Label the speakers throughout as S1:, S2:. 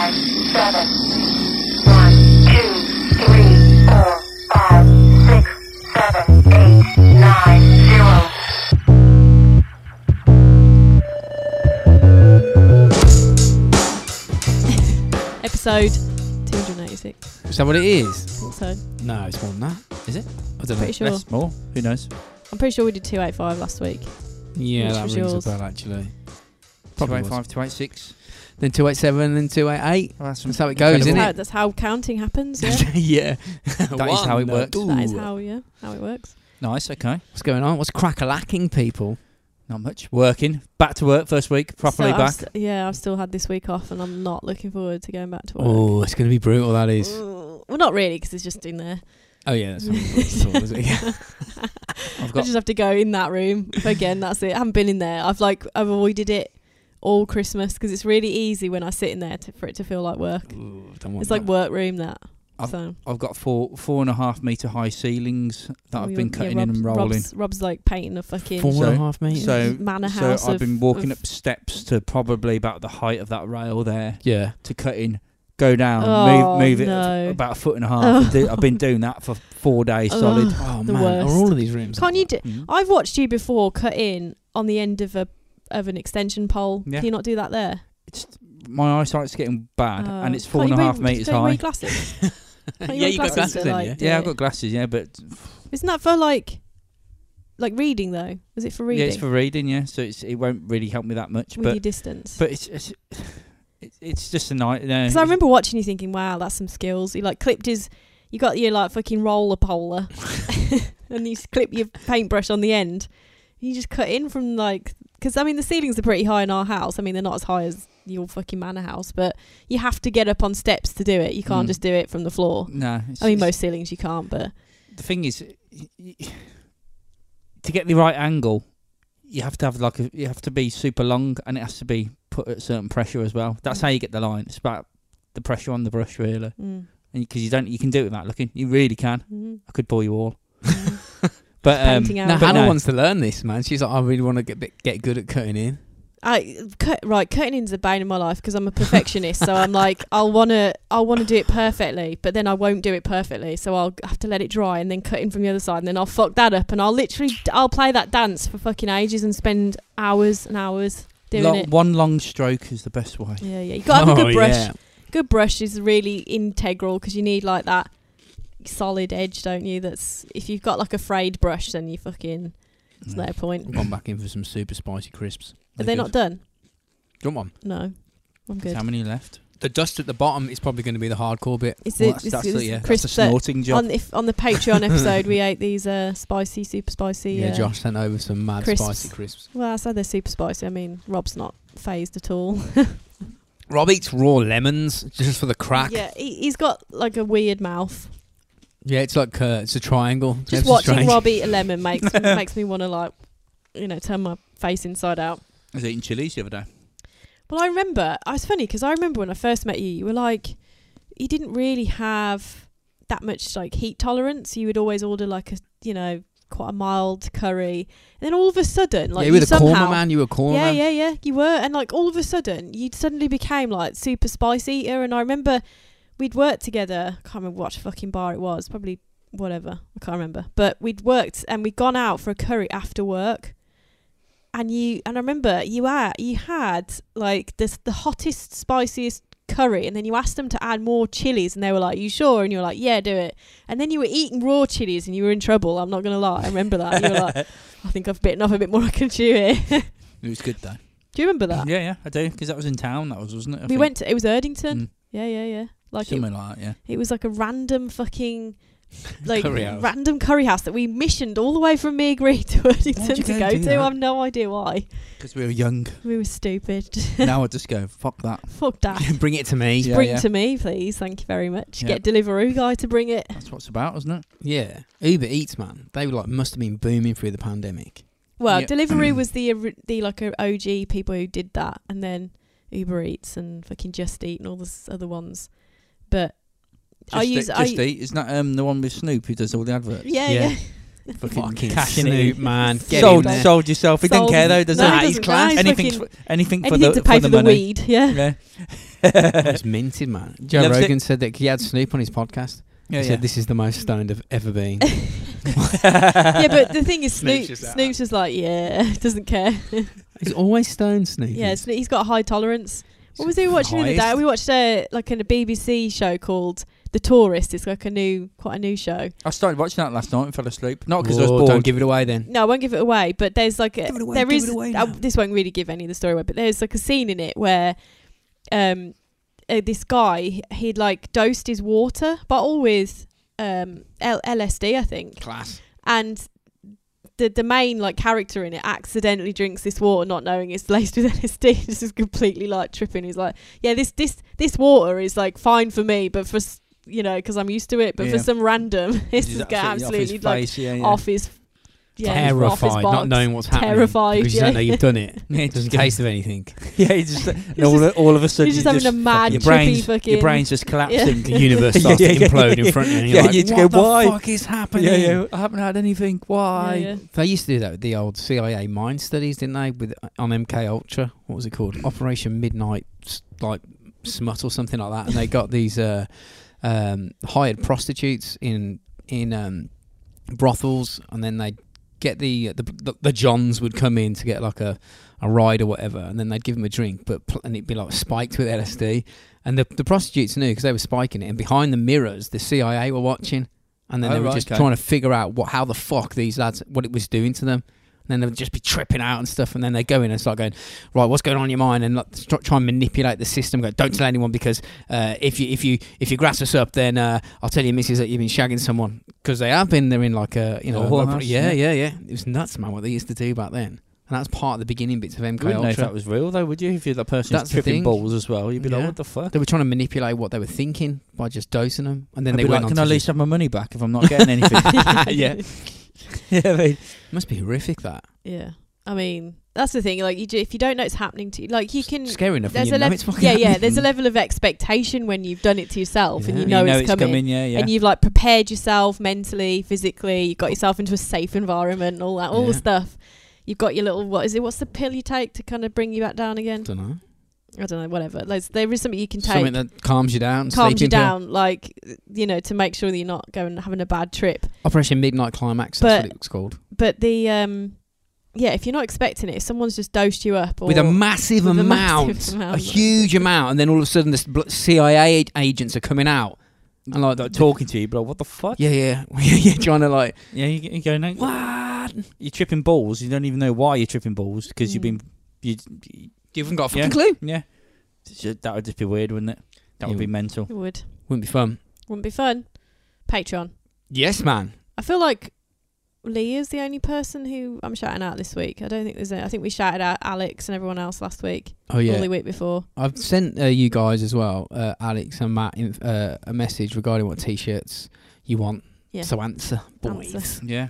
S1: seven. One, two, three, four, five, six, seven, eight, nine, zero.
S2: Episode 286.
S3: Is that what it
S2: I
S3: is?
S2: think so.
S3: No, it's more than that. Is it? I don't
S2: Pretty
S3: know.
S2: sure.
S4: Less, more. Who knows?
S2: I'm pretty sure we did 285 last week.
S3: Yeah,
S2: Which
S3: that
S2: was
S3: rings
S2: yours?
S3: a bell actually.
S4: Two
S3: Probably
S4: eight
S3: was.
S4: five, two eight six.
S3: Then two eight seven, then two eight eight.
S4: Well, that's
S3: That's how it goes,
S2: That's
S3: isn't
S2: how,
S3: it?
S2: that's how counting happens, yeah?
S3: yeah.
S4: That is how it
S3: One,
S4: works.
S3: uh,
S2: that is
S3: ooh.
S2: how, yeah, how it works.
S4: Nice. Okay.
S3: What's going on? What's crack a lacking, people?
S4: Not much. Working. Back to work. First week. Properly
S2: So I've
S4: back.
S2: st- yeah, I've still had this week off and I'm not looking forward to going back to work.
S3: Oh, it's going to be brutal, that is.
S2: Mm, Well, not really, because it's just in there.
S3: Oh, yeah, that's not was it? Yeah.
S4: I've
S2: I
S4: got.
S2: just have to go in that room again. That's it. I haven't been in there. I've like I've avoided it all Christmas because it's really easy when I sit in there to, for it to feel like work.
S3: Ooh, don't want
S2: It's like
S3: that.
S2: work room that.
S4: I've-
S2: so
S4: I've got four four and a half meter high ceilings that
S2: Oh,
S4: I've
S2: you're-
S4: been
S2: yeah,
S4: cutting in and
S2: Rob's-
S4: rolling.
S2: Rob's, Rob's like painting a fucking
S3: Four and a
S4: So-
S3: half metres?
S4: so-
S2: manor
S4: So
S2: house.
S4: I've
S2: of-
S4: been walking
S2: of-
S4: up steps to probably about the height of that rail there
S3: yeah.
S4: to cut in, go down,
S2: Oh,
S4: move move
S2: no.
S4: it about a foot and a half. and do- I've been doing that for four days solid.
S3: Oh,
S2: The
S3: man. Are
S2: worst.
S3: all of these rooms.
S2: Can't you do?
S4: Mm.
S2: I've watched you before cut in on the end of a of an extension pole.
S4: Yeah.
S2: Can you not do that there?
S4: It's my eyesight's getting bad, and
S2: Oh.
S4: it's four
S2: Can't
S4: and
S2: you wear-
S4: a half
S2: just
S4: meters
S2: don't wear
S4: high.
S2: your glasses? Can't you
S3: yeah,
S2: wear
S3: you got
S2: glasses
S3: glasses
S2: that,
S3: in,
S2: like,
S3: yeah.
S2: do
S4: Yeah,
S2: it?
S4: I've got glasses. Yeah, but
S2: Isn't that for like, like reading though? Is it for reading?
S4: yeah, it's for reading. Yeah, so it's it won't really help me that much.
S2: with
S4: but
S2: your distance.
S4: but it's it's, it's it's just a nightmare.
S2: Because I remember watching you thinking, "Wow, that's some skills." He like clipped his, you got your like fucking roller polar, and you s- clip your paintbrush on the end. You just cut in from like, because I mean the ceilings are pretty high in our house. I mean they're not as high as your fucking manor house, but you have to get up on steps to do it. You can't
S4: Mm.
S2: just do it from the floor.
S4: No, it's-
S2: I mean
S4: it's-
S2: most ceilings you can't, but
S4: the thing is y- y- to get the right angle you have to have like a, you have to be super long and it has to be put at certain pressure as well that's how you get the line it's about the pressure on the brush really
S2: mm,
S4: because you don't you can do it without looking you really can
S2: mm,
S4: i could bore you all
S2: mm.
S4: but um
S2: painting out.
S3: No,
S2: But
S3: Hannah
S4: no.
S3: wants to learn this, man. She's like, I really want to get bit- get good at cutting in.
S2: I cut, right cutting in's a bane in my life because I'm a perfectionist. so I'm like, I'll wanna, I'll wanna do it perfectly, but then I won't do it perfectly. So I'll have to let it dry and then cut in from the other side, and then I'll fuck that up, and I'll literally, I'll play that dance for fucking ages and spend hours and hours doing
S4: Long-
S2: it.
S4: one long stroke is the best way
S2: Yeah, yeah. You got to have a
S3: Oh,
S2: good brush.
S3: yeah.
S2: Good brush is really integral because you need like that solid edge, don't you? That's if you've got like a frayed brush, then you fucking it's no point.
S3: I've gone back in for some super spicy crisps.
S2: Are they not done?
S3: Come on.
S2: No, I'm good.
S4: how many left
S3: The dust at the bottom is probably going to be the hardcore bit.
S2: Is
S4: Well,
S2: it
S4: that's,
S2: is-
S4: that's,
S2: is
S4: the, yeah, that's
S2: crisps
S4: the
S2: that-
S4: snorting job
S2: on if on the Patreon episode we ate these uh spicy, super spicy.
S3: Yeah,
S2: uh,
S3: Josh sent over some mad
S2: crisps.
S3: spicy crisps.
S2: Well, I said they're super spicy. I mean, Rob's not phased at all.
S3: Rob eats raw lemons just for the crack. Yeah,
S2: yeah, he, he's got like a weird mouth.
S3: it's like uh, it's a triangle.
S2: Just
S3: It's
S2: watching
S3: strange.
S2: Rob eat a lemon makes makes me want to like, you know, turn my face inside out.
S4: i was eating chilies the other day
S2: Well, I remember. I was funny because I remember when I first met you, you were like, you didn't really have that much like heat tolerance. You would always order like a you know quite a mild curry, and then all of a sudden like
S3: yeah, you were
S2: you
S3: the corner
S2: somehow
S3: man. You were corner
S2: yeah,
S3: man.
S2: yeah, yeah. You were, and like all of a sudden, you suddenly became like super spice eater. And I remember we'd worked together. I can't remember what fucking bar it was. Probably whatever. I can't remember. But we'd worked and we'd gone out for a curry after work. And you and I remember you had you had like this the hottest spiciest curry, and then you asked them to add more chilies, and they were like, "You sure?" And you were like, "Yeah, do it." And then you were eating raw chilies, and you were in trouble. I'm not gonna lie. I remember that. You were like, "I think I've bitten off a bit more. I can chew here."
S4: it was good though
S2: Do you remember that?
S4: yeah yeah i do because that was in town that was wasn't it I
S2: we
S4: think.
S2: went to it was Erdington.
S4: Mm.
S2: Yeah, yeah, yeah. Like it,
S4: something like that yeah
S2: it was like a random fucking like
S3: Curry house.
S2: random curry house that we missioned all the way from Meagre to
S4: Why'd
S2: Erdington
S4: you
S2: to
S4: go
S2: go
S4: do
S2: to.
S4: that?
S2: I've no idea why.
S4: because we were young
S2: We were stupid.
S4: now i just go fuck that
S2: Fuck that.
S3: Bring it to me.
S4: Yeah,
S2: bring
S4: yeah.
S2: to me, please. Thank you very much.
S4: Yeah.
S2: Get Deliveroo guy to bring it.
S4: That's what it's about, isn't it?
S3: Yeah. Uber Eats, man. They were like must have been booming through the pandemic.
S2: Well,
S4: Yeah. Mm.
S2: Deliveroo was the ori- the like a OG people who did that, and then Uber Eats and fucking Just Eat and all these other ones. But I
S4: Just
S2: use-
S4: eat,
S2: I-
S4: just eat. Isn't that um, the one with Snoop who does all the adverts?
S2: yeah,
S3: Yeah.
S2: yeah.
S4: Fucking,
S3: Fucking
S4: cashing it
S3: Snoop,
S4: in.
S3: man. Get
S4: sold,
S3: in there.
S4: sold yourself. He didn't
S2: Sold.
S4: care though, does
S2: No,
S4: he?
S2: he Nah, he's doesn't. class. Nah, he's
S4: anything,
S2: fucking-
S4: for, anything for
S2: Anything
S4: the
S2: to pay
S4: for
S2: for
S4: the
S2: the
S4: money.
S2: weed. Yeah.
S4: Yeah.
S3: It's minted, man. Joe
S4: Loves it.
S3: Rogan said that he had Snoop on his podcast.
S4: yeah,
S3: he said, This is the most stoned I've ever been.
S2: yeah, but the thing is,
S3: Snoop's
S2: Snoop,
S3: just like
S2: Snoop's just like, yeah, doesn't care.
S3: He's always stoned, Snoop.
S2: yeah, Snoop, he's got a high tolerance. What was we watching the other day?
S4: highest.
S2: We watched a like in a BBC show called The Tourist. It's like a new, quite a new show.
S4: I started watching that last night and fell asleep. Not because I was
S3: Whoa,
S4: bored.
S3: don't give it away then.
S2: No, I won't give it away. But there's like a,
S3: Give it away,
S2: there
S3: give
S2: is
S3: it away
S2: I-
S3: now.
S2: this won't really give any of the story away. But there's like a scene in it where, um, uh, this guy he'd like dosed his water bottle with um L- LSD, I think,
S3: Class.
S2: and the the main like character in it accidentally drinks this water not knowing it's laced with LSD this is completely like tripping he's like yeah this this this water is like fine for me but for s- you know because I'm used to it but for
S4: Yeah.
S2: some random this is
S4: Just
S2: gonna
S4: off
S2: absolutely
S4: his
S2: like
S4: face, yeah, yeah.
S2: off his yeah off his
S3: Terrified,
S2: box.
S3: not knowing what's happening.
S2: Terrified,
S3: Because you
S2: yeah.
S3: don't know you've done it.
S4: Yeah,
S3: It doesn't
S4: gonna-
S3: taste of anything.
S4: Yeah, he just, and
S2: He's
S4: all, all of a sudden
S2: he's just having a mad
S4: your
S2: trippy
S4: brains,
S2: fucking
S4: your brain's just collapsing.
S3: The universe
S4: Yeah,
S3: starts
S4: yeah,
S3: to
S4: yeah,
S3: implode
S4: yeah,
S3: in front of you. And
S4: yeah.
S3: you're like,
S4: You
S3: what
S4: just go,
S3: the
S4: "Why?"
S3: fuck is happening?
S4: yeah, yeah, I haven't had anything. Why?
S2: Yeah, yeah.
S3: They used to do that with the old CIA mind studies, didn't they? With on MK Ultra, what was it called? Operation Midnight, s- like smut or something like that. And they got these uh, um, hired prostitutes in in um, brothels, and then they get the, the the the Johns would come in to get like a a ride or whatever, and then they'd give them a drink, but pl- and it'd be like spiked with LSD. And the the prostitutes knew because they were spiking it, and behind the mirrors, the CIA were watching, and then
S4: Oh,
S3: they were
S4: right,
S3: just
S4: okay.
S3: trying to figure out what how the fuck these lads what it was doing to them. And then they would just be tripping out and stuff, and then they go in and start going, right, what's going on in your mind, and like, tr- try and manipulate the system. Go, don't tell anyone because uh, if you if you if you grass us up, then uh, I'll tell you, missus, that you've been shagging someone because they have been. They're in like a you know,
S4: A whorehouse,
S3: like- yeah, yeah, yeah. It was nuts, man, what they used to do back then, and that's part of the beginning bits of
S4: You
S3: MK
S4: wouldn't know if
S3: Ultra.
S4: that was real, though, would you? If you're that person
S3: That's the
S4: who's tripping
S3: thing.
S4: balls as well, you'd be like,
S3: Yeah.
S4: "What the fuck?"
S3: They were trying to manipulate what they were thinking by just dosing them, and then
S4: I'd
S3: they
S4: be
S3: went
S4: like,
S3: on
S4: "Can I
S3: to
S4: at least have my money back if I'm not getting anything?" yeah, yeah. I mean,
S3: just- must be horrific that
S2: yeah I mean that's the thing like you do, if you don't know it's happening to you like you can
S3: scary enough when
S2: there's
S3: you
S2: a
S3: know
S2: level
S3: it's fucking
S2: yeah yeah
S3: happening.
S2: there's a level of expectation when you've done it to yourself and
S3: Yeah.
S2: you know, it's, coming.
S4: Yeah, yeah.
S2: and you've like prepared yourself mentally, physically. You've got yourself into a safe environment, and all that, all the
S3: Yeah.
S2: stuff. You've got your little what is it? What's the pill you take to kind of bring you back down again?
S3: don't know
S2: I don't know, whatever. There's, there is something you can take,
S3: something that calms you down,
S2: calms you
S3: sleeping pill.
S2: down, like you know, to make sure that you're not going having a bad trip.
S3: Operation Midnight Climax, that's what it's called,
S2: But the um, yeah, if you're not expecting it, if someone's just dosed you up, or
S3: with a massive
S2: with a
S3: amount,
S2: massive
S3: a
S2: amount.
S3: huge amount, and then all of a sudden, this bl- CIA ag- agents are coming out and like,
S4: like
S3: the-
S4: talking to you, but like, "What the fuck?"
S3: yeah, yeah, yeah, yeah, trying to like,
S4: yeah. You, you go, "No,
S3: what?
S4: you're tripping balls. You don't even know why you're tripping balls because you've
S2: Mm.
S4: been, you,
S3: You haven't got a fucking
S4: Yeah.
S3: clue.
S4: yeah. It's ju- That would just be weird, wouldn't it? That
S3: Yeah.
S4: would be mental.
S2: it would
S3: Wouldn't be fun.
S2: wouldn't be fun. Patreon.
S3: Yes, man.
S2: I feel like Lee is the only person who I'm shouting out this week. I don't think there's. Any, I think we shouted out Alex and everyone else last week,
S3: Oh
S2: All
S3: yeah.
S2: the week before.
S3: I've sent uh, you guys as well, uh, Alex and Matt, in, uh, a message regarding what t-shirts you want.
S2: Yeah.
S3: So answer, boys.
S2: Answer.
S4: Yeah.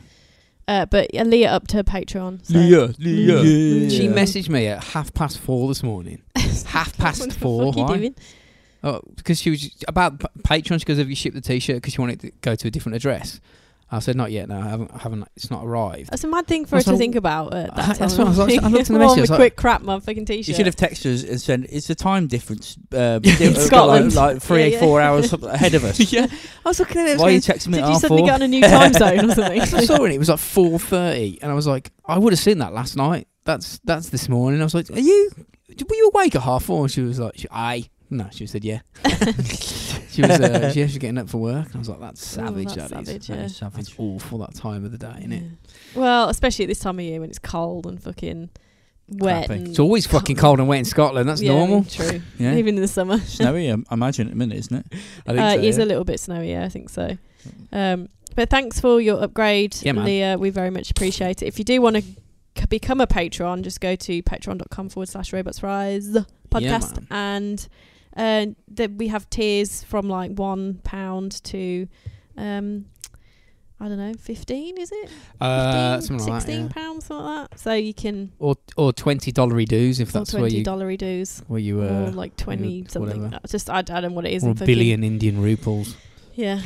S2: Uh, but yeah, Leah up to her Patreon. So. Mm.
S4: Leah.
S2: Yeah.
S3: She
S2: Yeah.
S3: messaged me at half past four this morning. half past
S2: What the
S3: four,
S2: fuck you
S3: why?
S2: doing?
S3: Oh, because she was about p- Patreon. She goes, "Have you shipped the t-shirt? Because you want it to go to a different address." I said, "Not yet. No, I haven't. I haven't. It's not arrived."
S2: That's a mad thing for
S3: I
S2: us to
S3: thought-
S2: think about. At
S3: I-
S2: that
S3: that's
S2: time.
S3: what I was like- I looked in the
S2: Well,
S3: message, I
S2: I'm
S3: was
S2: a
S3: like-
S2: quick crap, my fucking t-shirt.
S4: You should have texted us and said, "It's the time difference." Uh, still-
S2: In
S4: uh, like-
S2: Scotland.
S4: like, three,
S2: Yeah, yeah.
S4: four hours ahead of us.
S3: yeah, I was looking at it. I was
S4: Why are you
S3: going,
S4: texting me
S2: Did
S4: at
S2: you
S4: half
S2: suddenly
S4: four?
S2: get on a new time zone or
S3: I
S2: something?
S3: saw it. It was like four thirty, and I was like, "I would have seen that last night. That's that's this morning." I was like, "Are you? Were you awake at half four? And she was like, she, "I." No, she said, "Yeah." She was, uh, yeah, she was getting up for work. And I was like, "That's savage.
S2: Oh, that's
S3: that is.
S2: savage,
S3: That
S2: yeah.
S3: is savage. That's awful. That time of the day, isn't it?
S2: Well, especially at this time of year when it's cold and fucking wet.
S4: Crappy.
S2: And
S3: It's always fucking cold and wet in Scotland. That's
S2: Yeah,
S3: normal.
S2: True.
S4: Yeah.
S2: Even in the summer.
S4: Snowy, I I imagine at the minute, isn't it?
S3: I think
S2: Uh,
S3: so,
S2: it is
S3: yeah.
S2: a little bit snowy, yeah, I think so. Um, but thanks for your upgrade,
S3: Yeah, man.
S2: Leah. We very much appreciate it. If you do want to c- become a patron, just go to patreon.com forward slash robots rise podcast.
S3: man.
S2: and uh, that we have tiers from like one pound to, um, I don't know, 15, is it? 15,
S3: Uh, something like that,
S2: 16
S3: yeah.
S2: pounds, something like that. So you can,
S3: or or twenty dollar dues if
S2: or
S3: that's where
S2: $20
S3: you
S2: dollary dues.
S3: where you
S2: Or
S3: uh,
S2: like 20 something.
S3: whatever.
S2: Uh, Just, I, I don't know what it is.
S3: or a
S2: in fucking-
S3: billion Indian rupees.
S2: Yeah.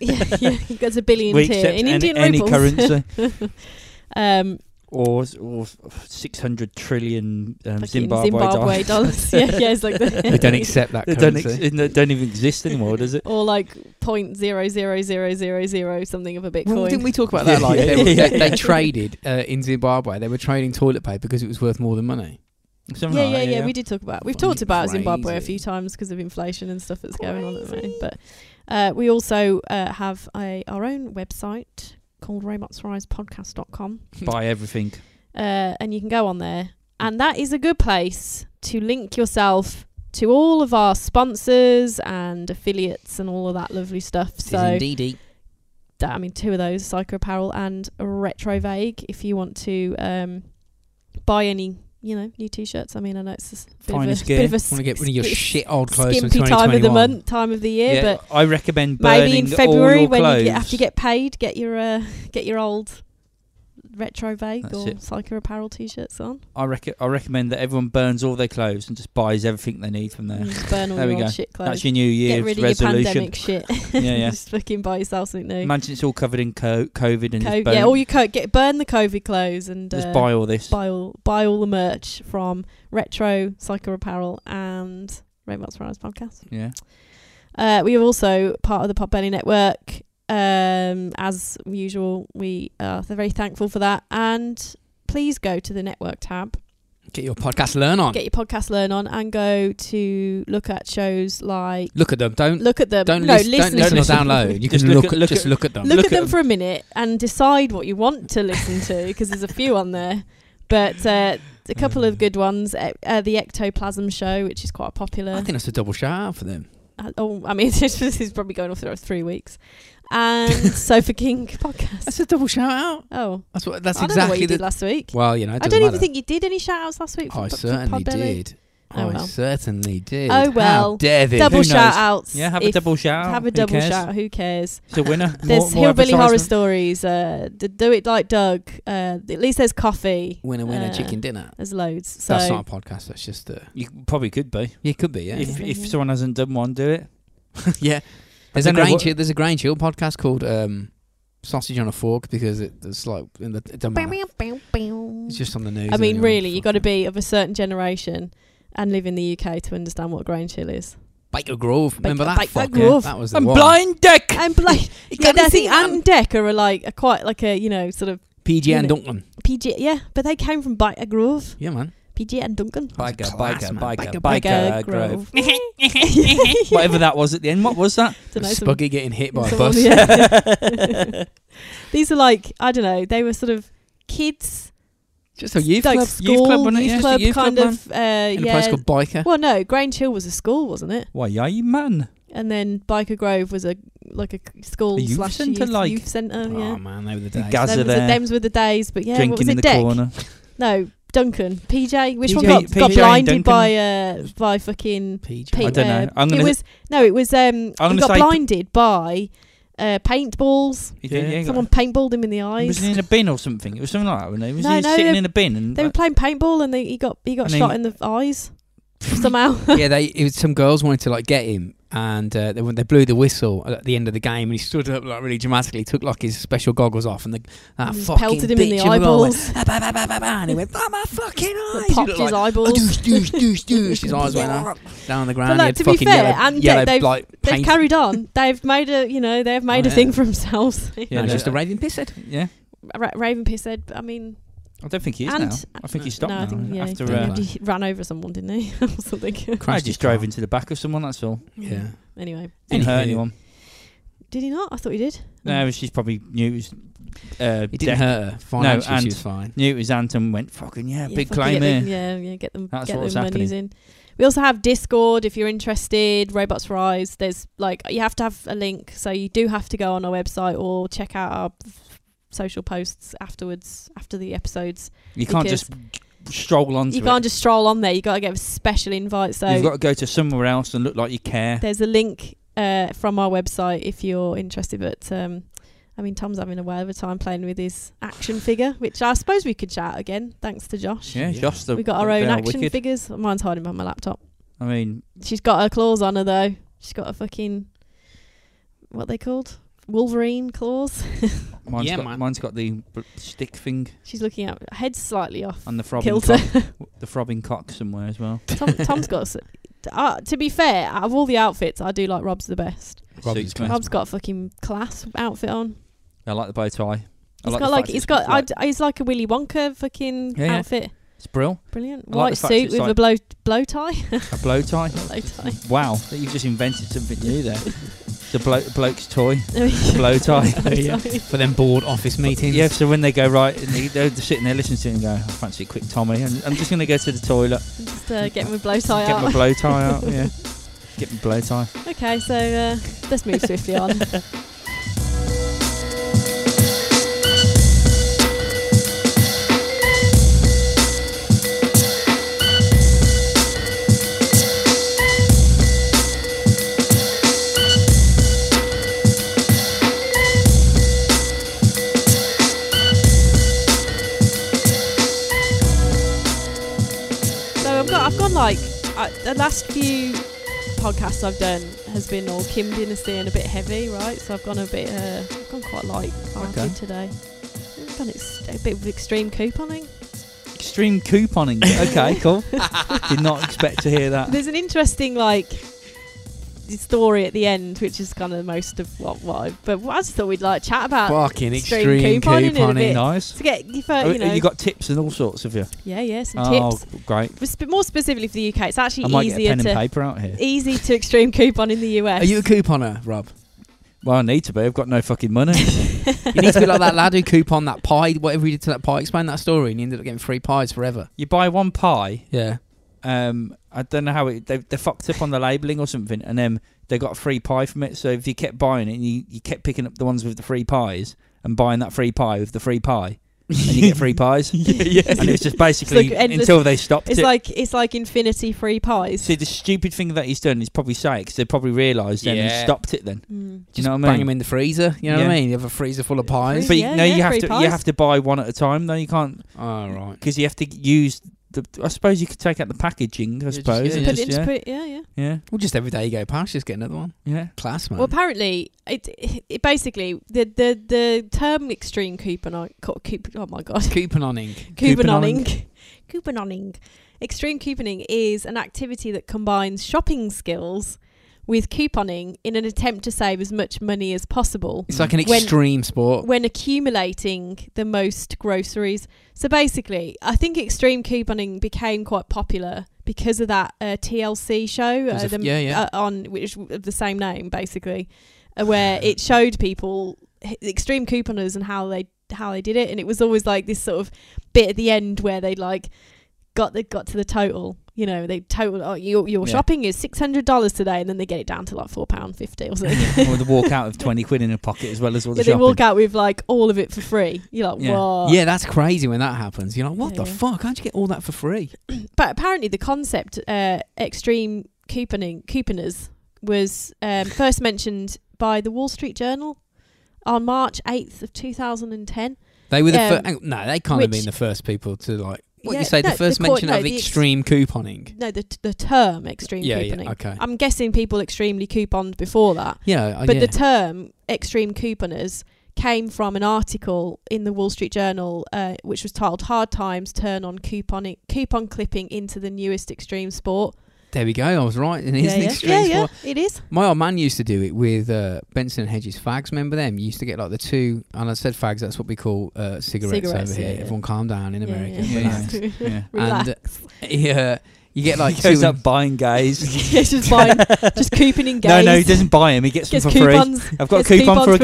S2: yeah, yeah, that's a billion
S4: We
S2: tier
S4: accept
S2: in Um,
S4: any,
S2: Indian
S4: any
S2: rupees.
S4: currency.
S2: um,
S4: or or six hundred trillion um,
S2: Fucking
S4: Zimbabwe,
S2: Zimbabwe
S4: dollars.
S2: dollars. yeah, yeah, it's like the
S3: They don't accept that
S4: They
S3: currency.
S4: don't, ex- they don't even exist anymore, does it?
S2: or like point zero zero zero zero zero something of a bitcoin.
S3: Well, didn't we talk about that?
S4: Yeah,
S3: Like
S4: yeah,
S3: they, were,
S4: yeah,
S3: they,
S4: yeah.
S3: they traded uh, in Zimbabwe. They were trading toilet paper because it was worth more than money.
S4: Something
S2: yeah,
S4: like
S2: yeah,
S4: that,
S2: yeah, We did talk about. We've
S3: Fucking
S2: talked about Zimbabwe a
S3: crazy.
S2: few times because of inflation and stuff that's going on at the moment. But uh, we also uh, have a, our own website called robotsrisepodcast.com,
S4: buy everything.
S2: uh, and you can go on there. And that is a good place to link yourself to all of our sponsors and affiliates and all of that lovely stuff.
S3: It is
S2: So
S3: indeed.
S2: that, I mean, two of those, Psycho Apparel and Retro Vague. If you want to um, buy any, you know, new T-shirts. I mean, I know it's just a bit
S4: Finest
S2: of a,
S4: gear.
S2: bit of a
S3: Want to get rid of your
S2: sk-
S3: shit old clothes from
S2: skimpy time of the
S3: 2021.
S2: month, time of the year. But
S4: I recommend burning
S2: maybe in
S4: all
S2: February
S4: your
S2: when
S4: clothes.
S2: you get, after you get paid, get your uh, get your old Retro Vague
S4: That's
S2: or
S4: it.
S2: Psycho Apparel T-shirts on.
S4: I, rec- I recommend that everyone burns all their clothes and just buys everything they need from there.
S2: And just burn all
S4: There we
S2: your
S4: go.
S2: old shit clothes.
S4: That's your New Year's
S2: Mm, get rid of your
S4: resolution.
S2: pandemic shit.
S4: Yeah, yeah.
S2: just fucking buy yourself something new.
S4: Imagine it's all covered in co- COVID and
S2: Co-
S4: just, burn,
S2: yeah, all your coat. Get burn the COVID clothes and
S4: just
S2: uh,
S4: buy all this.
S2: buy all buy all the merch from Retro Psycho Apparel and Rainbox Rise Podcast.
S4: Yeah,
S2: Uh, we are also part of the Potbelly Network. Um, as usual, we are very thankful for that. And please go to the network tab,
S3: Get your podcast learn on.
S2: get your podcast learn on, and go to look at shows like
S3: look at them. Don't
S2: look at them.
S3: don't,
S2: no,
S3: listen,
S2: listen.
S3: don't
S2: to
S3: listen or
S2: them.
S3: download. You
S4: Just
S3: can
S4: look
S3: look,
S4: at-
S3: at,
S4: look
S3: just
S4: at-
S3: Um, look at them.
S2: Look,
S4: Look
S2: at
S4: at
S2: them,
S4: them.
S2: for a minute and decide what you want to listen to because there's a few on there. But uh, a couple of good ones. Uh, uh, the Ectoplasm Show, which is quite popular.
S3: I think that's a double shout out for them.
S2: Uh, oh, I mean, this is probably going off for three weeks. And Sofa King podcast.
S3: That's a double shout out.
S2: Oh,
S3: That's what. That's
S2: I don't know what
S3: exactly
S2: you
S3: the.
S2: did last week.
S3: Well, you know, it
S2: I
S3: doesn't
S2: don't
S3: matter.
S2: even think you did any shout outs last week. For,
S3: I
S2: for
S3: certainly
S2: Podbelly.
S3: did.
S2: Oh,
S3: I
S2: well.
S3: certainly did.
S2: Oh,
S3: How
S2: well.
S3: dare they?
S2: Double
S4: knows?
S2: shout outs.
S4: yeah. Have a double shout.
S2: Have a
S4: Who
S2: double
S4: cares?
S2: shout. Who cares?
S4: It's a winner.
S2: There's
S4: more, more
S2: hillbilly horror
S4: advertisement.
S2: stories. Uh, d- do it like Doug. Uh, at least there's coffee.
S3: Winner, winner,
S2: Uh,
S3: chicken dinner.
S2: There's loads. So
S3: that's not a podcast. That's just a.
S4: You probably could be
S3: Yeah, it could be. Yeah.
S4: if
S2: Yeah.
S4: if someone hasn't done one, do it.
S3: yeah. There's a
S4: don't know
S3: Grange
S4: what-
S3: Hill, there's a Grange Hill podcast called um, Sausage on a Fork because it, it's like in the, it doesn't matter. It's just on the news.
S2: I mean,
S3: anyway.
S2: really, you got to be of a certain generation and live in the UK to understand what Grange Hill is.
S3: Baker Grove. Remember that?
S2: Baker
S3: fuck,
S2: Grove.
S3: Yeah, that was the
S4: I'm
S3: one.
S4: blind deck.
S2: And like,
S4: Can you
S2: I
S4: see
S2: think Ant and Deck are like a quite like a you know sort of
S3: PG and
S2: Really?
S3: Duncan.
S2: PG. Yeah, but they came from Biker Grove.
S3: Yeah, man.
S2: PG and Duncan.
S3: That's
S4: Biker,
S3: class,
S4: biker,
S3: man.
S4: biker,
S3: Biker,
S4: biker, grove. Whatever that was at the end. What was that?
S2: Dunno, some-
S3: Spuggy getting hit by a
S2: some-
S3: bus.
S2: yeah. These are like I don't know. They were sort of kids,
S3: Just a youth
S2: like
S3: club.
S2: school,
S3: Youth club, wasn't it?
S2: youth
S3: Yeah, just a
S2: club
S3: youth
S2: kind
S3: club,
S2: of. Uh,
S3: In a
S2: yeah.
S3: place called Biker.
S2: well, no, Grange Hill was a school, wasn't it?
S4: Why, yeah, you man.
S2: And then Biker Grove was a like a c- school
S4: A youth
S2: slash
S4: centre,
S2: youth,
S4: like?
S2: youth centre.
S3: Oh,
S2: Yeah.
S3: man, they were the days.
S4: Gaz- As
S2: Them
S4: are
S2: was the-
S4: there.
S2: them's were the days, but yeah, what was
S4: Drinking
S2: it?
S4: in the
S2: Deck?
S4: corner.
S2: No, Duncan, PJ. Which one
S4: PJ
S2: got, got
S4: and Duncan.
S2: blinded by uh by fucking
S3: PG.
S2: Pete,
S4: I don't know.
S2: uh,
S4: I'm
S2: it
S4: gonna-
S2: was no, it was um.
S4: I'm
S2: he
S4: gonna
S2: got
S4: say-
S2: blinded by uh, paintballs.
S4: You
S3: Yeah.
S4: did, yeah, you got-
S2: Someone paintballed him in the eyes.
S4: Was he in a bin or something? It was something like that, wasn't it? Was
S2: No,
S4: he
S2: no,
S4: sitting
S2: they-
S4: in a bin? And uh,
S2: They were playing paintball and they, he got he got
S4: And
S2: shot
S4: he-
S2: in the eyes somehow.
S3: yeah, they it was, some girls wanted to like get him, and uh, they when they blew the whistle at the end of the game, and he stood up like really dramatically, took like his special goggles off, and the that
S2: And just
S3: fucking
S2: Mm, pelted him in the
S3: bitch of a girl went,
S2: eyeballs.
S3: "Ah, bah, bah, bah, bah, bah," and he went, "Ah, my fucking eyes!" He
S2: popped
S3: looked
S2: his
S3: like,
S2: eyeballs.
S3: "Ah, doosh, doosh, doosh, doosh." His eyes went up, down on the ground.
S2: like,
S3: he had
S2: to be
S3: fucking
S2: fair,
S3: yellow,
S2: and
S3: yellow,
S2: they- they've-
S3: like,
S2: They've
S3: paint.
S2: carried on. They've made a you know they've made
S4: Oh,
S2: a
S4: yeah.
S2: thing for themselves.
S4: Yeah,
S3: Yeah,
S4: no,
S3: just a raving pisshead.
S4: yeah.
S2: Ra- Raven Piss said, I mean,
S4: I don't think he is
S2: And-
S4: now. I think he stopped
S2: no,
S4: now.
S2: I think yeah,
S4: after,
S2: he,
S3: uh,
S2: he ran over someone, didn't he, or something?
S4: I
S3: Crashed his
S4: just drove
S3: car.
S4: into the back of someone. That's all.
S3: Yeah.
S2: Anyway,
S4: Didn't hurt
S3: Anywho.
S4: anyone.
S2: did he not? I thought he did.
S4: No, she's probably knew it was. Uh,
S3: It didn't
S4: Deck-
S3: hurt her. Financially,
S4: and-
S3: she was fine.
S4: Knew it was Ant and went fucking yeah, big
S2: fucking
S4: claim
S2: get
S4: here.
S2: them- yeah, yeah, get them,
S4: That's
S2: get
S4: what was
S2: them monies in. We also have Discord if you're interested. Robots Rise. There's like you have to have a link, so you do have to go on our website or check out our f- social posts afterwards after the episodes.
S4: You can't
S2: Because
S4: just stroll onto
S2: You can't
S4: it.
S2: just stroll on there. You got to get a special invite. So
S4: You've got to go to somewhere else and look like you care.
S2: there's a link uh, from our website if you're interested. But um, I mean, Tom's having a whale of a time playing with his action figure, which I suppose we could shout again. Thanks to Josh.
S4: Yeah,
S3: Yeah.
S4: just the,
S2: We got our own
S4: they are
S2: action
S4: wicked.
S2: figures. Mine's hiding behind my laptop.
S4: I mean,
S2: She's got her claws on her though. She's got a fucking what are they called Wolverine claws.
S4: Mine's
S3: Yeah,
S4: got,
S3: man.
S4: mine's got the bl- stick thing
S2: She's looking out, head slightly off.
S4: and the throbbing
S2: Kilter.
S4: cock, the throbbing cock somewhere as well.
S2: Tom, Tom's got. s- Uh, to be fair, out of all the outfits, I do like Rob's the best.
S4: It
S3: Robin's
S4: suits me.
S3: class.
S2: Rob's got a fucking class outfit on.
S4: I like the bow tie. I
S2: He's
S4: like
S2: got
S4: the
S2: like
S4: fact
S2: he's
S4: it's
S2: got
S4: like,
S2: I, he's like a Willy Wonka fucking
S4: Yeah, yeah.
S2: outfit.
S4: it's brill,
S2: Brilliant
S4: I like
S2: white
S4: the fact
S2: suit
S4: it's
S2: with a
S4: like-
S2: blow blow tie.
S4: a blow tie.
S2: blow tie.
S4: Wow, that you've just invented something new there. the blo- bloke's toy, blow tie.
S3: Yeah. For them board office meetings.
S4: Yeah, so when they go right, and they, they're just sitting there listening to him, go, I fancy a quick Tommy. And I'm just going to go to the toilet,
S2: Just uh, get my blow tie
S4: get
S2: out.
S4: my blow tie out. Yeah, get my blow tie.
S2: Okay, so uh, let's move swiftly on. So I've got, I've gone like I, the last few podcasts I've done has been all Kim Dynasty and a bit heavy, right? So I've gone a bit, uh, I've gone quite light hearted
S4: Okay.
S2: today. I've done ex- a bit of extreme couponing.
S4: Extreme couponing. Okay, cool. Did not expect to hear that.
S2: There's an interesting like story at the end, which is kind of most of what what. I, but I just thought we'd like chat about
S3: Fucking
S2: extreme
S3: extreme,
S2: couponing in a
S3: couponing.
S2: bit.
S4: Nice.
S2: to get you, for,
S4: Oh,
S2: you know
S4: you got tips and all sorts of you.
S2: yeah yeah some
S4: oh,
S2: tips.
S4: great.
S2: But sp- more specifically for the UK, it's actually
S4: I might get a
S2: easier
S4: pen and
S2: to
S4: paper out here.
S2: easy to extreme coupon in the US.
S3: Are you a couponer, Rob?
S4: Well, I need to be. I've got no fucking money.
S3: You need to be like that lad who couponed that pie, whatever he did to that pie. Explain that story, and he ended up getting free pies forever.
S4: you buy one pie.
S3: Yeah.
S4: Um, I don't know how it. They, they fucked up on the labeling or something, and then they got a free pie from it. So if you kept buying it, and you, you kept picking up the ones with the free pies and buying that free pie with the free pie, and you get free pies. yeah, yeah. And it was just basically
S2: like endless-
S4: until they stopped
S2: It's
S4: it.
S2: like it's like infinity free pies.
S4: See, the stupid thing that he's done is probably say because they probably realised then
S3: Yeah.
S4: and stopped it then.
S2: Mm.
S4: Do you know what I mean?
S3: Bang them in the freezer. You know what I
S4: Yeah.
S3: mean? You have a freezer full of pies.
S4: But
S2: Oh, Yeah,
S4: you, no,
S2: yeah,
S4: you have
S2: free
S4: to
S2: pies.
S4: you have to buy one at a time. No, you can't
S3: oh, right.
S4: because you have to use the. I suppose you could take out the packaging. I
S3: just-
S4: suppose.
S3: yeah,
S4: and
S3: yeah.
S2: Put it
S4: just-
S2: into put- yeah, yeah.
S4: yeah,
S3: Well, just every day you go past, just get another one.
S4: yeah, yeah.
S3: Class, man.
S2: Well, apparently, it, it basically the the the term extreme couponing. co- coup- Oh my god,
S3: Couponing.
S2: couponing, couponing. Extreme couponing is an activity that combines shopping skills with couponing in an attempt to save as much money as possible
S3: It's like an
S2: When-
S3: extreme sport.
S2: when accumulating the most groceries. So basically, I think extreme couponing became quite popular because of that uh, TLC show
S3: There's
S2: uh,
S3: a-
S2: the,
S3: yeah, yeah.
S2: Uh, on which of the same name basically, uh, where it showed people h- extreme couponers and how they how they did it, and it was always like this sort of bit at the end where they like got the got to the total. You know, they total. Oh, your your
S4: Yeah.
S2: shopping is six hundred dollars today, and then they get it down to like four pound fifty or something.
S4: or the walk out of twenty quid in a pocket as well as all the
S2: But they
S4: shopping.
S2: walk out with like all of it for free. You're like,
S4: Yeah.
S2: what?
S3: yeah, that's crazy when that happens. You're like, what
S2: Oh. Yeah,
S3: the
S2: yeah.
S3: fuck? How'd you get all that for free?
S2: But apparently, the concept uh, extreme couponing couponers was um, first mentioned by the Wall Street Journal on March eighth of two thousand and ten.
S3: They were the
S2: Um,
S3: first. No, they can't have
S2: which-
S3: been the first people to like. What
S2: Yeah,
S3: you say?
S2: no,
S3: the first
S2: the court-
S3: mention
S2: no,
S3: of
S2: the ex-
S3: extreme couponing.
S2: No, the the term extreme
S3: Yeah,
S2: couponing.
S3: yeah. Okay.
S2: I'm guessing people extremely couponed before that,
S3: yeah, uh,
S2: but
S3: yeah.
S2: the term extreme couponers came from an article in the Wall Street Journal, uh, which was titled "Hard Times Turn on Couponing Coupon Clipping into the Newest Extreme Sport."
S3: there we go. I was right. It is an extreme
S2: yeah,
S3: sport.
S2: yeah, it is.
S3: My old man used to do it with uh, Benson and Hedges fags. Remember them? You used to get like the two, and I said fags. That's what we call uh, cigarettes,
S2: Cigarettes,
S3: over here.
S2: yeah, yeah.
S3: Everyone, calm down in
S2: Yeah,
S3: America.
S2: yeah.
S3: relax.
S4: Yeah, yeah.
S2: Relax.
S3: uh, Yeah, you get like
S4: he
S3: two.
S4: goes up buying gays.
S2: yeah, just buying, just couponing gays.
S4: No, no, he doesn't buy him. He gets,
S2: Gets
S4: them for free.
S2: coupons.
S4: I've got a
S2: gets
S4: coupon
S2: coupons
S4: for a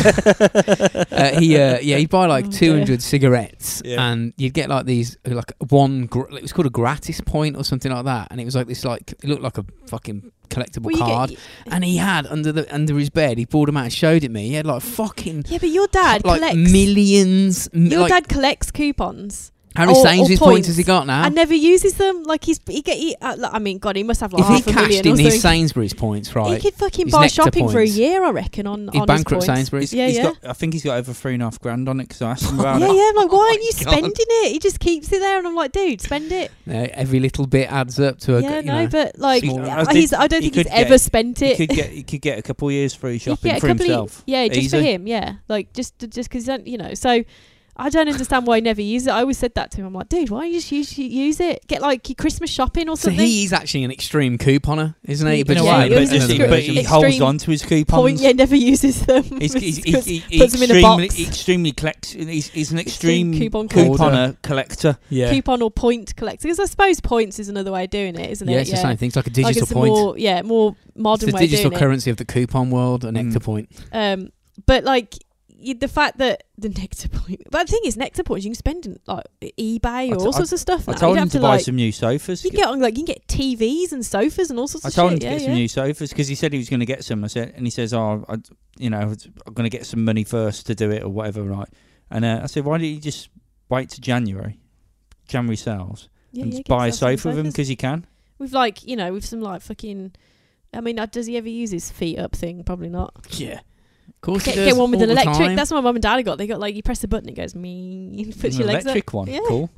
S3: uh, he uh, yeah, he'd buy like
S2: Oh, dear.
S3: two hundred cigarettes,
S4: Yeah.
S3: and you'd get like these uh, like one. Gr- it was called a gratis point or something like that, and it was like this like it looked like a fucking collectible
S2: Well, you
S3: card.
S2: get-
S3: and he had under the under his bed, he pulled them out and showed it me. He had like fucking
S2: yeah, but your dad
S3: like
S2: collects.
S3: millions. m-
S2: your
S3: like,
S2: dad collects coupons.
S3: How
S2: Or-
S3: many
S2: or
S3: Sainsbury's points has he
S2: points.
S3: got now?
S2: and never uses them. Like he's he get he, uh, like, I mean, God, he must have like
S3: if
S2: half
S3: he
S2: a
S3: cashed
S2: million
S3: in
S2: or
S3: his
S2: something.
S3: Sainsbury's points,
S2: he
S3: right?
S2: could fucking
S3: his
S2: buy
S3: Nectar
S2: shopping for a
S3: points.
S2: year, I reckon. On
S3: He's
S2: on
S3: bankrupt
S2: his points.
S3: Sainsbury's.
S2: Yeah, yeah.
S4: Got, I think he's got over three and a half grand on it because I asked him
S2: Yeah,
S4: about
S2: yeah.
S4: it.
S2: I'm like, why
S3: Oh my
S2: aren't you
S3: God.
S2: spending it? He just keeps it there, and I'm like, dude, spend it.
S3: Yeah, uh, every little bit adds up to a.
S2: yeah,
S3: you
S2: no,
S3: know.
S2: but like,
S4: small-
S2: yeah,
S4: I think
S2: he's, I don't
S4: he
S2: think he's
S4: could get-
S2: ever spent
S4: He
S2: it.
S4: could get he could get a couple of years free
S2: He'd
S4: shopping
S2: get a
S4: for
S2: couple of-
S4: himself.
S2: yeah, just for
S4: Easy.
S2: him. Yeah, like just just because you know. So I don't understand why he never uses it. I always said that to him. I'm like, dude, why don't you just use, use it? Get like your Christmas shopping or
S3: So
S2: something.
S3: he is actually an extreme couponer, isn't he? But
S4: In a
S2: Yeah,
S4: way,
S2: it
S4: but,
S2: was
S4: just-
S2: extreme-
S4: but he holds on to his coupons.
S2: Point, yeah, never uses them.
S4: He's, he's,
S2: It's
S4: he-
S2: 'cause
S4: he- he
S2: puts them in a
S4: extremely,
S2: box.
S4: extremely collect. He's, he's an
S2: Extreme
S4: extreme
S2: coupon
S4: couponer collector.
S3: yeah,
S2: coupon or point collector. Because I suppose points is another way of doing it, isn't
S3: yeah,
S2: it?
S3: it's the same thing. It's like a digital
S2: like it's
S3: point.
S2: a more yeah more
S3: it's
S2: modern
S3: the
S2: way
S3: digital
S2: of doing
S3: currency of the coupon world, an
S4: Mm.
S3: nectar point.
S2: it. Um, but like y- the fact that the nectar point, but the thing is, nectar points you can spend in like eBay
S4: I
S2: or
S4: t-
S2: all
S4: I-
S2: sorts of stuff.
S4: I
S2: now.
S4: told
S2: you
S4: him
S2: don't
S4: to
S2: have
S4: buy
S2: like,
S4: some new sofas.
S2: You can get on like you can get TVs and sofas and all sorts
S4: I
S2: of
S4: told him
S2: shit.
S4: to
S2: yeah,
S4: get
S2: yeah.
S4: some new sofas because he said he was going to get some. I said, and he says, "Oh, I, you know, I'm going to get some money first to do it or whatever, right?" And uh, I said, "Why don't you just wait to January, January sales,
S2: yeah,
S4: and
S2: yeah,
S4: just
S2: get
S4: buy a
S2: yourself some
S4: sofa with him
S2: sofas.
S4: because you can?"
S2: With like you know with some like fucking. I mean, uh, does he ever use his feet up thing? Probably not.
S3: Yeah, of course.
S2: Get,
S3: he does,
S2: get one with
S3: all
S2: an
S3: the
S2: electric.
S3: time.
S2: That's what my mum and dad got. They got like you press the button, it goes me, puts
S4: An
S2: your legs up.
S4: electric one,
S2: Yeah.
S4: cool.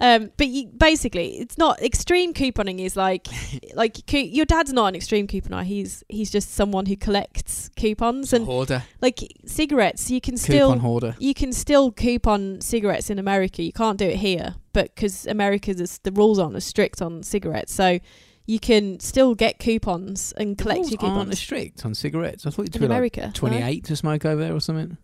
S2: Um, but you, basically, it's not extreme couponing. Is like, like cou- your dad's not an extreme couponer. He's he's just someone who collects coupons
S4: Oh.
S2: and
S3: hoarder,
S2: like cigarettes. You can
S3: coupon
S2: still
S3: hoarder.
S2: you can still coupon cigarettes in America. You can't do it here, but because America is- the rules aren't as strict on cigarettes, so you can still get coupons and collect
S3: Rules
S2: your
S3: aren't
S2: coupons
S3: as strict on cigarettes. I thought you'd
S2: in
S3: be like
S2: America. no?
S3: 28 to smoke over there or something.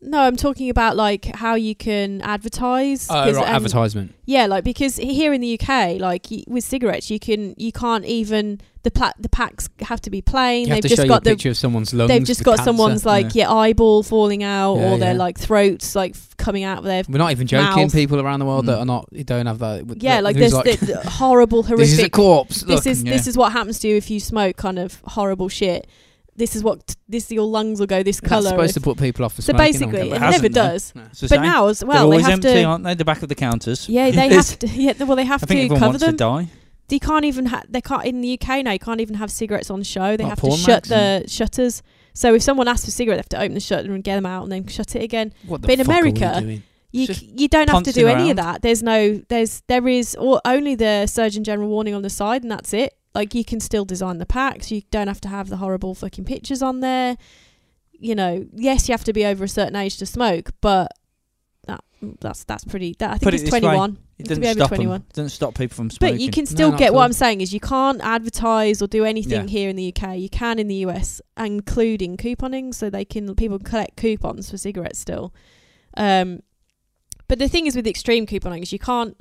S2: No, I'm talking about like how you can advertise.
S3: Oh,
S2: 'cause, um,
S3: advertisement.
S2: Yeah, like because here in the UK, like y- with cigarettes, you can you can't even the pla- the packs have to be plain.
S3: You have
S2: they've
S3: to
S2: just
S3: show you a
S2: got the
S3: picture of someone's lungs.
S2: they've just
S3: with
S2: got
S3: cancer.
S2: someone's like
S3: Yeah.
S2: yeah. eyeball falling out
S3: Yeah,
S2: or their
S3: yeah.
S2: like throats like f- coming out of their
S3: We're not even joking.
S2: mouth.
S3: People around the world that
S4: Mm.
S3: are not who don't have that.
S2: yeah
S3: that-
S2: like
S3: who's
S2: there's the, the horrible horrific
S3: This is a corpse.
S2: this
S3: Look,
S2: is
S4: yeah.
S2: this is what happens to you if you smoke kind of horrible shit. This is what this your lungs will go this
S3: that's
S2: color.
S3: supposed to put people off for
S2: so
S3: smoking. on
S2: basically,
S3: campus.
S2: it
S4: but
S2: never
S4: hasn't though.
S2: does.
S3: No.
S4: It's the
S2: But
S4: same.
S2: now as
S4: They're
S2: well, they
S4: always
S2: have
S4: empty,
S2: to.
S4: aren't they? The back of the counters.
S2: Yeah, they
S4: It's-
S2: have to. Yeah, well, they have
S4: I think
S2: to
S4: everyone
S2: cover
S4: wants
S2: them.
S4: to die.
S2: they can't even ha- they can't in the UK now you can't even have cigarettes on show they
S3: Like
S2: have to
S3: porn
S2: shut
S3: mags
S2: the shutters so if someone asks for a cigarette they have to open the shutter and get them out and then shut it again
S3: What the
S2: But in
S3: fuck are we
S2: America,
S3: doing?
S2: you
S3: It's
S2: c- you don't have to do
S4: pouncing
S2: any of
S4: around.
S2: that there's no there's there is or only the surgeon general warning on the side and that's it like you can still design the packs you don't have to have the horrible fucking pictures on there you know yes you have to be over a certain age to smoke but that that's that's pretty that, I think
S4: Put it
S2: it's
S4: this way,
S2: 21
S4: It
S2: You have to
S4: doesn't
S2: be over
S4: stop
S2: 21
S4: them. Doesn't stop people from smoking.
S2: but you can
S3: No,
S2: still
S3: not
S2: get
S3: at
S2: what
S3: all.
S2: I'm saying is you can't advertise or do anything
S4: Yeah.
S2: here in the UK. You can in the US, including couponing, so they can people collect coupons for cigarettes still. Um, but the thing is with extreme couponing is you can't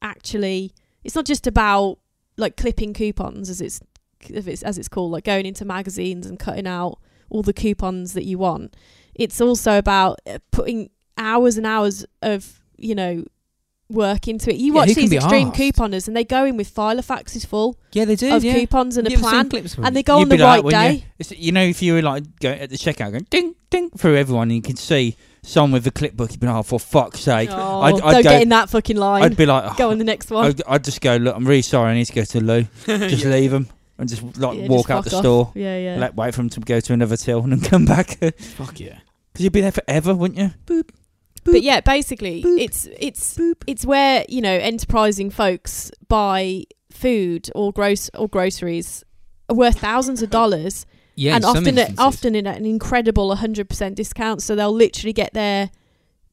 S2: actually. It's not just about like clipping coupons as it's if it's as it's called, like going into magazines and cutting out all the coupons that you want. It's also about uh, putting hours and hours of you know work into it. You
S3: Yeah,
S2: watch
S3: who can
S2: these
S3: be
S2: extreme
S3: arsed?
S2: couponers, and they go in with filofaxes full
S3: Yeah, they do.
S2: of
S3: yeah.
S2: coupons and a
S3: Have you ever seen
S2: plan,
S3: clips of
S2: and
S3: it?
S2: they go on
S4: You'd
S2: the
S4: be like
S2: right
S4: that, wouldn't
S2: day.
S4: It's, you know, if you were like go at the checkout going ding ding through everyone, and you could see someone with a clipbook, you'd be like, oh, for fuck's sake.
S2: Oh,
S4: I'd- I'd
S2: don't
S4: go-
S2: get in that fucking line.
S4: I'd be like, oh,
S2: go on the next one.
S4: I'd, I'd just go, look, I'm really sorry, I need to go to the loo. Just leave them and just like
S2: Yeah,
S4: walk
S2: just
S4: out the
S2: fuck off.
S4: store.
S2: Yeah, yeah.
S4: Let wait for them to go to another till and then come back because
S3: Fuck yeah.
S4: you'd be there forever, wouldn't you?
S2: But yeah, basically, it's it's it's where you know enterprising folks buy food or gross or groceries worth thousands of dollars,
S3: Yeah,
S2: and
S3: in some
S2: often at,
S3: instances.
S2: often in an incredible hundred percent discount. So they'll literally get their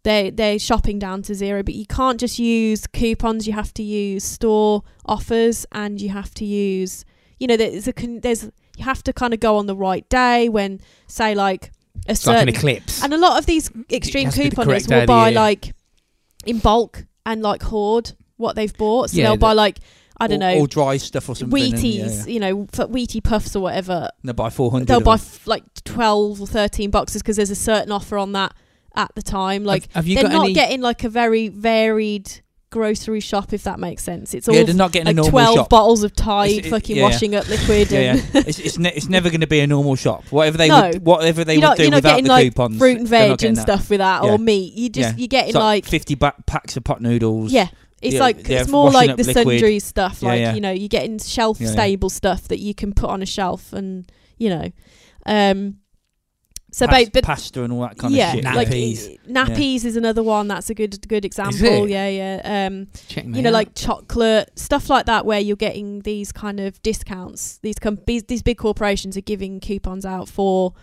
S2: their their shopping down to zero. But you can't just use coupons. You have to use store offers, and you have to use you know there's a con- there's you have to kind of go on the right day when say like a
S3: it's like
S2: certain
S3: an eclipse.
S2: and a lot of these extreme
S3: has to be the correct
S2: couponers
S3: day of
S2: will
S3: the
S2: buy
S3: year.
S2: like in bulk and like hoard what they've bought. So
S3: Yeah,
S2: they'll buy
S3: the-
S2: like I don't
S4: or,
S2: know
S4: or dry stuff or something. and- yeah,
S2: Wheaties,
S4: yeah.
S2: you know, for Wheatie puffs or whatever.
S4: They'll buy 400.
S2: They'll
S4: of
S2: buy
S4: them.
S2: f- like twelve or thirteen boxes because there's a certain offer on that at the time. Like
S3: have, have you
S2: they're
S3: got
S2: not
S3: any?
S2: getting like a very varied grocery shop, if that makes sense. It's all
S4: Yeah, they're not getting
S2: like
S4: a normal
S2: 12
S4: shop.
S2: bottles of Tide,
S4: It's- it-
S2: fucking
S4: yeah.
S2: washing up liquid.
S4: yeah, yeah.
S2: and
S4: it's it's, ne- it's never going to be a normal shop. Whatever they
S2: No.
S4: would, whatever they
S2: you're
S4: would
S2: not,
S4: do
S2: you're not
S4: without
S2: getting
S4: the
S2: like
S4: coupons,
S2: fruit and
S4: they're not
S2: veg
S4: getting
S2: and
S4: that.
S2: stuff with that
S4: Yeah.
S2: or meat. You just,
S4: Yeah.
S2: you're getting
S4: It's like,
S2: like,
S4: fifty ba- packs of pot noodles.
S2: yeah. It's
S4: yeah,
S2: like,
S4: yeah,
S2: it's more
S4: washing
S2: like
S4: up
S2: the
S4: liquid.
S2: sundry stuff.
S4: Yeah,
S2: like,
S4: yeah.
S2: you know, you're getting shelf
S4: Yeah, yeah.
S2: stable stuff that you can put on a shelf and, you know, um, so,
S4: pas-
S2: ba- but
S4: pasta and all that kind
S2: yeah,
S4: of shit.
S2: Like,
S4: yeah.
S3: Nappies.
S2: i- nappies is another one. That's a good good example.
S3: it?
S2: Yeah, yeah. Um,
S3: Check me
S2: you know,
S3: out.
S2: like chocolate stuff like that, where you're getting these kind of discounts. These com- these, these big corporations are giving coupons out for,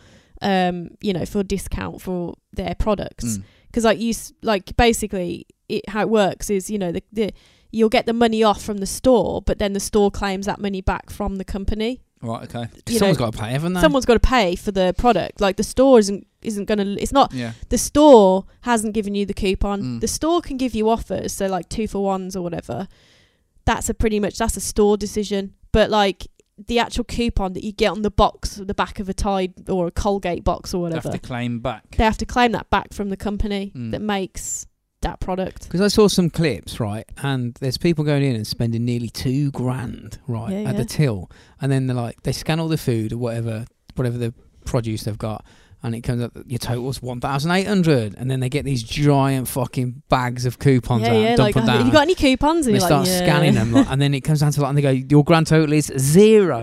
S2: um, you know, for discount for their products.
S4: Mm.
S2: Because like you s- like basically it, how it works is you know the, the you'll get the money off from the store, but then the store claims that money back from the company.
S4: Right. Okay.
S2: you
S3: someone's
S2: know-
S3: got to pay, haven't they?
S2: Someone's got to pay for the product. Like the store isn't isn't gonna. It's not
S4: Yeah.
S2: the store hasn't given you the coupon.
S4: Mm.
S2: The store can give you offers, so like two for ones or whatever. That's a pretty much that's a store decision. But like the actual coupon that you get on the box, the back of a Tide or a Colgate box or
S4: Have
S2: whatever,
S4: to claim back.
S2: they have to claim that back from the company
S4: Mm.
S2: that makes that product.
S3: Because I saw some clips, right, and there's people going in and spending nearly two grand, right,
S2: Yeah,
S3: at
S2: yeah.
S3: the till, and then they're like, they scan all the food or whatever, whatever the produce they've got, and it comes up that your total's one thousand eight hundred, and then they get these giant fucking bags of coupons
S2: yeah,
S3: out,
S2: yeah.
S3: and dump
S2: Like,
S3: them
S2: "Have
S3: down.
S2: you got any coupons? And
S3: and they
S2: you're
S3: start
S2: like, yeah.
S3: scanning them, like, and then it comes down to like, and they go, "Your grand total is zero.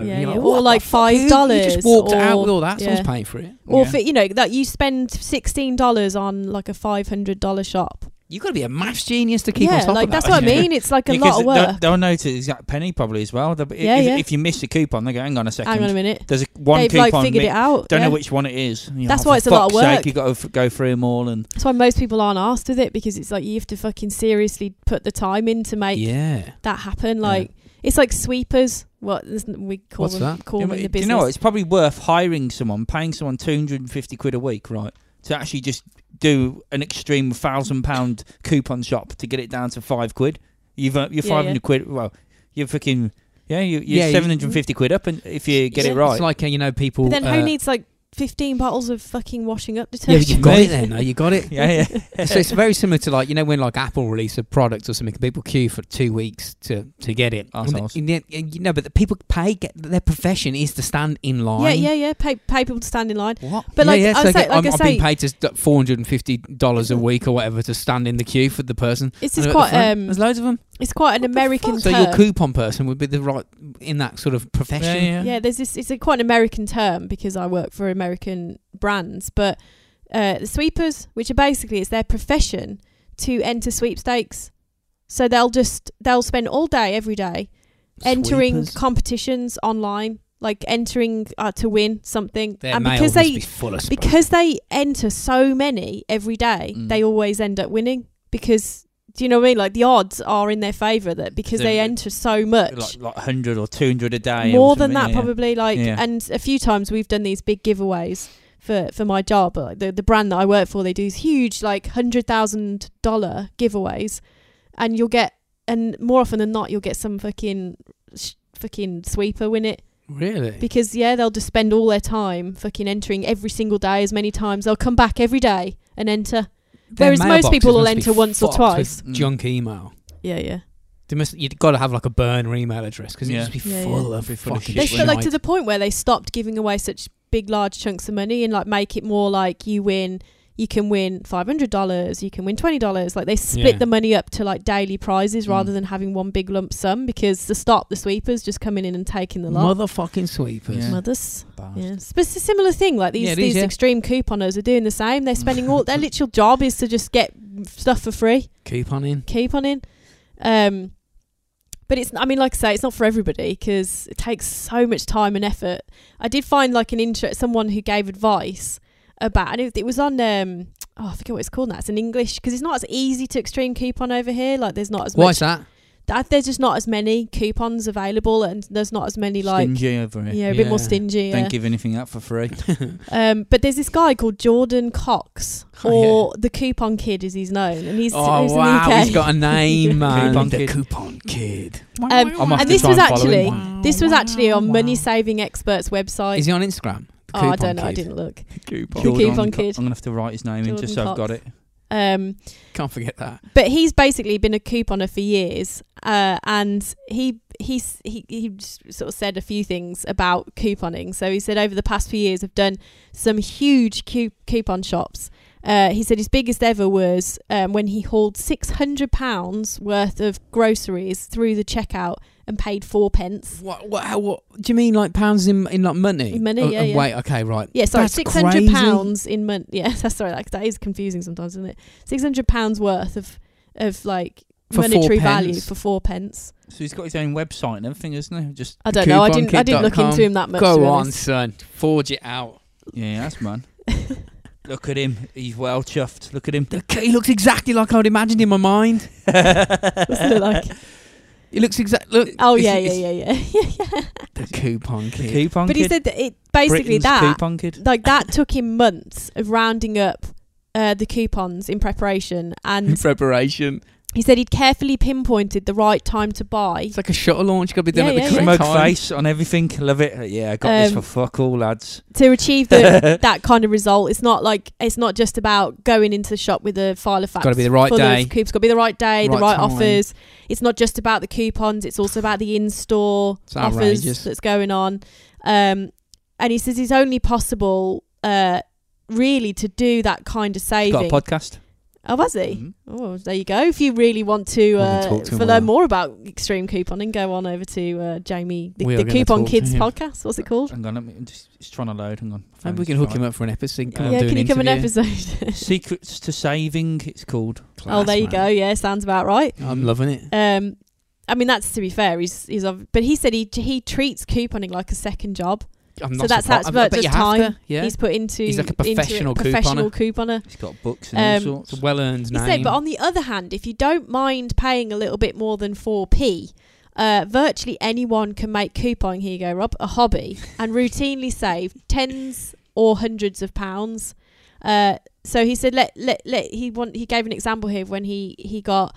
S2: Yeah,
S3: and you're
S2: yeah.
S3: like,
S2: Or
S3: "What
S2: like
S3: the fuck? Who- You
S2: $5
S3: just walked out
S2: or-
S3: with all that.
S2: yeah.
S3: Someone's paying for it.
S2: Or
S4: Yeah.
S2: for, you know that you spend sixteen dollars on like a five hundred dollar shop.
S3: You've got to be a maths genius to keep on
S2: yeah,
S3: top
S2: like
S3: of that.
S2: that's what I
S4: yeah.
S2: mean. It's like a
S4: Because
S2: lot of
S4: they'll-
S2: work.
S4: They'll, know to the exact penny probably as well. They'll be-
S2: Yeah,
S4: if,
S2: yeah.
S4: if you miss the coupon, they go, hang on a second.
S2: Hang on a minute.
S4: There's a, one
S2: They've
S4: coupon.
S2: like figured
S4: mi-
S2: it out.
S4: Don't
S2: yeah.
S4: know which one it is. You know,
S2: That's
S4: for
S2: why it's a lot of
S4: fuck's sake,
S2: work.
S4: you got to f- go through them all and
S2: That's why most people aren't asked with it because it's like you have to fucking seriously put the time in to make
S3: yeah.
S2: that happen. Like it's like sweepers. What there's n- we call
S3: What's
S2: them?
S3: that?
S2: Call
S4: Yeah,
S2: them
S4: but
S2: in the
S4: do
S2: business.
S4: You know, what? it's probably worth hiring someone, paying someone two hundred and fifty quid a week, right, to actually just do an extreme thousand pound coupon shop to get it down to five quid. You've uh, you're
S2: Yeah,
S4: five
S2: yeah.
S4: hundred quid. Well, you're fucking yeah, you, you're
S3: Yeah, you-
S4: seven hundred and fifty quid up, and if you get
S2: Yeah.
S4: it right,
S3: It's like uh, you know people.
S2: but then
S3: uh,
S2: who needs like 15 bottles of fucking washing up
S3: Yeah,
S2: detergent?
S3: but you've got it then. though, You got it.
S4: yeah, yeah,
S3: so it's very similar to like you know when like Apple release a product or something, people queue for two weeks to to get it. And
S4: Arseholes.
S3: the- in the end- you know, but the people pay. Get, their profession is to stand in line.
S2: yeah, yeah, yeah. Pay, pay people to stand in line.
S4: what?
S2: But
S3: Yeah,
S2: like,
S3: yeah,
S2: I
S3: so
S2: say,
S3: get-
S2: like
S3: I'm,
S2: I
S3: I've
S2: say,
S3: been paid just four hundred and fifty dollars a week or whatever to stand in the queue for the person.
S2: it's
S3: And
S2: just
S3: at the
S2: quite
S3: front,
S2: um,
S3: There's loads of them.
S2: it's quite an
S3: What the
S2: American
S3: fuck?
S2: term.
S3: So your coupon person would be the right in that sort of profession.
S2: yeah, there's this. It's a quite an American term because I work for American brands, but uh, the sweepers, which are basically it's their profession to enter sweepstakes, so they'll just they'll spend all day every day entering
S3: Sweepers.
S2: competitions online, like entering uh, to win something,
S3: Their
S2: and
S3: mail
S2: because
S3: must
S2: they
S3: be full of spam.
S2: because they enter so many every day,
S4: Mm.
S2: they always end up winning because. Do you know what I mean? Like the odds are in their favour that because
S4: So
S2: they
S4: it-
S2: enter so much,
S4: like like hundred or two hundred a day, or
S2: more than that
S4: something, yeah, yeah.
S2: probably like
S4: Yeah.
S2: and a few times we've done these big giveaways for for my job like the, the brand that i work for they do these huge like hundred thousand dollar giveaways and you'll get and more often than not you'll get some fucking sh- fucking sweeper win it
S3: really.
S2: because yeah they'll just spend all their time fucking entering every single day as many times they'll come back every day and enter
S3: Their
S2: whereas most
S3: mailboxes
S2: people will
S3: must be
S2: enter once or
S3: fucked with
S2: twice.
S4: Mm.
S3: Junk email.
S2: yeah yeah
S3: They must, you've got to have like a burner email address because
S4: Yeah.
S3: it'd just be
S2: Yeah,
S3: full
S4: yeah.
S3: of
S4: Be full of
S3: fucking
S4: shit,
S2: they
S3: shit.
S2: st- like to the point where they stopped giving away such big large chunks of money and like make it more like you win you can win $500 you can win $20 like they split
S3: Yeah.
S2: the money up to like daily prizes
S4: Mm.
S2: rather than having one big lump sum because to stop the sweepers just coming in and taking the lot
S3: motherfucking sweepers.
S4: Yeah.
S2: mothers
S4: Bastard.
S2: yes but it's a similar thing like these
S3: Yeah, it is,
S2: these
S3: yeah.
S2: extreme couponers are doing the same they're spending all their literal job is to just get stuff for free
S3: Couponing.
S2: couponing um but it's i mean like i say it's not for everybody because it takes so much time and effort i did find like an intro someone who gave advice about and it, it was on um oh i forget what it's called now it's in english because it's not as easy to extreme coupon over here like there's not as
S3: Why
S2: much
S3: is that?
S2: that there's just not as many coupons available and there's not as many like
S4: Stingy over here.
S2: yeah a bit more
S3: Yeah.
S2: stingy yeah.
S4: Don't give anything up for free.
S2: um but there's this guy called jordan cox
S3: Oh,
S2: or the coupon kid as he's known and he's,
S3: oh
S2: he's in
S3: wow,
S2: the uk
S3: he's got a name, man.
S4: Coupon
S3: the
S4: kid.
S3: coupon kid.
S2: Um,
S4: I'm
S2: and
S4: off to
S2: this
S4: try
S2: was
S4: and follow
S2: actually
S4: him.
S3: Wow,
S2: this was
S3: wow,
S2: actually on
S3: Oh, wow.
S2: Money Saving Experts
S3: Is
S2: website.
S3: he on Instagram? The
S2: Oh, I
S3: coupon
S2: don't know. I
S3: kid.
S2: didn't look.
S3: Coupon.
S2: The
S4: Jordan
S2: coupon
S4: Co-
S2: kid.
S4: I'm gonna have to write his name in
S2: Jordan
S4: just so I've
S2: Cox.
S4: got it.
S2: Um,
S3: Can't forget that.
S2: but he's basically been a couponer for years, uh, and he he's he he just sort of said a few things about couponing. So he said over the past few years, I've done some huge cu- coupon shops. Uh, he said his biggest ever was um, when he hauled six hundred pounds worth of groceries through the checkout and paid four pence.
S3: What? What? How, what do you mean, like pounds in in like money?
S2: Money,
S3: Oh,
S2: yeah,
S3: oh,
S2: yeah.
S3: Wait. Okay. Right.
S2: Yeah, sorry,
S3: That's
S2: six hundred
S3: crazy.
S2: pounds in month. Yeah, that's sorry, like that is confusing sometimes, isn't it? Six hundred pounds worth of of like
S3: For four
S2: monetary value
S3: pence.
S2: for four pence.
S4: So he's got his own website and everything, isn't he? Just
S2: I don't know. I didn't. I didn't look
S3: CouponKid.com.
S2: into him that much. to
S3: Go
S2: be
S3: on,
S2: honest.
S3: son. Forge it out.
S4: yeah, that's man. Look at him. He's well chuffed. Look at him.
S3: He looks exactly like I'd imagined in my mind.
S2: What's it look like?
S3: He looks exactly. Look.
S2: Oh
S3: it's-
S2: yeah, yeah,
S3: it's
S2: yeah, yeah, yeah.
S3: The coupon
S4: The
S3: kid.
S4: coupon
S2: But
S4: kid.
S2: he said that it basically
S4: Britain's
S2: that
S4: coupon kid.
S2: like that took him months of rounding up uh, the coupons in preparation,
S3: in
S2: and
S3: preparation.
S2: he said he'd carefully pinpointed the right time to buy.
S3: It's like a shuttle launch. Got to be done
S2: Yeah,
S3: at the
S2: yeah,
S3: correct
S4: Smug
S3: time.
S4: face on everything. Love it. Yeah, I got this
S2: Um,
S4: for fuck all, lads.
S2: to achieve the, that kind of result, it's not like it's not just about going into the shop with a file of facts.
S3: Gotta be the right
S2: full
S3: day.
S2: Of coupons. Got to be the right day, the
S3: Right
S2: right
S3: time.
S2: offers. It's not just about the coupons. It's also about the in-store
S3: It's outrageous.
S2: offers that's going on. Um, and he says it's only possible, uh, really, to do that kind of
S4: He's got a
S2: saving.
S4: podcast. Mm-hmm.
S2: oh, has he? Oh, there you go. If you really want to
S3: We're gonna
S2: uh,
S3: talk to him
S2: for
S3: on that.
S2: learn more about extreme couponing, go on over to uh, Jamie, the,
S3: We are
S2: the
S3: gonna
S2: Coupon
S3: talk to
S2: Kids
S3: him.
S2: podcast. What's it called?
S4: Hang on, let me. Just, it's trying to load. Hang on.
S3: Maybe we can hook him up for an episode. Come
S2: yeah,
S3: and do
S2: can
S3: an
S2: you come an
S3: interview.
S2: episode?
S4: Secrets to saving. It's called.
S2: Oh,
S3: Class,
S2: there you
S3: man.
S2: go. Yeah, sounds about right.
S3: I'm loving it.
S2: Um, I mean, that's to be fair. He's he's of, but he said he he treats couponing like a second job.
S3: I'm
S2: So
S3: not
S2: that's-
S3: surprised.
S2: that's
S3: I bet
S2: about
S3: you
S2: just
S3: have to,
S2: time.
S3: Yeah,
S2: He's put into
S3: He's like a
S2: into
S3: professional
S2: professional couponer.
S4: He's got books and
S2: Um,
S4: all
S3: it's a
S4: sorts.
S3: well-earned
S2: He
S3: name.
S2: said, but on the other hand, if you don't mind paying a little bit more than four p. Uh, virtually anyone can make couponing, here you go, Rob, a hobby and routinely save tens or hundreds of pounds. Uh, so he said, let, let, let, he want, he gave an example here of when he, he got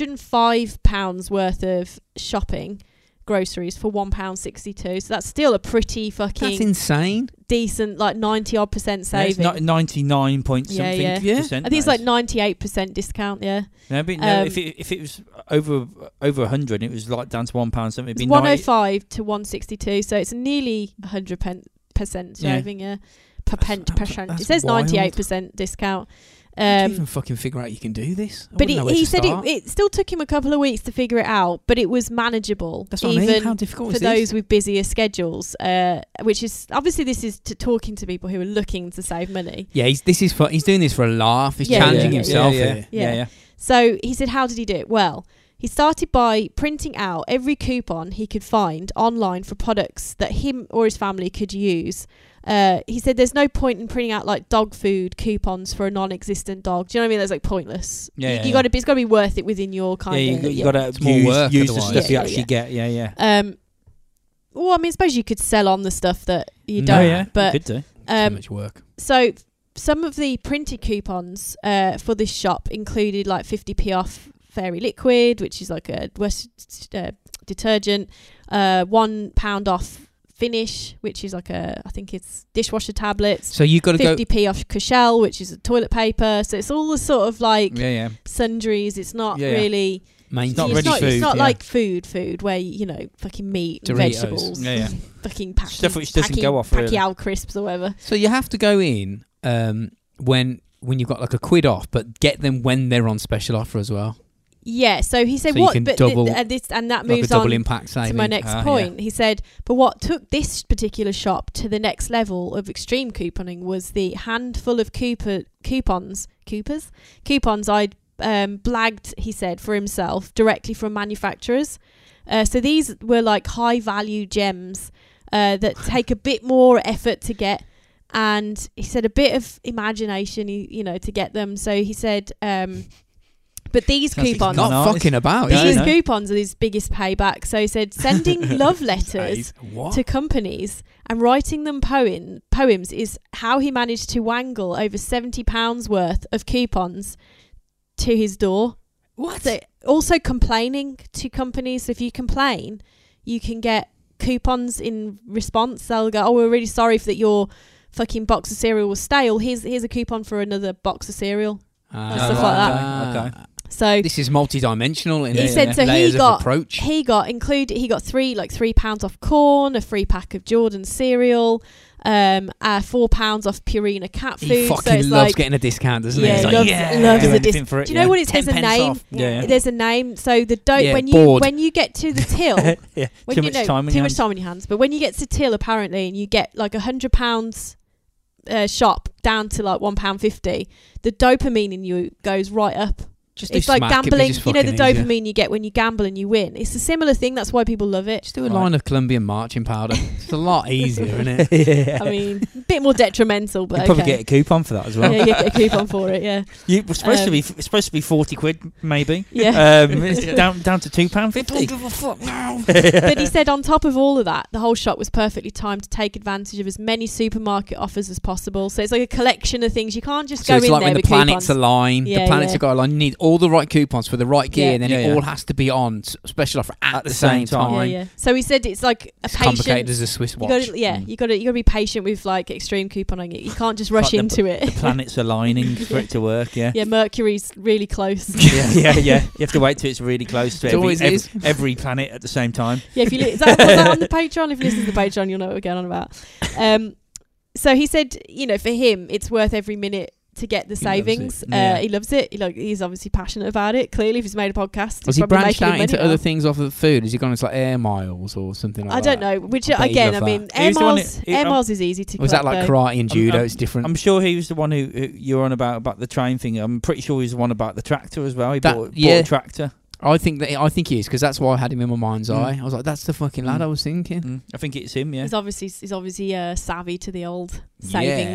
S2: 105 pounds worth of shopping groceries for one pound 62 so that's still a pretty
S3: that's
S2: fucking
S3: insane.
S2: decent like 90 odd percent
S4: Yeah, it's
S2: saving
S4: not ninety-nine point
S2: Yeah,
S4: something
S2: yeah.
S3: Yeah.
S4: percent.
S2: i think it's
S4: that
S2: like
S4: is.
S2: 98 percent discount yeah
S4: No, but no,
S2: Um,
S4: if it if it was over over hundred, it was like down to one pound something. It'd be
S2: it's
S4: 90,
S2: 105 to 162 so it's nearly 100 pen- percent
S4: Yeah.
S2: saving yeah, per percent
S3: that's-
S2: percent
S3: that's
S2: it says
S3: wild.
S2: 98 percent discount
S3: How do you
S2: um
S3: even fucking figure out you can do this? I
S2: but
S3: wouldn't
S2: he,
S3: know where
S2: he
S3: to
S2: said it,
S3: start.
S2: it still took him a couple of weeks to figure it out but it was manageable
S3: That's what I
S2: even
S3: mean. How difficult
S2: for
S3: is this?
S2: those with busier schedules, uh, which is obviously this is to talking to people who are looking to save money.
S3: Yeah, he's this is for, he's doing this for a laugh. He's
S2: Yeah,
S3: challenging
S2: yeah,
S3: himself
S4: yeah, yeah,
S3: here.
S2: Yeah. So he said, How did he do it? Well, he started by printing out every coupon he could find online for products that him or his family could use. Uh, he said, There's no point in printing out like dog food coupons for a non existent dog. Do you know what I mean? That's like pointless.
S4: Yeah,
S2: You,
S4: yeah,
S2: you
S4: yeah.
S2: gotta be, it's got to be worth it within your
S4: yeah.
S2: kind
S4: You,
S2: of.
S4: got- you gotta
S3: more
S4: use,
S3: work
S4: use the
S3: otherwise.
S4: stuff you
S2: Yeah, yeah,
S4: actually
S2: yeah.
S4: get. Yeah, yeah.
S2: Um, well, I mean, I suppose you could sell on the stuff that you
S3: No,
S2: don't.
S4: Oh, yeah,
S2: But
S4: you could do.
S3: Too
S2: um,
S3: much work.
S2: so some of the printed coupons uh, for this shop included like 50p off fairy liquid which is like a west uh, detergent uh, one pound off finish which is like a i think it's dishwasher tablets
S3: So you got to go.
S2: 50p off Cushell, which is a toilet paper. So it's all the sort of like
S4: Yeah, yeah.
S2: sundries. It's not
S4: Yeah, yeah.
S2: really.
S3: Maintain.
S4: not
S2: it's,
S4: ready
S2: not,
S4: food,
S2: it's not
S4: yeah.
S2: like food, food where you know fucking meat, and
S3: Doritos.
S2: vegetables,
S4: Yeah, yeah.
S2: fucking packy,
S4: Stuff which doesn't
S2: packy-
S4: go off,
S2: packy
S4: really.
S2: Al crisps or whatever.
S3: So you have to go in um, when when you've got like a quid off, but get them when they're on special offer as well.
S2: Yeah, so he said
S3: So you
S2: what,
S3: can
S2: but
S3: double-
S2: th- and, this, and that
S3: Like a
S2: moves
S3: double
S2: on
S3: impact saving.
S2: to my next
S4: Ah, yeah.
S2: point. He said, but what took this particular shop to the next level of extreme couponing was the handful of coupo- coupons, coupers, coupons I'd um, blagged. He said for himself directly from manufacturers. Uh, so these were like high value gems uh, that take a bit more effort to get. And he said a bit of imagination, you you know, to get them. So he said, um, but these
S4: Sounds like he's
S2: coupons
S4: Not
S3: Not
S4: an artist.
S3: fucking about.
S4: Yeah,
S2: these
S4: I know.
S2: coupons are his biggest payback. So he said sending love letters
S3: What?
S2: to companies and writing them poem, poems is how he managed to wangle over seventy pounds worth of coupons to his door.
S3: What?
S2: So also complaining to companies. If you complain, you can get coupons in response. They'll go, "Oh, we're really sorry for that your fucking box of cereal was stale. Here's here's a coupon for another box of cereal."
S3: Ah,
S2: stuff like that.
S3: ah.
S4: Okay.
S2: So
S3: This is multi-dimensional in
S2: He
S3: its
S2: said so he
S3: layers
S2: got-
S3: of approach.
S2: he got included he got three like three pounds off corn a free pack of jordan cereal um uh four pounds off purina cat food
S3: he
S2: so
S3: fucking
S2: it's
S3: loves
S2: like
S3: getting a discount, doesn't
S2: Yeah,
S3: he? He's
S2: loves-
S3: like, yeah,
S2: loves
S4: Do
S2: the
S4: anything
S2: dis-
S4: for it,
S2: do you know
S4: yeah.
S2: what it's there's a
S3: 10 pence
S2: name
S3: off.
S4: Yeah.
S2: there's a name so the dope
S3: Yeah,
S2: when you
S3: bored.
S2: when you get to the till
S4: yeah.
S2: when
S4: too
S2: you
S4: much
S2: know,
S4: time. in
S2: too
S4: your
S2: much
S4: hands.
S2: time in your hands but when you get to till apparently and you get like a hundred pounds uh, shop down to like one pound fifty the dopamine in you goes right up
S3: Just do
S2: it's like
S3: smack, it'd be
S2: gambling
S3: just
S2: you know the
S3: fucking easier.
S2: dopamine you get when you gamble and you win it's a similar thing that's why people love it
S3: Just do a
S4: Right.
S3: line of Colombian marching powder. It's a lot easier, isn't it?
S4: yeah.
S2: I mean, a bit more detrimental,
S4: you
S2: but
S4: probably get
S2: okay.
S4: a coupon for that as well.
S2: yeah, you get a coupon for it. Yeah,
S4: You were supposed to
S2: Um,
S4: be it's supposed to be forty quid, maybe.
S2: Yeah.
S4: Um, it's down down to two pound fifty.
S3: give a fuck now.
S2: but he said on top of all of that, the whole shop was perfectly timed to take advantage of as many supermarket offers as possible. So it's like a collection of things. You can't just
S3: So
S2: go
S3: it's
S2: in
S3: like
S2: there
S3: when the
S2: with
S3: planets
S2: coupons.
S3: align,
S2: Yeah,
S3: the planets
S2: yeah.
S3: have got aligned. You need all the right coupons for the right gear,
S2: Yeah.
S3: and then
S4: Yeah,
S3: it
S4: yeah.
S3: all has to be on s- special offer at, the, same, time.
S2: yeah, yeah. So he said it's like a
S3: It's complicated
S2: patient.
S3: as a Swiss
S2: You
S3: watch.
S2: gotta, yeah,
S4: Mm.
S2: you got to you got to be patient with like extreme couponing. You can't just rush
S4: like the-
S2: into it.
S4: The planets aligning for it to work. Yeah.
S2: yeah, Mercury's really close.
S4: yeah, yeah, yeah. You have to wait till it's really close to
S3: It
S4: every,
S3: always
S4: every,
S3: is.
S4: every planet at the same time.
S2: Yeah, if you li- is that, was that on the Patreon? If you listen to the Patreon, you'll know what we're going on about. Um, so he said, you know, for him, it's worth every minute to get the
S3: He loves it.
S2: savings. Uh,
S4: Yeah.
S2: He loves it. He, like he's obviously passionate about it. Clearly, if he's made a podcast,
S3: Has
S2: he's
S3: he
S2: probably
S3: branched
S2: making
S3: out
S2: money
S3: into
S2: now.
S3: other things off of food? Has he gone into like air miles or something like
S2: I
S3: that?
S2: don't know. Which
S3: I bet he'd
S2: again, I
S3: love
S2: mean,
S4: that.
S2: air
S4: He's the one
S2: miles,
S4: that-
S2: air
S4: I'm-
S2: miles is easy to.
S3: Was that
S2: collect,
S3: like
S2: though.
S3: karate and
S4: I'm-
S3: judo? it's different.
S4: I'm sure he was the one who, who you were on about about the train thing. I'm pretty sure he was the one about the tractor as well. He
S3: That-
S4: bought,
S3: yeah.
S4: bought a tractor.
S3: I think that I think he is because that's why I had him in my mind's
S4: Mm.
S3: eye. I was like, that's the fucking lad
S4: Mm.
S3: I was thinking.
S4: Mm, I think it's him. Yeah,
S2: He's obviously he's obviously uh, savvy to the old
S3: Yeah,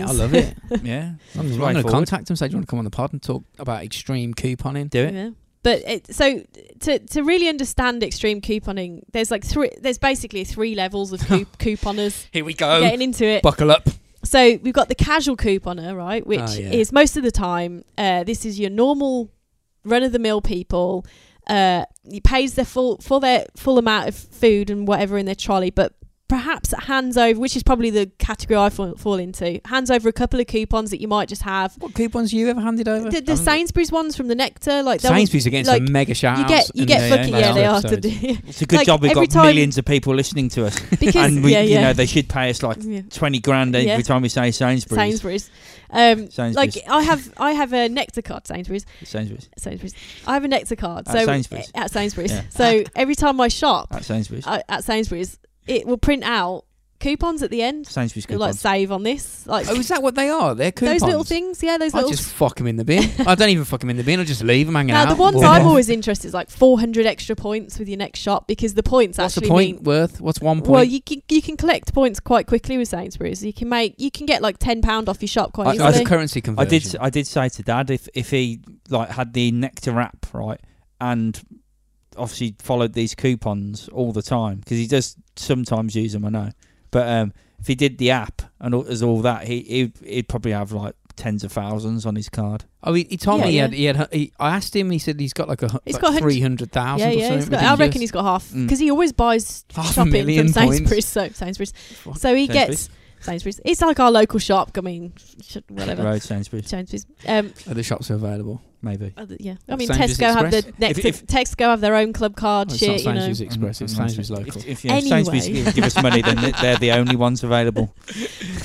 S2: savings.
S3: I love it.
S4: yeah.
S3: I'm,
S4: It's
S3: going to
S4: straightforward.
S3: contact him. Say, do you want to come on the pod and talk about extreme couponing?
S4: Do it.
S2: Yeah. But it, so to to really understand extreme couponing, there's like three. There's basically three levels of coup- couponers.
S3: Here we go.
S2: Getting into it.
S3: Buckle up.
S2: So we've got the casual couponer,
S4: Ah,
S2: right? Which
S3: Oh, yeah.
S2: is most of the time, uh, this is your normal run of the mill people. Uh, he pays their full for their full amount of food and whatever in their trolley, but perhaps hands over, which is probably the category I fall, fall into, hands over a couple of coupons that you might just have.
S3: What coupons you ever handed over?
S2: The, the Sainsbury's ones from the Nectar, like those
S3: Sainsbury's are getting
S2: like,
S3: some mega shout
S2: you get you get
S4: they-
S2: fucking
S4: they
S2: yeah,
S4: are
S2: they are to do
S4: It's a good
S2: Like,
S4: job we've
S2: every
S4: got
S2: time-
S4: millions of people listening to us,
S2: because
S4: and we,
S2: yeah,
S4: you know,
S2: yeah.
S4: they should pay us like
S2: yeah.
S4: twenty grand every
S2: Yeah.
S4: time we say Sainsbury's.
S2: Sainsbury's. Um,
S4: Sainsbury's.
S2: like I have I have a Nectar card, Sainsbury's.
S4: Sainsbury's.
S2: Sainsbury's. I have a Nectar card.
S4: At
S2: so
S4: Sainsbury's?
S2: At Sainsbury's.
S4: Yeah.
S2: So every time I shop
S4: At Sainsbury's.
S2: I- at Sainsbury's, it will print out coupons at the end.
S4: Sainsbury's
S2: It'll, like
S4: coupons.
S2: save on this, like
S3: Oh, is that what they are? They're coupons.
S2: those little things. Yeah, those
S3: I
S2: little.
S3: just fuck them in the bin. I don't even fuck them in the bin. I just leave them hanging
S2: now
S3: out.
S2: the ones
S3: Walk
S2: I'm
S3: off.
S2: always interested is like 400 extra points with your next shop because the points
S3: What's the
S2: actually
S3: point
S2: mean.
S3: worth? What's one point?
S2: Well, you can you can collect points quite quickly with Sainsbury's. You can make you can get like ten pound off your shop quite
S3: I, I,
S2: easily.
S3: the currency
S4: I
S3: conversion.
S4: did. s- I did say to Dad if if he like had the nectar app right and obviously followed these coupons all the time because he does sometimes use them. I know, but um, if he did the app and all, as all that, he he'd, he'd probably have like tens of thousands on his card.
S3: Oh, he, he told
S2: Yeah,
S3: me
S2: yeah.
S3: he had. He had he, I asked him. He said he's got like a
S2: He's got a hundred-
S3: three hundred thousand.
S2: yeah,
S3: or
S2: yeah.
S3: something
S2: He's got, I reckon he's
S3: ridiculous.
S2: got half
S4: Mm.
S2: because he always buys
S3: Half a
S2: shopping
S3: million
S2: from
S3: points.
S2: Sainsbury's. So Sainsbury's.
S3: Fuck.
S2: So he gets
S4: Sainsbury's.
S2: Sainsbury's. It's like our local shop. I mean, sh- whatever.
S4: Road Sainsbury's,
S2: Sainsbury's. Um,
S3: Other shops are available.
S4: maybe.
S2: other- yeah. I
S3: Like
S2: mean,
S3: Sainsbury's
S2: Tesco have the
S3: Express?
S2: next.
S4: If- if-
S2: Tesco have their own club card
S3: Oh, it's
S2: shit.
S3: not
S2: You know.
S3: Sainsbury's Express. It's
S4: Mm, mm,
S3: Sainsbury's
S4: if-
S3: local.
S4: If, you know, Sainsbury's
S2: Anyway.
S4: give, give us money, then th- they're the only ones available.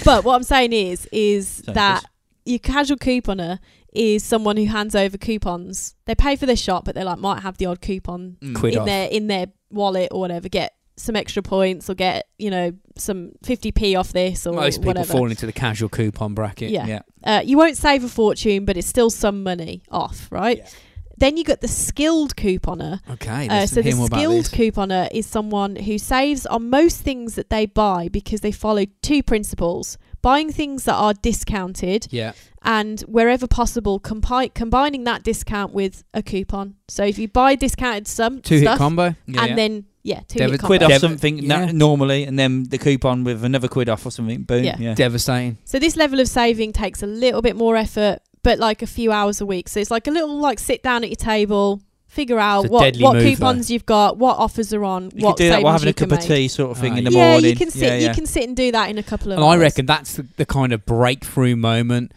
S2: But what I'm saying is, is
S4: Sainsbury's.
S2: that your casual couponer is someone who hands over coupons. They pay for their shop, but they like might have the odd coupon
S4: Mm.
S3: Quid
S2: in
S3: off.
S2: their in their wallet or whatever. Get some extra points or get you know some 50p off this or
S3: Most people
S2: whatever.
S3: fall into the casual coupon bracket.
S2: Yeah.
S4: yeah.
S2: Uh, you won't save a fortune, but it's still some money off, right?
S3: Yeah.
S2: Then you got the skilled couponer.
S3: Okay.
S2: Uh,
S3: Let's
S2: so the
S3: hear more about
S2: skilled
S3: this.
S2: couponer is someone who saves on most things that they buy because they follow two principles: buying things that are discounted
S3: yeah.
S2: and wherever possible, compi- combining that discount with a coupon. So if you buy discounted some
S3: Two hit
S2: stuff
S3: combo.
S4: Yeah,
S2: and
S4: yeah.
S2: then yeah, two
S3: David
S2: hit combo.
S4: quid off
S3: Dev-
S4: something na-
S3: yeah.
S4: normally, and then the coupon with another quid off or something. Boom.
S2: Yeah.
S4: Yeah.
S3: Devastating.
S2: So this level of saving takes a little bit more effort, but like a few hours a week. So it's like a little like sit down at your table, figure out
S3: It's a
S2: what
S3: deadly
S2: what
S3: move,
S2: coupons you've got, what offers are on,
S4: You
S2: what
S4: could do that
S2: savings
S4: while having
S2: you
S4: a cup
S2: can
S4: of
S2: make.
S4: tea, sort of thing,
S3: Ah,
S4: in the
S2: yeah,
S4: morning.
S2: you can sit.
S4: Yeah, yeah.
S2: You can sit and do that in a couple of.
S3: And I
S2: hours.
S3: reckon that's the, the kind of breakthrough moment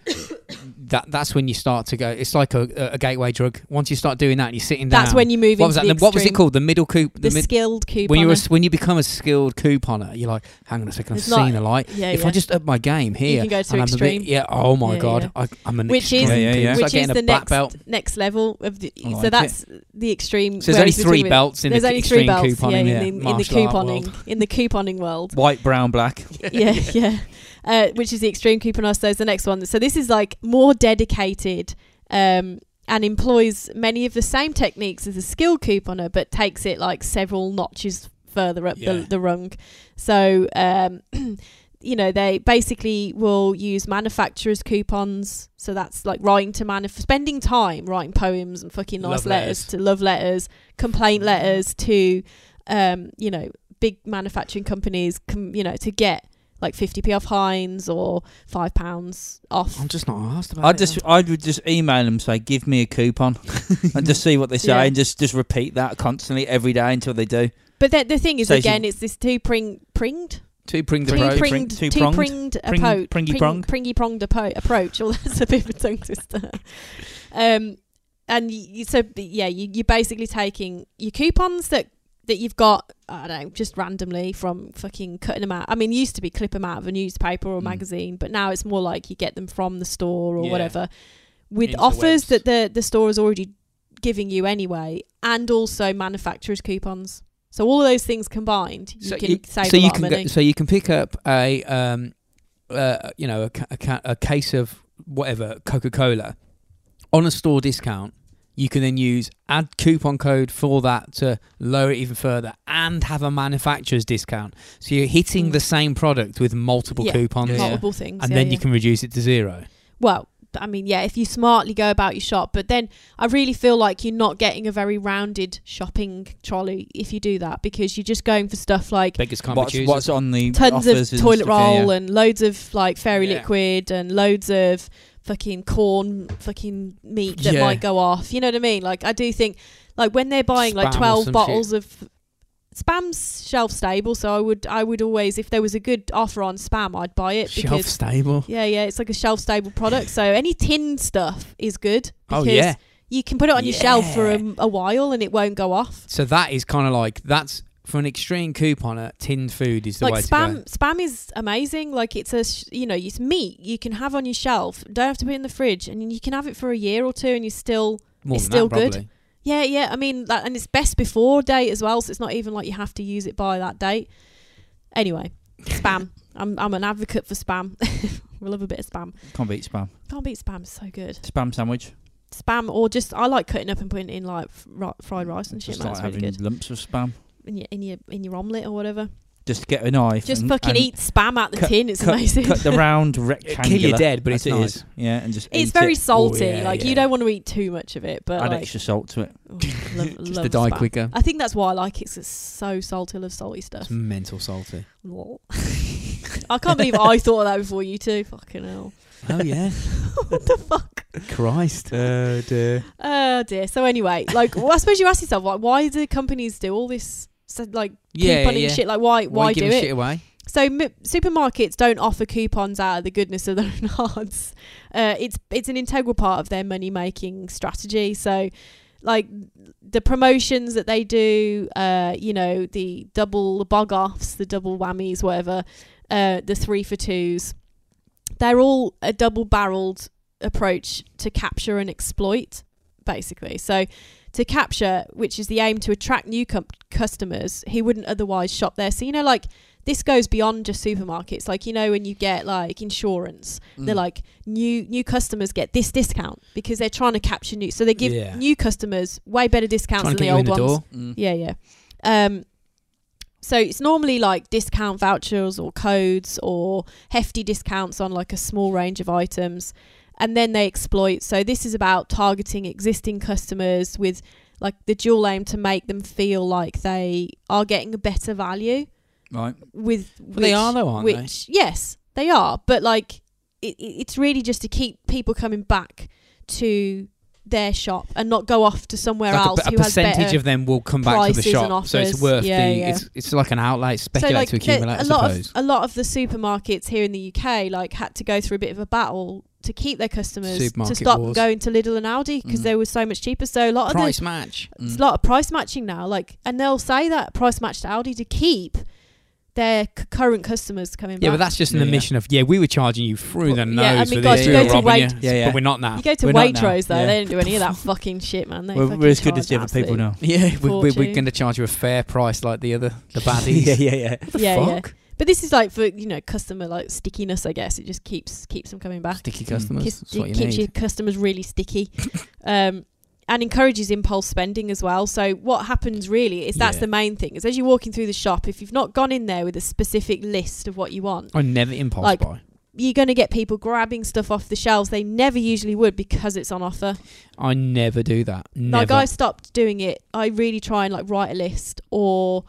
S3: that that's when you start to go. It's like a, a gateway drug. Once you start doing that, and you're sitting down.
S2: That's when you move
S3: what
S2: into
S3: was that?
S2: the
S3: what was it
S2: extreme.
S3: called? The middle coup.
S2: The,
S3: mid-
S2: skilled couponer.
S3: when you when you become a skilled couponer, you're like, hang on a second, I've
S2: It's
S3: seen
S2: not-
S3: the light.
S2: yeah,
S3: if
S2: yeah.
S3: I just up my game here,
S2: can go to
S3: and I'm A
S2: extreme.
S3: bit, yeah. Oh my
S2: Yeah,
S3: god,
S2: yeah.
S3: I, I'm an
S2: Which is-
S3: extreme.
S4: Yeah, yeah,
S3: couponer.
S4: yeah.
S3: It's
S2: which
S3: like getting
S2: is the
S3: a black
S2: next
S3: belt.
S2: next level of the,
S4: I
S2: so
S4: like it.
S2: that's the extreme.
S3: Oh, So there's only
S2: whereas we're
S3: three
S2: talking about-
S3: belts in
S2: There's
S3: the
S2: only three
S3: extreme
S2: belts, yeah,
S3: couponing.
S2: in,
S3: yeah,
S2: the, in the
S3: martial art world.
S2: couponing in the couponing world.
S4: White, brown, black.
S2: yeah, yeah. Uh, which is the extreme couponer. So is the next one. So this is like more dedicated um, and employs many of the same techniques as a skilled couponer, but takes it like several notches further up
S4: Yeah.
S2: the, the rung. So um, you know they basically will use manufacturers' coupons. So that's like writing to manuf- spending time writing poems and fucking nice
S3: Love
S2: letters.
S3: letters. Mm-hmm.
S2: to love letters, complaint letters to um, you know big manufacturing companies. Com- you know to get like 50p off Heinz or five pounds off.
S3: I'm just not asked about
S4: I
S3: it.
S4: just, I would just email them say, "Give me a coupon," and just see what they say,
S2: Yeah.
S4: and just, just repeat that constantly every day until they do.
S2: But the, the thing is,
S4: So you-
S2: again, it's this two pring pringed,
S3: to bring the
S2: two
S3: pro.
S4: Pring- pring-
S2: pringed, two
S4: two-pronged?
S2: pringed
S4: Pring-
S2: approach,
S4: pringy pronged?
S2: pringy pronged appo- approach. Well, that's a bit of a tongue twister. Um, and you, you- so yeah, you, you're basically taking your coupons that that you've got. I don't know, just randomly from fucking cutting them out. I mean, it used to be clip them out of a newspaper or
S4: Mm.
S2: magazine, but now it's more like you get them from the store or
S4: Yeah.
S2: whatever with
S3: Interwebs.
S2: offers that the the store is already giving you anyway, and also manufacturers' coupons. So all of those things combined, you can save
S3: so
S2: a
S3: you
S2: lot
S3: can
S2: of
S3: go-
S2: money.
S3: so you can pick up a um uh you know a, ca- a, ca- a case of whatever Coca Cola on a store discount. You can then use add coupon code for that to lower it even further and have a manufacturer's discount. So you're hitting
S2: Mm.
S3: the same product with multiple
S2: Yeah.
S3: coupons,
S4: Yeah.
S2: Multiple things,
S3: and
S2: yeah,
S3: then
S2: yeah.
S3: you can reduce it to zero.
S2: Well, I mean, yeah, if you smartly go about your shop, but then I really feel like you're not getting a very rounded shopping trolley if you do that because you're just going for stuff like
S3: Beggars can't
S4: What's,
S3: be choosers.
S4: what's on the
S2: tons
S4: offers
S2: of
S4: and
S2: toilet
S4: stuff, yeah, yeah.
S2: roll and loads of like fairy
S3: Yeah.
S2: liquid and loads of fucking corn fucking meat that
S3: Yeah.
S2: might go off. You know what I mean? Like I do think like when they're buying
S3: Spam
S2: like
S3: or
S2: 12
S3: some
S2: bottles of spam's shelf stable, so I would I would always if there was a good offer on spam, I'd buy it
S3: Shelf
S2: because
S3: stable.
S2: yeah, yeah, it's like a shelf stable product. So any tin stuff is good
S3: Oh
S2: because
S3: yeah.
S2: you can put it on your shelf for
S3: Yeah.
S2: a, a while and it won't go off.
S3: So that is kind of like that's for an extreme couponer. Tinned food is the
S2: like
S3: way
S2: spam
S3: to go.
S2: spam is amazing like it's a sh- you know it's meat you can have on your shelf don't have to put it in the fridge and you can have it for a year or two and you still
S3: More
S2: it's
S3: than that,
S2: still good.
S3: probably.
S2: yeah yeah i mean that, and it's best before date as well so it's not even like you have to use it by that date anyway spam I'm, I'm an advocate for spam we love a bit of spam
S4: Can't beat spam.
S2: can't beat spam it's so good
S4: Spam sandwich.
S2: spam or just i like cutting up and putting it in like fri- fried rice and shit
S4: Just
S2: man,
S4: like
S2: that's really
S4: having
S2: good
S4: lumps of spam.
S2: in your in your in your omelette or whatever
S4: Just get a knife.
S2: just
S4: and-
S2: fucking
S4: and
S2: eat spam out the
S4: cut-
S2: tin it's
S4: cut,
S2: amazing
S4: Cut the round rectangular.
S3: Kill you dead, but
S4: That's
S3: it's nice.
S4: nice. Yeah, and just
S2: It's
S4: eat
S2: very
S4: it.
S2: salty.
S3: Oh, yeah,
S2: like you
S3: yeah.
S2: don't want to eat too much of it, but
S4: Add
S2: like,
S4: extra salt to it.
S2: oh, love,
S3: Just
S2: love Uh,
S3: to die
S2: spam.
S3: quicker.
S2: I think that's why I like it. 'cause It's so salty. I love salty
S3: It's
S2: stuff.
S3: mental salty.
S2: Lol. I can't believe I thought of that before you two. Fucking hell.
S3: Oh yeah,
S2: what the fuck?
S3: Christ.
S4: Oh dear.
S2: Oh dear. So anyway, like well, I suppose you ask yourself, like, why do companies do all this? So, like
S3: Yeah,
S2: couponing
S3: yeah.
S2: shit. Like why? Why,
S3: you
S2: do
S3: giving
S2: it?
S3: shit away?
S2: So m- supermarkets don't offer coupons out of the goodness of their own hearts. Uh, it's it's an integral part of their money making strategy. So, like the promotions that they do, uh, you know, the double the bog offs, the double whammies, whatever, uh, the three for twos, they're all a double barreled approach to capture and exploit, basically. So. To capture, which is the aim to attract new com- customers who wouldn't otherwise shop there. So, you know, like this goes beyond just supermarkets. Like you know, when you get like insurance, they're
S4: Mm.
S3: Mm.
S2: like new new customers get this discount because they're trying to capture new. So they give
S3: Yeah.
S2: new customers way better discounts
S3: Trying
S2: than
S3: to get
S2: the
S3: you in
S2: old
S3: the
S2: ones.
S3: door.
S4: Mm.
S2: Yeah, yeah. Um, so it's normally like discount vouchers or codes or hefty discounts on like a small range of items, and then they exploit. So this is about targeting existing customers with like the dual aim to make them feel like they are getting a better value
S4: Right.
S2: with which,
S3: they are though, aren't they?
S2: which yes they are but like it, it- it's really just to keep people coming back to their shop and not go off to somewhere
S3: Like a
S2: else
S3: per- a,
S2: who has
S3: percentage
S2: better.
S3: of them will come back to the
S2: prices and
S3: shop, so it's
S2: offers.
S3: worth
S2: Yeah,
S3: the.
S2: yeah.
S3: It's it's like an outlay,
S2: so
S3: speculate
S2: like
S3: to
S2: there-
S3: accumulate.
S2: a
S3: I
S2: lot
S3: suppose.
S2: of a lot of the supermarkets here in the UK like had to go through a bit of a battle to keep their customers to
S3: Supermarket
S2: stop
S3: wars.
S2: going to Lidl and Aldi because
S4: Mm.
S2: they were so much cheaper. So a lot of the
S3: Price match.
S2: It's
S4: Mm.
S2: a lot of price matching now. Like, and they'll say that price matched Audi to keep their c- current customers coming
S3: Yeah, but
S2: back.
S3: that's just an
S4: Yeah, yeah.
S3: admission of yeah, we were charging you through
S2: Well,
S3: the nose
S2: yeah, I mean,
S3: for
S2: guys,
S3: this,
S4: you
S3: we
S4: go
S3: were
S4: to
S3: robbing
S2: wait-
S3: you,
S4: Yeah, yeah.
S3: but we're not now.
S2: you go to
S4: Ah, we're not now.
S2: Waitrose though;
S4: Yeah.
S2: they don't do any of that fucking shit, man. They
S4: We're,
S2: fucking
S4: we're as good
S2: charge
S4: as the other
S2: absolute-
S4: people now.
S3: Yeah, we, we, we're
S2: Fortune.
S3: going to charge you a fair price like the other the baddies.
S4: yeah, yeah, yeah.
S3: What the
S2: Yeah, yeah.
S3: fuck?
S2: But this is like for you know customer like stickiness, I guess. It just keeps keeps them coming back.
S3: Sticky
S4: Mm.
S3: customers.
S2: Kiss-
S3: That's what you
S2: keeps your
S3: need.
S2: customers really sticky, um, and encourages impulse spending as well. So what happens really is that's
S3: Yeah.
S2: the main thing. Is as you're walking through the shop, if you've not gone in there with a specific list of what you want.
S3: I never impulse
S2: like-
S3: buy.
S2: you're going to get people grabbing stuff off the shelves they never usually would because it's on offer.
S3: I never do that. Never.
S2: Like I stopped doing it. I really try and like write a list or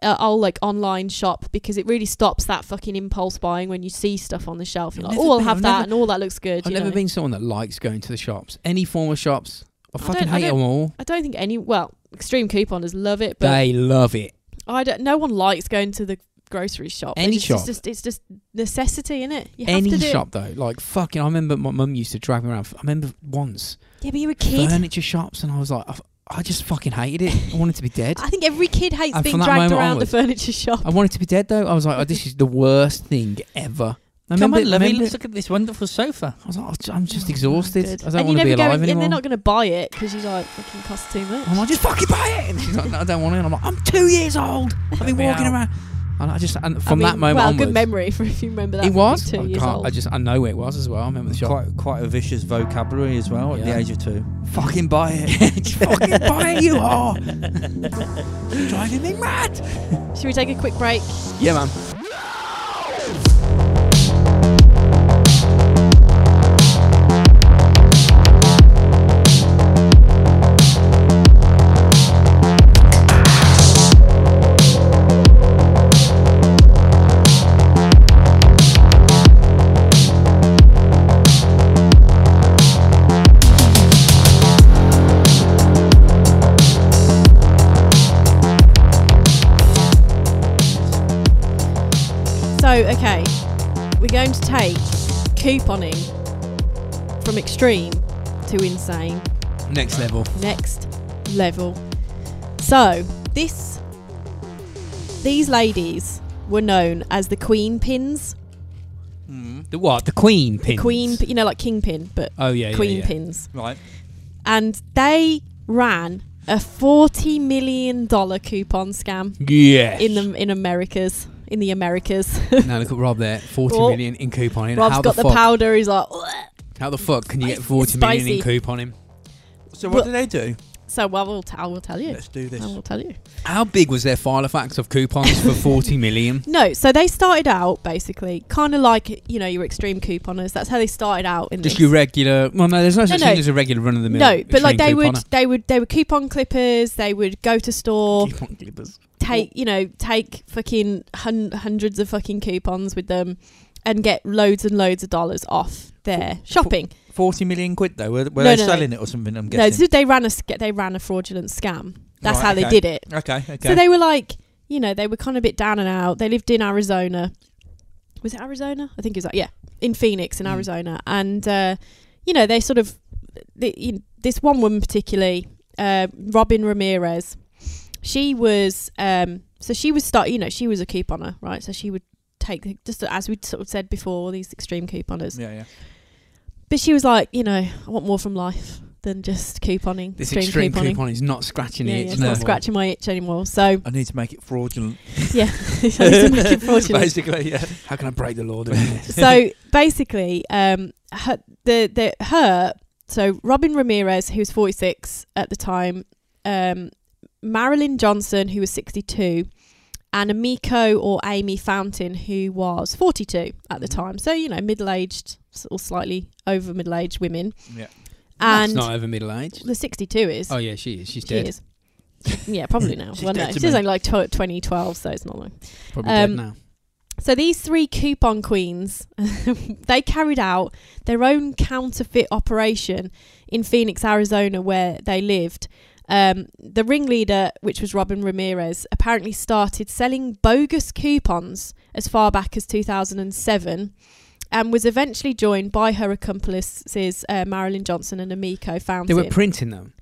S2: uh, I'll like online shop because it really stops that fucking impulse buying when you see stuff on the shelf. You're
S3: I've
S2: like,
S3: never
S2: oh, I'll
S3: been-
S2: have
S3: I've
S2: that
S3: never-
S2: and all that looks good.
S3: I've
S2: you
S3: never
S2: know.
S3: been someone that likes going to the shops. Any form of shops, I
S2: I
S3: fucking
S2: don't- I
S3: hate them
S2: don't-
S3: all.
S2: I don't think any. Well, extreme couponers love it, but
S3: They love it.
S2: I don't. No one likes going to the grocery shop. They
S3: Any
S2: just,
S3: shop.
S2: It's just, it's just necessity, innit? You have
S3: Any
S2: to do it.
S3: shop though, like fucking. I remember my mum used to drag me around. I remember once
S2: Yeah, but you're a kid.
S3: furniture shops, and I was like, I, I just fucking hated it. I wanted to be dead.
S2: I think every kid hates
S3: And
S2: being
S3: from that
S2: dragged
S3: moment
S2: around
S3: onwards-
S2: the furniture shop.
S3: I wanted to be dead though. I was like, oh, this is the worst thing ever. I
S4: Come
S3: remember,
S4: on, Lovey,
S3: remember-
S4: let's look at this wonderful sofa.
S3: I was like, "Oh, I'm just
S2: Oh,
S3: exhausted.
S2: good.
S3: I
S2: And
S3: don't want
S2: you
S3: to be
S2: never
S3: alive
S2: go,
S3: anymore.
S2: And they're not going to buy it because you're like, fucking costs too much.
S3: I'm like, just fucking buy it. And she's like, no, I don't want it. And I'm like, I'm two years old. I've been
S4: me
S3: walking
S4: out.
S3: around. And I just, and
S2: I
S3: from
S2: mean,
S3: that moment
S2: well,
S3: onwards,
S2: good memory for if you remember that.
S3: it
S2: from
S3: was.
S2: being
S3: I,
S2: two years
S3: can't-
S2: old.
S3: I just, I know it was as well. I remember the shop.
S4: Quite, quite a vicious vocabulary as well at
S3: Yeah.
S4: the age of two. Fucking buy it.
S3: fucking buy it, you are. driving me mad.
S2: Should we take a quick break?
S3: Yeah, man.
S2: So, okay, we're going to take couponing from extreme to insane
S3: Next level.
S2: next level. So this, these ladies were known as the queen pins.
S4: Mm.
S3: The what? The queen pins.
S2: Queen, you know, like kingpin, but
S3: Oh yeah, yeah,
S2: queen
S3: yeah.
S2: pins.
S4: Right.
S2: and they ran a forty million dollar coupon scam
S3: Yes.
S2: in the in Americas. In the Americas,
S3: now look at Rob there. Forty
S2: Rob-
S3: million in couponing.
S2: Rob's
S3: How
S2: got
S3: the,
S2: the,
S3: fuck?
S2: powder. He's like, "Ugh."
S3: How the fuck can you get
S2: It's
S3: forty million
S2: spicy.
S3: in couponing?
S4: So
S2: what
S4: what
S2: do
S4: do they do?
S2: so well, we'll t- I will tell you.
S4: Let's do this.
S2: I will tell you.
S3: How big was their file of facts of coupons for forty million?
S2: No, so they started out basically kind of like you know your extreme couponers. That's how they started out in
S3: Just
S2: this.
S3: your regular. Well, no, there's no such
S2: No,
S3: thing
S2: no.
S3: as a regular run of the mill.
S2: no, but like they would, they would, they were coupon clippers. They would go to store, take you know take fucking hun- hundreds of fucking coupons with them, and get loads and loads of dollars off their shopping.
S4: 40 million quid though. Were, were
S2: No,
S4: they
S2: no, no.
S4: selling it or something? I'm
S2: No,
S4: guessing.
S2: so they ran a sc- they ran a fraudulent scam. That's
S4: Right,
S2: how they
S4: okay.
S2: did it.
S4: okay, okay.
S2: So they were like, you know, they were kind of a bit down and out. They lived in Arizona. Was it Arizona? I think it was like yeah, in Phoenix, in
S4: Mm.
S2: Arizona. And uh, you know, they sort of the, you this one woman particularly, uh, Robin Ramirez. She was um, so she was start. You know, she was a couponer, right? So she would take the, just as we sort of said before, all these extreme couponers.
S4: yeah, yeah.
S2: But she was like, you know, I want more from life than just couponing.
S3: This extreme
S2: couponing.
S3: coupon is not scratching
S2: Yeah,
S3: the
S2: yeah,
S3: itch.
S2: it's
S4: no
S2: not
S4: more.
S2: scratching my itch anymore. So
S4: I need to make it fraudulent.
S2: yeah, I need to make it fraudulent.
S4: Basically, yeah.
S3: How can I break the law doing this?
S2: so basically, um, her, the the her so Robin Ramirez, who was forty six at the time, um, Marilyn Johnson, who was sixty two, and Amiko or Amy Fountain, who was forty two at the
S4: Mhm.
S2: time. So you know, middle aged or slightly over middle aged women.
S4: Yeah.
S2: and
S3: That's not over middle age.
S2: the sixty two is
S3: Oh yeah, she is. She's
S2: she
S3: dead.
S2: is. Yeah, probably now.
S4: She's
S2: well,
S4: dead
S2: no,
S4: to
S2: she's
S4: me.
S2: only like tw- 2012, so it's not long.
S3: Probably
S2: Um,
S3: dead now.
S2: So these three coupon queens, they carried out their own counterfeit operation in Phoenix, Arizona, where they lived. Um, the ringleader, which was Robin Ramirez, apparently started selling bogus coupons as far back as 2007 and was eventually joined by her accomplices, uh, Marilyn Johnson and Amico
S3: They
S2: Fountain.
S3: were printing them.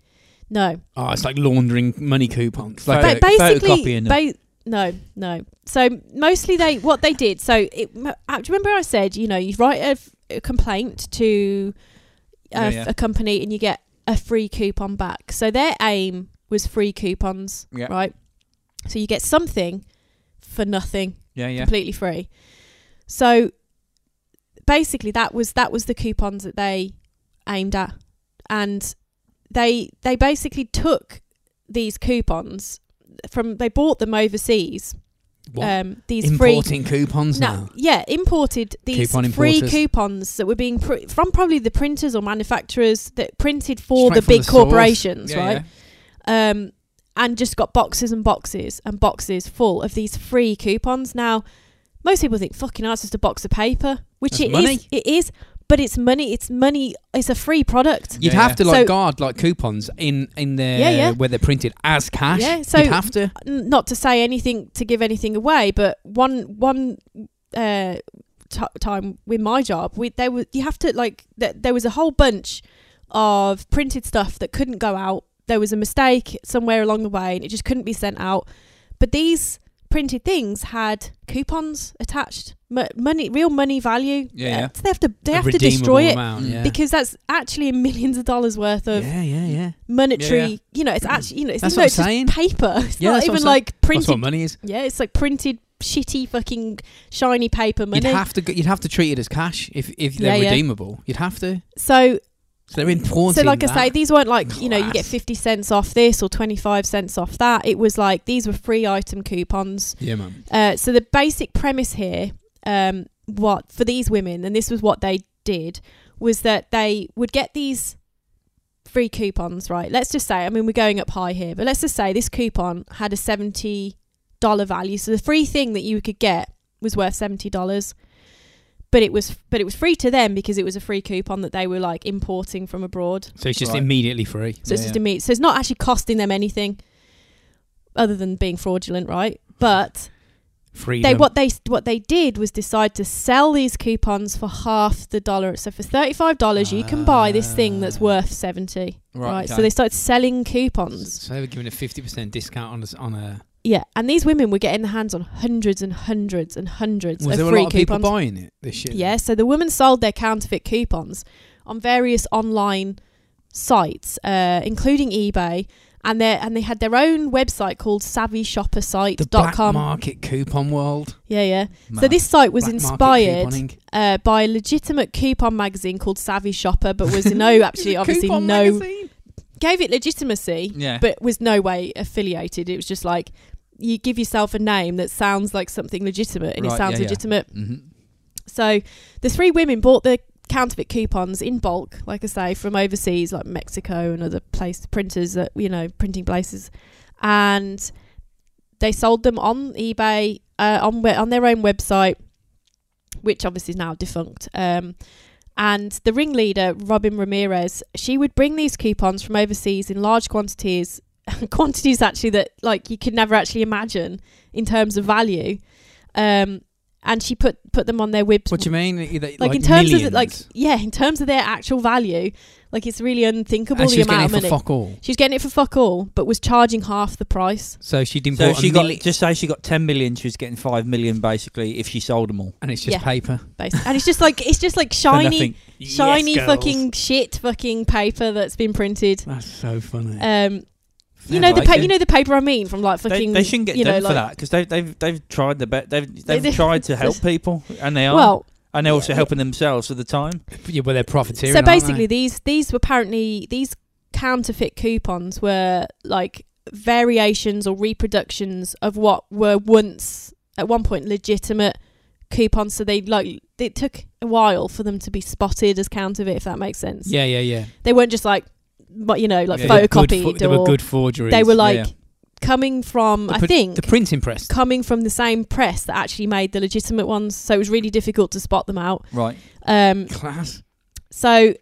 S2: no,
S3: Oh, it's like laundering money coupons.
S4: Like
S3: Like
S2: but
S4: photo-
S2: basically,
S4: photocopying
S2: ba- no, no. So mostly they what they did. So it, m- uh, do you remember I said you know you write a, f- a complaint to a,
S4: Yeah,
S2: f-
S4: yeah.
S2: a company and you get a free coupon back. So their aim was free coupons,
S4: Yeah.
S2: right? So you get something for nothing
S4: Yeah, yeah.
S2: completely free. So basically, that was that was the coupons that they aimed at, and they they basically took these coupons from they bought them overseas.
S3: what?
S2: Um, these free
S3: importing coupons
S2: no,
S3: now.
S2: yeah, imported these
S3: Coupon
S2: free
S3: importers.
S2: coupons that were being pr- from probably the printers or manufacturers that printed for
S3: Straight
S2: the
S3: from
S2: big
S3: the source.
S2: corporations,
S4: Yeah,
S2: right?
S4: yeah.
S2: um, and just got boxes and boxes and boxes full of these free coupons. Now, most people think fucking hell, it's just a box of paper, which
S3: That's
S2: it is.
S3: money.
S2: It is, but it's money. It's money. It's a free product.
S3: You'd
S4: Yeah,
S3: have
S4: yeah.
S3: to like
S2: So-
S3: guard like coupons in in their
S2: Yeah, yeah.
S3: where they're printed as cash.
S2: Yeah, so-
S3: You'd have to.
S2: N- Not to say anything to give anything away, but one one uh, t- time with my job, we there was you have to like th- there was a whole bunch of printed stuff that couldn't go out. There was a mistake somewhere along the way, and it just couldn't be sent out. But these printed things had coupons attached, mo- money, real money value.
S4: Yeah, yeah.
S2: So they have to they
S3: a
S2: have to
S3: redeemable
S2: destroy it
S3: amount,
S4: Mm.
S3: yeah.
S2: because that's actually millions of dollars worth of
S3: yeah, yeah, yeah.
S2: monetary.
S4: Yeah, yeah.
S2: You know, it's actually you know, it's,
S3: That's
S2: even
S3: what
S2: though
S3: I'm
S2: it's just
S3: saying.
S2: paper. It's
S3: Yeah,
S2: not
S3: that's what
S2: even
S3: I'm
S2: like
S3: That's what
S2: printed.
S3: money is.
S2: Yeah, it's like printed shitty fucking shiny paper money.
S3: You'd have to. go- You'd have to treat it as cash if if they're
S2: Yeah, yeah.
S3: redeemable. You'd have to.
S2: so
S3: So they're importing.
S2: So, like I say,
S3: that.
S2: these weren't like you know you get
S3: Class.
S2: fifty cents off this or twenty five cents off that. It was like these were free item coupons.
S3: yeah, man.
S2: Uh, so the basic premise here, um, what for these women, and this was what they did, was that they would get these free coupons. Right? Let's just say, I mean, we're going up high here, but let's just say this coupon had a seventy dollar value. So the free thing that you could get was worth seventy dollars. But it was but it was free to them because it was a free coupon that they were like importing from abroad.
S3: So it's just
S4: Right.
S3: immediately free.
S2: So it's
S4: Yeah,
S2: just a
S4: yeah.
S2: meat. So it's not actually costing them anything other than being fraudulent, right? But
S3: Free.
S2: they what they what they did was decide to sell these coupons for half the dollar. So for thirty five dollars, you can buy this thing that's
S3: Ah.
S2: worth seventy, right?
S4: Right,
S2: So
S4: okay.
S2: they started selling coupons.
S3: So they were giving a fifty percent discount on a, s- on a.
S2: Yeah, and these women were getting their hands on hundreds and hundreds and hundreds
S3: Was
S2: of
S3: there a
S2: free
S3: lot of people
S2: coupons.
S3: buying it? This shit.
S2: Yeah, so the women sold their counterfeit coupons on various online sites, uh, including eBay, and they and they had their own website called
S3: The black
S2: SavvyShopperSite.com.
S3: market coupon world.
S2: Yeah, yeah. So
S4: Mad.
S2: this site was
S3: Black market
S2: inspired
S3: couponing.
S2: uh, by a legitimate coupon magazine called Savvy Shopper, but was no actually obviously no
S3: Coupon magazine.
S2: gave it legitimacy,
S4: Yeah.
S2: but was no way affiliated. It was just like you give yourself a name that sounds like something legitimate, and it
S4: Right,
S2: sounds
S4: yeah, yeah.
S2: legitimate.
S4: Mhm.
S2: So the three women bought the counterfeit coupons in bulk, like I say, from overseas, like Mexico and other place printers that you know printing places, and they sold them on eBay uh, on we- on their own website, which obviously is now defunct. Um, and the ringleader, Robin Ramirez, she would bring these coupons from overseas in large quantities, quantities actually that like you could never actually imagine in terms of value. Um, and she put put them on their website
S3: What do you mean? They- they-
S2: like, in terms of the, like
S3: millions.
S2: yeah in terms of their actual value like it's really unthinkable
S3: and
S2: the
S3: she was getting
S2: amount of
S3: it for
S2: money
S3: fuck all.
S2: she's getting it for fuck all but was charging half the price
S3: So she'd
S4: So
S3: import
S4: she
S3: a
S4: got
S3: milli-
S4: just say she got ten million, she was getting five million basically if she sold them all.
S3: and it's just
S2: Yeah.
S3: paper.
S2: basically and it's just like it's just like
S4: For
S2: shiny
S4: nothing.
S2: shiny fucking shit fucking paper that's been printed
S3: That's so funny.
S2: um you
S4: Yeah,
S2: know the
S4: like
S2: pa-
S4: it.
S2: you know the paper i mean from like
S4: They,
S2: fucking
S4: they shouldn't get
S2: you
S4: done
S2: know like
S4: for that because they've they've they've tried the best. They've
S2: They-
S4: they've
S2: they-
S4: tried to help people, and they are,
S2: well
S4: and they're also
S2: yeah.
S4: helping themselves at the time.
S3: yeah, well, they're profiteering.
S2: so
S3: aren't they?
S2: basically these these were apparently these counterfeit coupons were like variations or reproductions of what were once at one point legitimate coupons so they like it took a while for them to be spotted as counterfeit if that makes sense
S3: yeah, yeah, yeah.
S2: they weren't just like but you know like
S4: Yeah,
S3: They were good
S2: photocopied
S3: fo- they
S2: or
S3: were good forgeries.
S2: they were like
S4: yeah.
S2: coming from
S3: The
S2: I
S3: pr-
S2: think
S3: the printing press.
S2: coming from the same press that actually made the legitimate ones, so it was really difficult to spot them out.
S4: Right.
S2: Um,
S3: Class.
S2: so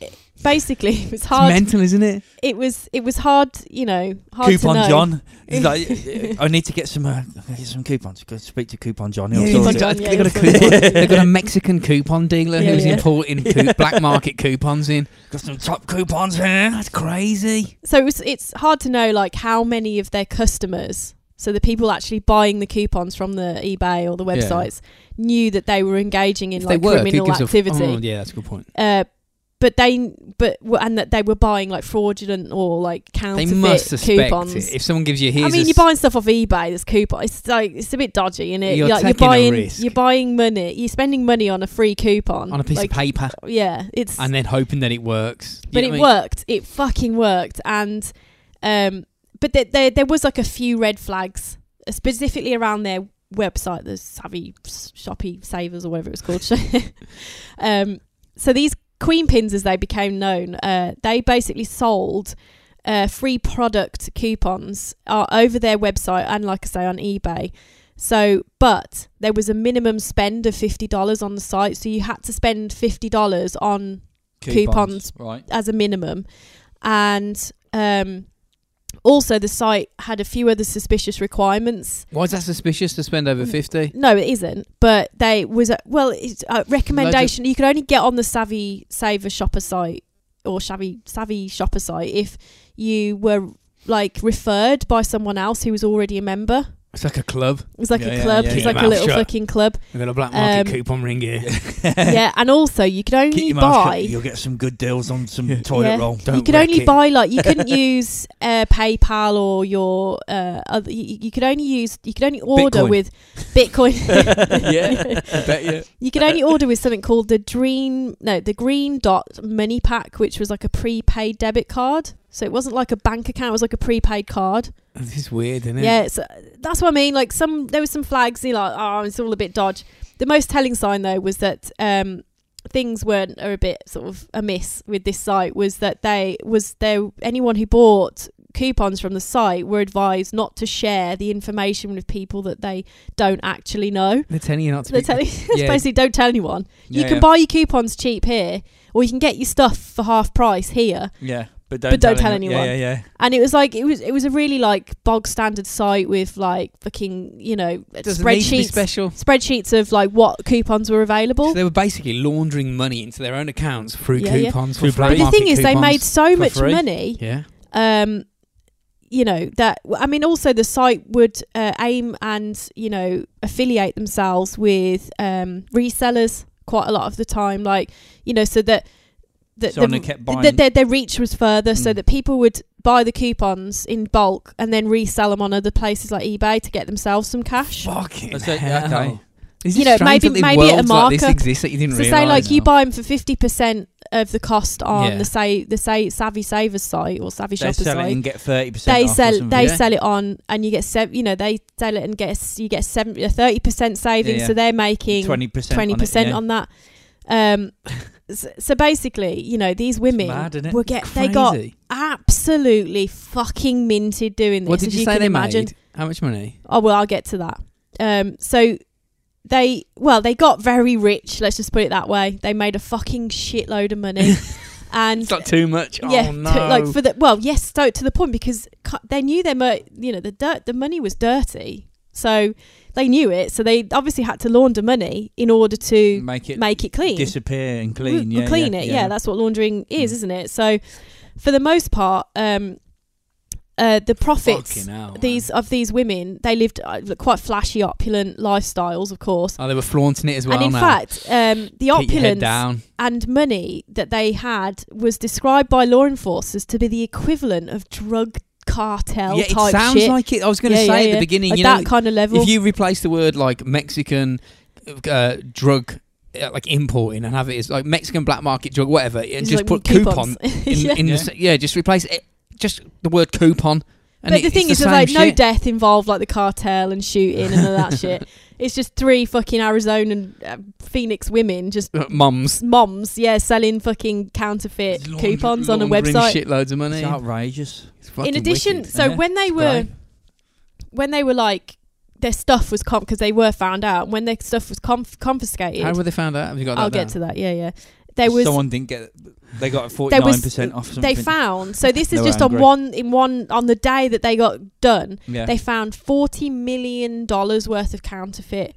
S2: it- basically, it was
S3: It's
S2: hard.
S3: mental, isn't it?
S2: it was it was hard, you know, hard
S4: Coupon
S2: to know.
S4: John. He's like, I need to get some uh, get some coupons. Go speak to Coupon John. He'll
S3: Yeah,
S4: sort
S3: coupon
S4: it.
S3: John.
S2: yeah,
S3: they got a
S2: that's what-
S3: coupon. They've got a Mexican coupon dealer
S2: Yeah,
S3: who's
S2: yeah.
S3: importing coup- black market coupons in.
S4: Got some top coupons here.
S3: That's crazy.
S2: so it was, it's hard to know like how many of their customers so the people actually buying the coupons from the ebay or the
S3: Yeah.
S2: websites knew that they were engaging in
S3: If
S2: like
S3: they work, who
S2: criminal
S3: gives a f-
S2: activity
S3: oh, yeah, that's a good point.
S2: uh, but they but and that they were buying like fraudulent or like
S3: They
S2: counterfeit
S3: must suspect
S2: coupons
S3: it. If someone gives you his,
S2: I mean, you're buying stuff off eBay. There's coupon. It's like it's a bit dodgy, isn't it?
S3: You're
S2: like,
S3: taking a
S2: buying,
S3: risk.
S2: you're buying money. You're spending money on a free coupon
S3: on a piece
S2: Like,
S3: of paper
S2: Yeah, it's
S3: and then hoping that it works. You
S2: but
S3: know
S2: it
S3: what I mean?
S2: worked. It fucking worked. And um, but there, there there was like a few red flags, uh, specifically around their website, the Savvy S- Shoppy Savers or whatever it was called. um, so these Queen pins, as they became known, uh, they basically sold. Uh, free product coupons uh, over their website and, like I say, on eBay. So, but there was a minimum spend of fifty dollars on the site, so you had to spend fifty dollars on Coupons.
S4: Right.
S2: as a minimum. And um, also, the site had a few other suspicious requirements.
S3: Why is that suspicious to spend
S2: Mm.
S3: over fifty?
S2: No, it isn't, but they was a, well it's a recommendation. You could only get on the Savvy Saver Shopper site or Savvy Savvy Shopper site if you were like referred by someone else who was already a member.
S3: It's like a club.
S2: It was like
S4: Yeah,
S2: a
S4: yeah,
S2: club.
S4: yeah,
S2: It was
S4: yeah.
S2: like a
S3: Mouth
S2: little
S3: shut.
S2: fucking club.
S3: They've got a black market
S2: Um,
S3: coupon ring here.
S2: yeah, and also you could
S4: Keep
S2: only
S4: your mouth shut.
S2: buy.
S4: You'll get some good deals on some
S3: Yeah.
S4: toilet
S2: Yeah.
S4: roll.
S2: you
S3: Don't
S2: could
S3: wreck
S2: only
S3: it.
S2: buy like you couldn't use uh, PayPal or your uh, other. You, you could only use you could only order
S3: Bitcoin.
S2: with Bitcoin.
S3: yeah, I bet you.
S2: you could only order with something called the Dream no the Green Dot Money Pack, which was like a prepaid debit card. So it wasn't like a bank account; it was like a prepaid card.
S3: This is weird, isn't it?
S2: Yeah, it's, that's what I mean. Like some, there were some flags. You know, like, oh, it's all a bit dodge. The most telling sign though was that um, things weren't are a bit sort of amiss with this site. Was that they was there anyone who bought coupons from the site were advised not to share the information with people that they don't actually know.
S3: They're telling you not to.
S2: They're telling,
S3: be- yeah.
S2: basically, don't tell anyone. you
S4: Yeah,
S2: can
S4: yeah.
S2: buy your coupons cheap here, or you can get your stuff for half price here.
S4: Yeah, but don't,
S2: But don't tell
S4: any-
S2: anyone.
S4: Yeah, yeah, yeah.
S2: And it was like it was it was a really like bog standard site with like fucking you know
S3: Doesn't need to be
S2: spreadsheets
S3: special.
S2: spreadsheets of like what coupons were
S3: So
S2: available.
S3: they were basically laundering money into their own accounts through
S2: Yeah, yeah.
S3: coupons.
S4: Through
S3: for
S4: black
S2: but
S3: black
S2: the
S3: market
S2: thing is, they
S3: coupons.
S2: made so
S3: for
S2: much
S3: free.
S2: money.
S3: Yeah.
S2: Um, you know that I mean, also the site would uh, aim and you know affiliate themselves with um, resellers quite a lot of the time, like you know, so that that
S4: So
S2: the-
S4: they kept buying.
S2: that their, their reach was further so
S4: Mm.
S2: that people would buy the coupons in bulk and then resell them on other places like eBay to get themselves some cash.
S3: Fucking
S4: So,
S3: hell.
S4: okay.
S3: Is
S2: You
S3: it
S2: know,
S3: strange
S2: maybe-
S3: that the
S2: maybe at a
S3: worlds like this
S2: markup.
S3: exists that you didn't
S2: So
S3: realize.
S2: say like you
S4: No.
S2: buy them for 50% of the cost on
S3: Yeah.
S2: the say the say Savvy Savers site or Savvy
S4: They
S2: Shopper
S4: sell it
S2: site.
S4: and get thirty percent.
S2: They sell they
S3: yeah.
S2: sell it on and you get sev- you know they sell it and get a s- you get 70 a 30% saving
S4: yeah.
S2: so they're making
S4: twenty percent.
S2: 20% on, that. Um so, so basically, you know, these women
S4: mad, innit?
S2: were get they got absolutely fucking minted doing this.
S3: What did
S2: as
S3: you, say
S2: can
S3: they
S2: imagine.
S3: made? How much money?
S2: Oh well, I'll get to that. Um, so they well they got very rich. Let's just put it that way. They made a fucking shitload of money, and
S3: It's not too much.
S2: yeah, to-
S3: oh no.
S2: like for the well yes, so to the point because cu- they knew their mo- you know the dirt the money was dirty, so they knew it. So they obviously had to launder money in order to
S4: Make
S3: Mm.
S4: it
S2: make it clean.
S4: disappear and
S2: We'll-
S4: clean.
S2: we'll
S4: yeah,
S2: clean
S4: yeah,
S2: it. Yeah,
S4: Yeah,
S2: that's what laundering is,
S4: Mm.
S2: isn't it? So, for the most part, um, uh, the profits
S3: Fucking hell, man.
S2: these of these women they lived uh, quite flashy, opulent lifestyles, of course.
S3: Oh, they were flaunting it as well.
S2: and in
S3: now.
S2: fact, um, the
S3: keep your head
S2: opulence
S3: down.
S2: and money that they had was described by law enforcers to be the equivalent of drug cartel
S3: yeah, it
S2: type
S3: sounds
S2: shit.
S3: like it. I was going to
S2: Yeah,
S3: say
S2: yeah,
S3: at the
S2: yeah.
S3: beginning,
S2: Like
S3: you know,
S2: that kind of level.
S3: if you replace the word like Mexican uh, drug, uh, like importing, and have it as like Mexican black market drug, whatever, and
S2: It's
S3: just
S2: like
S3: put coupon
S2: coupons.
S3: in,
S2: Yeah.
S3: in
S4: Yeah.
S3: The, se- yeah, just replace it, just the word coupon.
S2: but
S3: And it-
S2: the
S3: it's
S2: thing is,
S3: the
S2: there's like
S3: same
S2: no
S3: shit.
S2: death involved, like the cartel and shooting and all that shit. It's just three fucking Arizona and uh, Phoenix women, just
S3: Uh, mums
S2: moms, yeah, selling fucking counterfeit
S3: Laundry-
S2: coupons on a
S3: laundering
S2: website.
S3: Shitloads of money.
S4: It's outrageous.
S3: It's
S2: In
S3: fucking
S2: addition,
S3: wicked.
S2: so
S4: yeah.
S2: when they
S4: It's
S2: were
S4: great.
S2: when they were like their stuff was because they were found out when their stuff was conf- confiscated.
S3: How were they found out? Have you got that?
S2: I'll get to that. Yeah, yeah. There was
S4: someone didn't get. They got forty
S2: There was-
S4: nine percent off. Something.
S2: they found so this
S4: They
S2: is
S4: were
S2: just on
S4: angry.
S2: one in one on the day that they got done.
S4: Yeah.
S2: They found forty million dollars worth of counterfeit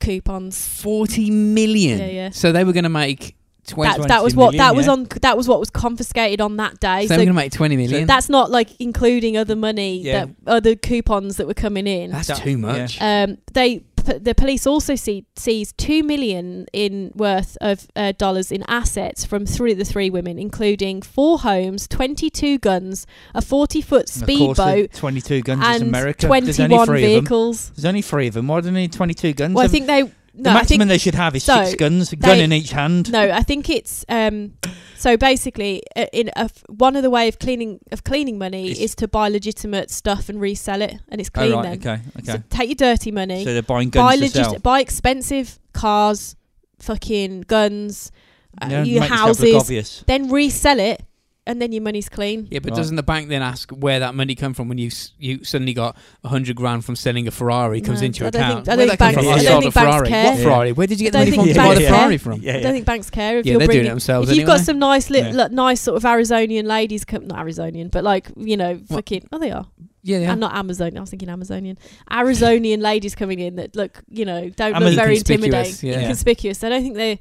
S2: coupons.
S3: Forty million.
S2: Yeah, yeah.
S3: So they were going to make twenty.
S2: That, that was
S4: 20
S2: what that
S4: million,
S2: was
S4: yeah.
S2: on that was what was confiscated on that day.
S3: so they were going to make twenty million.
S2: that's not like including other money
S4: Yeah.
S2: that other coupons that were coming in.
S3: that's
S4: that-
S3: too much.
S2: Um, they p- the police also see, seized two million in worth of uh, dollars in assets from three of the three women, including four homes, twenty-two guns, a forty-foot speedboat,
S4: Twenty two guns is
S2: and
S4: America. There's only
S2: twenty-one
S4: three of them.
S2: vehicles.
S4: There's only three of them. Why do they need twenty two guns?
S2: Well, I
S4: Every-
S2: think they
S4: the
S2: no, I
S4: maximum
S2: think
S4: they should have is
S2: so,
S4: six guns, a gun
S2: they-
S4: in each hand. Oh,
S2: no, I think it's um. So basically, uh, in a f one of the way of cleaning of cleaning money
S4: It's-
S2: is to buy legitimate stuff and resell it, and it's
S4: oh
S2: clean then.
S4: right, okay,
S2: So
S4: okay.
S2: take your dirty money.
S4: So, they're buying
S2: buy
S4: guns to sell.
S2: legit, buy expensive cars, fucking guns, uh,
S4: Yeah,
S2: your
S4: make yourself look
S2: houses,
S4: obvious.
S2: then resell it, and then your money's clean.
S3: Yeah, but
S4: Right.
S3: doesn't the bank then ask where that money come from when you s- you suddenly got a hundred grand from selling a Ferrari comes
S2: No,
S3: into your
S2: I don't
S3: account?
S2: think- I
S3: Where'd
S2: don't
S3: that
S2: think
S3: come from?
S4: banks- I
S3: sold
S2: don't
S3: a
S2: think banks
S3: Ferrari.
S2: care.
S3: What Ferrari? Where did you get the
S2: I
S3: money
S2: don't
S3: from to
S2: think
S3: buy the
S2: banks care.
S3: Ferrari from?
S2: I don't think banks care if
S3: Yeah,
S2: you're
S3: they're doing it
S2: bringing.
S3: themselves.
S2: If you've got
S3: anyway.
S2: some nice, li-
S4: Yeah.
S2: li- nice sort of Arizonian ladies, com- not Arizonian, but like you know, fucking oh they are,
S3: yeah, yeah.
S2: and not Amazonian. I was thinking Amazonian, Arizonian ladies coming in that look, you know, don't
S4: Amaz-
S2: look very intimidating,
S3: Inconspicuous, yeah.
S2: inconspicuous. I don't think they,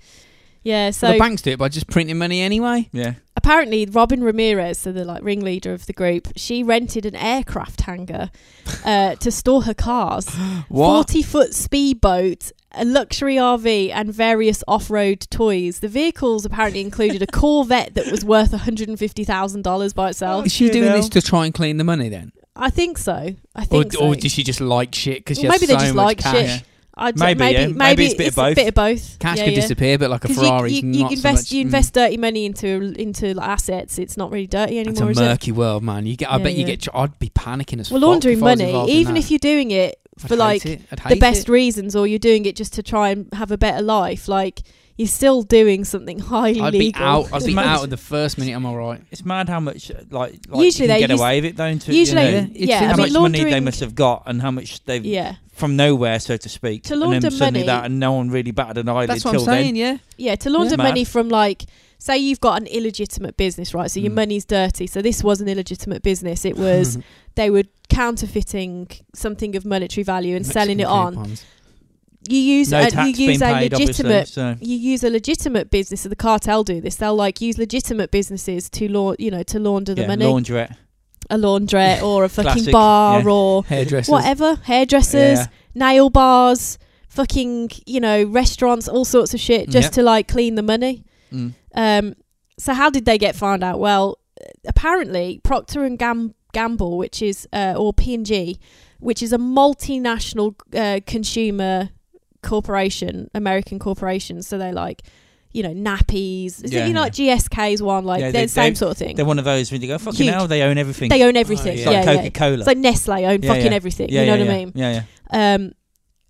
S2: yeah. So
S3: Well, the banks do it by just printing money anyway.
S4: Yeah.
S2: apparently Robin Ramirez, so the like ringleader of the group, she rented an aircraft hangar uh, to store her cars,
S3: What?
S2: forty foot speedboat, a luxury RV, and various off road toys. The vehicles apparently included a Corvette that was worth one hundred and fifty thousand dollars by itself.
S3: Is she
S4: Fucking
S3: doing
S4: hell.
S3: this to try and clean the money then,
S2: I think so. I
S3: or,
S2: think so.
S3: or does she just like shit because
S2: Well, maybe
S3: she
S2: they
S3: has
S2: just
S3: so much
S2: like
S3: cash?
S2: shit.
S4: Yeah.
S2: I d-
S4: Maybe,
S2: maybe,
S4: yeah.
S2: maybe,
S4: Maybe it's a bit of both.
S2: both.
S3: Cash
S2: Yeah,
S3: could
S2: yeah.
S3: disappear, but like a
S2: 'Cause
S3: Ferrari's
S2: you, you,
S3: not
S2: you invest
S3: so much. Mm.
S2: you invest dirty money into into like, assets. It's not really dirty
S3: It's
S2: anymore.
S3: a
S2: is it?
S3: murky world, man. You get, I
S2: Yeah,
S3: bet
S2: yeah.
S3: you get. I'd be panicking as
S2: Well,
S3: fuck
S2: laundering
S3: if I was
S2: money,
S3: involved in
S2: even
S3: that.
S2: if you're doing it
S3: I'd
S2: for
S3: hate
S2: like
S3: it. I'd
S2: the
S3: hate
S2: best
S3: it.
S2: reasons or you're doing it just to try and have a better life, like you're still doing something highly
S3: I'd be
S2: legal.
S3: out. I'd
S4: It's
S3: be
S4: mad.
S3: out of the first minute. I'm all right.
S4: It's mad how much uh, like, like
S2: Usually
S4: you
S2: they
S4: can get
S2: use-
S4: away with it though. Into,
S2: Usually,
S4: you know,
S3: Yeah, it's
S2: yeah,
S3: in-
S2: I
S4: how
S2: mean,
S4: much
S2: laundering,
S4: money they must have got and how much they've
S2: yeah,
S4: from nowhere, so to speak.
S2: To
S4: and
S2: launder
S4: then suddenly
S2: money-
S4: that, and no one really batted an eyelid
S3: That's
S4: till
S3: what I'm saying.
S4: then.
S3: Yeah.
S2: yeah, to launder
S4: Yeah. Mad.
S2: money from like, say you've got an illegitimate business, right? So your
S3: Mm.
S2: money's dirty. So this was an illegitimate business. It was they were counterfeiting something of monetary value and selling it on. You use
S4: No
S2: a,
S4: tax
S2: uh, you
S4: being
S2: use a
S4: paid, obviously.
S2: legitimate
S4: So
S2: you use a legitimate business, so the cartel do this. They'll like use legitimate businesses to laun- you know, to launder the
S4: yeah,
S2: money,
S4: laundrette.
S2: a laundrette or a fucking
S4: Classic,
S2: bar
S4: yeah.
S2: or
S3: Hairdressers.
S2: whatever, hairdressers,
S4: Yeah.
S2: nail bars, fucking you know, restaurants, all sorts of shit, just
S4: Yep.
S2: to like clean the money.
S4: Mm.
S2: Um, so how did they get found out? Well, apparently Procter and Gam- Gamble, which is uh, or P and G, which is a multinational uh, consumer corporation, American corporation. So they like, you know, nappies. Is
S4: Yeah,
S2: it you know,
S4: yeah.
S2: like GSK's one? Like
S4: Yeah,
S2: they're
S4: they-
S2: the same
S4: they-
S2: sort of thing.
S4: Mm. They're one of those when you go, fucking
S2: Huge.
S4: hell, they own everything.
S2: They own everything.
S3: yeah.
S4: It's
S2: yeah,
S4: like
S2: yeah,
S4: Coca Cola.
S2: It's like Nestle own
S4: Yeah,
S2: fucking
S4: yeah.
S2: everything.
S4: yeah,
S2: you know
S4: yeah,
S2: what
S4: yeah.
S2: I mean?
S4: Yeah, yeah.
S2: Um,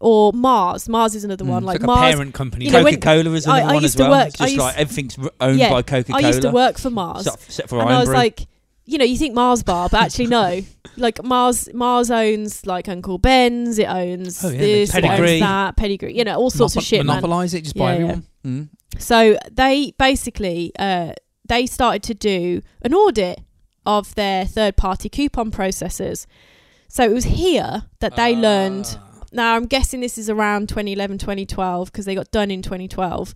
S2: or Mars. Mars is another one.
S3: Mm.
S2: Like,
S3: It's
S2: Mars.
S3: a parent company.
S2: You know, when-
S4: Coca Cola is
S2: I-
S4: another
S2: I
S4: one
S2: used
S4: as
S2: to
S4: well.
S2: work-
S4: it's
S2: I
S4: just
S2: used-
S4: like everything's r- owned
S2: Yeah,
S4: by Coca
S2: I
S4: Cola.
S2: used to work for Mars.
S4: Except for
S2: and
S4: Iron
S2: I was
S4: Brew.
S2: like, you know, you think Mars bar, but actually no. Like Mars, Mars owns like Uncle Ben's. It owns
S3: Oh, yeah, they
S2: this,
S3: just
S2: it
S4: Pedigree.
S2: owns that, pedigree. You know, all sorts of
S3: Monopo-
S2: shit, man.
S3: Monopolize it just by
S2: Yeah, yeah.
S3: everyone.
S4: Mm.
S2: So they basically uh, they started to do an audit of their third-party coupon processors. So it was here that
S3: Ah.
S2: they learned now I'm guessing this is around 2011, 2012 because they got done in 2012.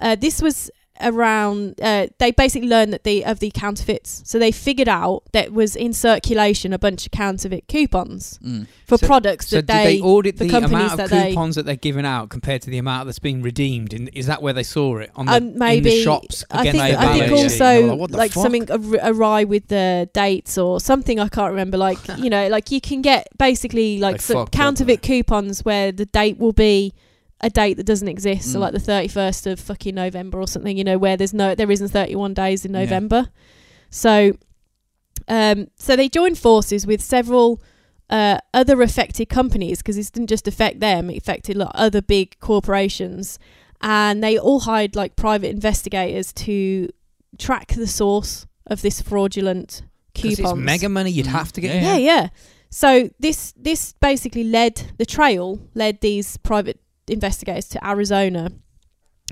S2: Uh, this was around uh, they basically learned that the of the counterfeits, so they figured out that was in circulation a bunch of counterfeit coupons
S4: Mm.
S2: for
S3: So-
S2: products
S3: So
S2: that
S3: did they,
S2: they.
S3: audit
S2: the
S3: the,
S2: companies
S3: amount
S2: that
S3: of
S2: they-
S3: coupons that they're giving out compared to the amount that's being redeemed? And is that where they saw it on the,
S2: Um,
S3: in
S2: maybe
S3: the shops?
S2: I think,
S3: against the
S2: I think
S3: balance sheet?
S2: also
S3: You're like, "What the
S2: like
S3: fuck?"
S2: something ar- awry with the dates or something I can't remember. Like you know, like you can get basically like
S3: They
S2: some
S3: fucked up,
S2: counterfeit coupons where the date will be a date that doesn't exist, so
S4: Mm.
S2: like the thirty first of fucking November or something. You know, where there's no there isn't thirty one days in
S4: Yeah.
S2: November. So, um, so they joined forces with several. Uh, other affected companies because this didn't just affect them; it affected like, other big corporations, and they all hired like private investigators to track the source of this fraudulent
S3: 'Cause
S2: coupons.
S3: It's mega money. You'd have to get.
S2: yeah,
S4: Yeah.
S2: yeah. So this this basically led the trail led these private investigators to Arizona,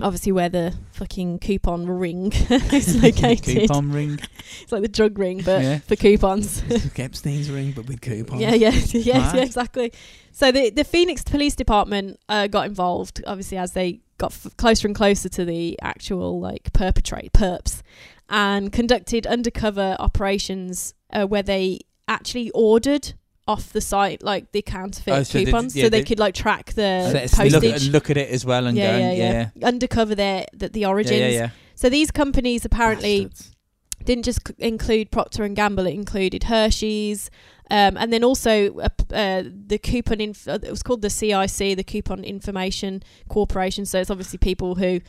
S2: obviously where the fucking coupon ring is located.
S4: Coupon ring.
S2: It's like the drug ring, but
S4: Yeah.
S2: for coupons.
S3: Epstein's ring, but with coupons.
S2: Yeah, yeah, yes,
S4: Mad.
S2: yeah, exactly. So the the Phoenix Police Department uh, got involved, obviously, as they got f- closer and closer to the actual like perpetrate perps, and conducted undercover operations uh, where they actually ordered off the site like the counterfeit
S4: Oh, so they-
S2: coupons,
S4: yeah,
S2: so they,
S4: they-
S2: could like track the
S3: So it's-
S4: We Look at,
S2: Uh, postage.
S4: look at it as well and
S2: yeah,
S4: go,
S2: yeah,
S4: yeah,
S2: yeah, Undercover their the, the
S4: yeah,
S2: origins.
S4: yeah, yeah.
S2: So these companies apparently
S3: Bastards.
S2: didn't just c- include Procter and Gamble; it included Hershey's, um, and then also uh, p- uh, the coupon. Inf- uh, it was called the CIC, the Coupon Information Corporation. So it's obviously people who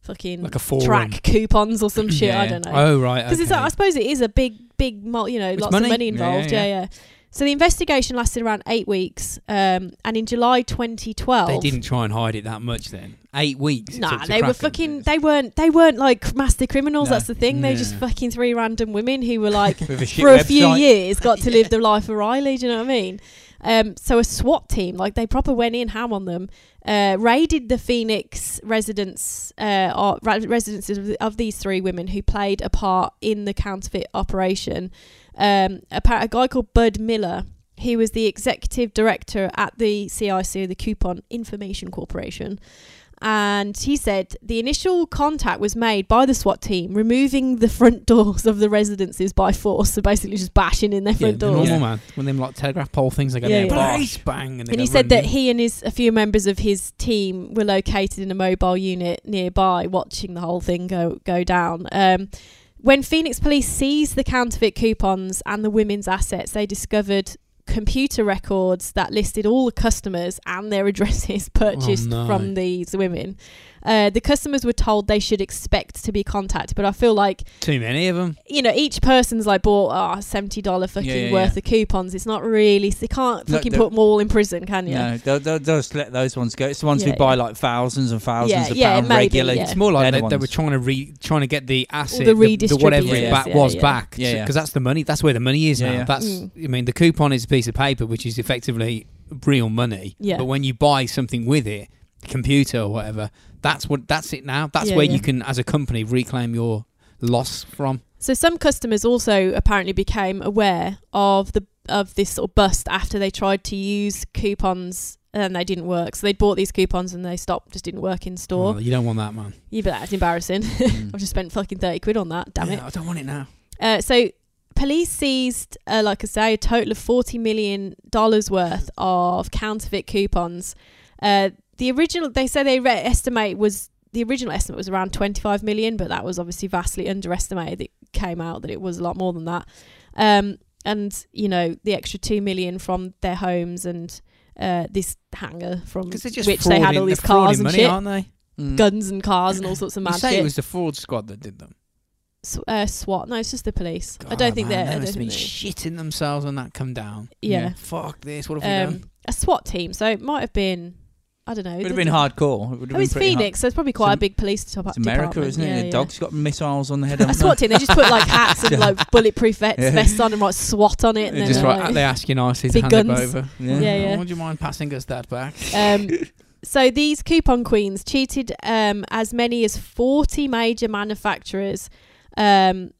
S2: fucking
S3: like a forum.
S2: track coupons or some shit. I
S4: Yeah.
S2: don't know
S3: Oh right,
S2: because it's
S3: okay.
S2: like, I suppose it is a big, big, mul- you know,
S3: It's
S2: lots
S3: money.
S2: of money
S4: Yeah,
S2: involved.
S4: yeah,
S2: Yeah, yeah. So the investigation lasted around eight weeks, um, and in July 2012,
S3: They didn't try and hide it that much then. Eight weeks. it took
S2: Nah,
S3: to
S2: they were
S3: crack 'em.
S2: fucking. They weren't. They weren't like master criminals.
S4: No.
S2: That's the thing. They were just
S3: Yeah.
S2: fucking three random women who were like
S4: With a shit
S2: for a
S4: website.
S2: few years got to live the life of Riley. Do you know what I mean? Um, so a SWAT team, like they proper went in ham on them, uh, raided the Phoenix residence uh, or ra- residences of, the, of these three women who played a part in the counterfeit operation. Um, a, par- a guy called Bud Miller. He was the executive director at the CIC, the Coupon Information Corporation. And he said the initial contact was made by the SWAT team, removing the front doors of the residences by force. So basically, just bashing in their
S3: Yeah,
S2: front
S3: the
S2: doors.
S3: normal
S4: Yeah.
S3: man. When them like telegraph pole things, they go
S2: Yeah,
S3: yeah,
S2: yeah.
S3: police bang, and, they
S2: And he
S3: go
S2: said
S3: running.
S2: that he and his a few members of his team were located in a mobile unit nearby, watching the whole thing go go down. Um, when Phoenix police seized the counterfeit coupons and the women's assets, they discovered computer records that listed all the customers and their addresses
S4: Oh,
S2: purchased
S3: no.
S2: from these women. Uh, the customers were told they should expect to be contacted, but I feel like
S3: too many of them.
S2: you know each person's like bought ah seventy dollar fucking
S4: yeah,
S2: worth
S4: yeah.
S2: of coupons. It's not really they can't
S4: No,
S2: fucking
S4: the-
S2: put them all in prison, can you?
S4: No, they'll, they'll, they'll just let those ones go. It's the ones
S2: Yeah,
S4: who buy like thousands and thousands
S2: Yeah,
S4: of
S2: yeah,
S4: pounds
S2: maybe,
S4: regularly.
S2: yeah.
S3: It's more like
S4: They're
S3: they,
S4: the
S3: they were
S4: ones.
S3: trying to re trying to get the asset,
S2: the
S3: the, the whatever
S4: redistributors,
S3: it back
S2: yeah,
S3: was
S2: yeah.
S3: back,
S4: Yeah, yeah.
S3: because that's the money. That's where the money is
S4: Yeah,
S3: now.
S4: yeah.
S3: That's
S2: Mm.
S3: I mean, the coupon is a piece of paper, which is effectively real money.
S2: Yeah.
S3: But when you buy something with it, computer or whatever, that's what that's it now. That's
S2: Yeah,
S3: where
S2: yeah.
S3: you can, as a company, reclaim your loss from.
S2: So some customers also apparently became aware of the of this sort of bust after they tried to use coupons and they didn't work. So they bought these coupons and they stopped, just didn't work in store.
S3: Oh, you don't want that, man.
S2: You bet that's embarrassing. I've just spent fucking thirty quid on that. Damn it.
S3: Yeah, I don't want it now.
S2: Uh, so police seized, uh, like I say, a total of forty million dollars worth of counterfeit coupons. Uh, the original, they say they re- estimate was the original estimate was around twenty five million, but that was obviously vastly underestimated. It came out that it was a lot more than that. Um, and you know the extra two million from their homes and uh, this hangar from
S3: Because they're just
S2: which they had all
S3: frauding-
S2: these
S3: they're frauding
S2: cars and
S3: money,
S2: shit,
S3: aren't they?
S4: Mm.
S2: guns and cars and all sorts of
S3: You
S2: mad
S3: say
S2: shit.
S3: it was the fraud squad that did them.
S2: S- uh, SWAT. No, it's just the police. I don't think they're. I
S3: they
S2: don't
S3: must have been
S2: think they-
S3: shitting themselves when that come down.
S2: yeah.
S3: Fuck this! What have we done?
S2: um, a SWAT team. So it might have been, I don't know.
S4: It would
S2: did-
S4: have been hardcore. It would
S2: It
S4: have been
S2: was
S4: pretty hard.
S2: Phoenix, so Oh, it's probably quite a
S4: Some-
S2: big police top-
S4: It's America,
S2: department.
S4: isn't it?
S2: Yeah,
S4: the
S2: yeah.
S4: dog's got missiles on the head.
S2: A
S4: haven't
S2: SWAT
S4: they?
S2: team. They just put like hats and like bulletproof vets,
S4: Yeah.
S2: vests on and write SWAT on it. And
S4: They're
S2: then
S3: just
S2: they're
S3: right,
S2: like-
S3: they ask you nicely to
S2: Big
S3: hand
S2: guns.
S3: it over.
S4: Yeah.
S2: Yeah,
S3: Oh,
S2: yeah.
S3: Would you mind passing us that back?
S2: Um, so these coupon queens cheated um, as many as 40 major manufacturers um,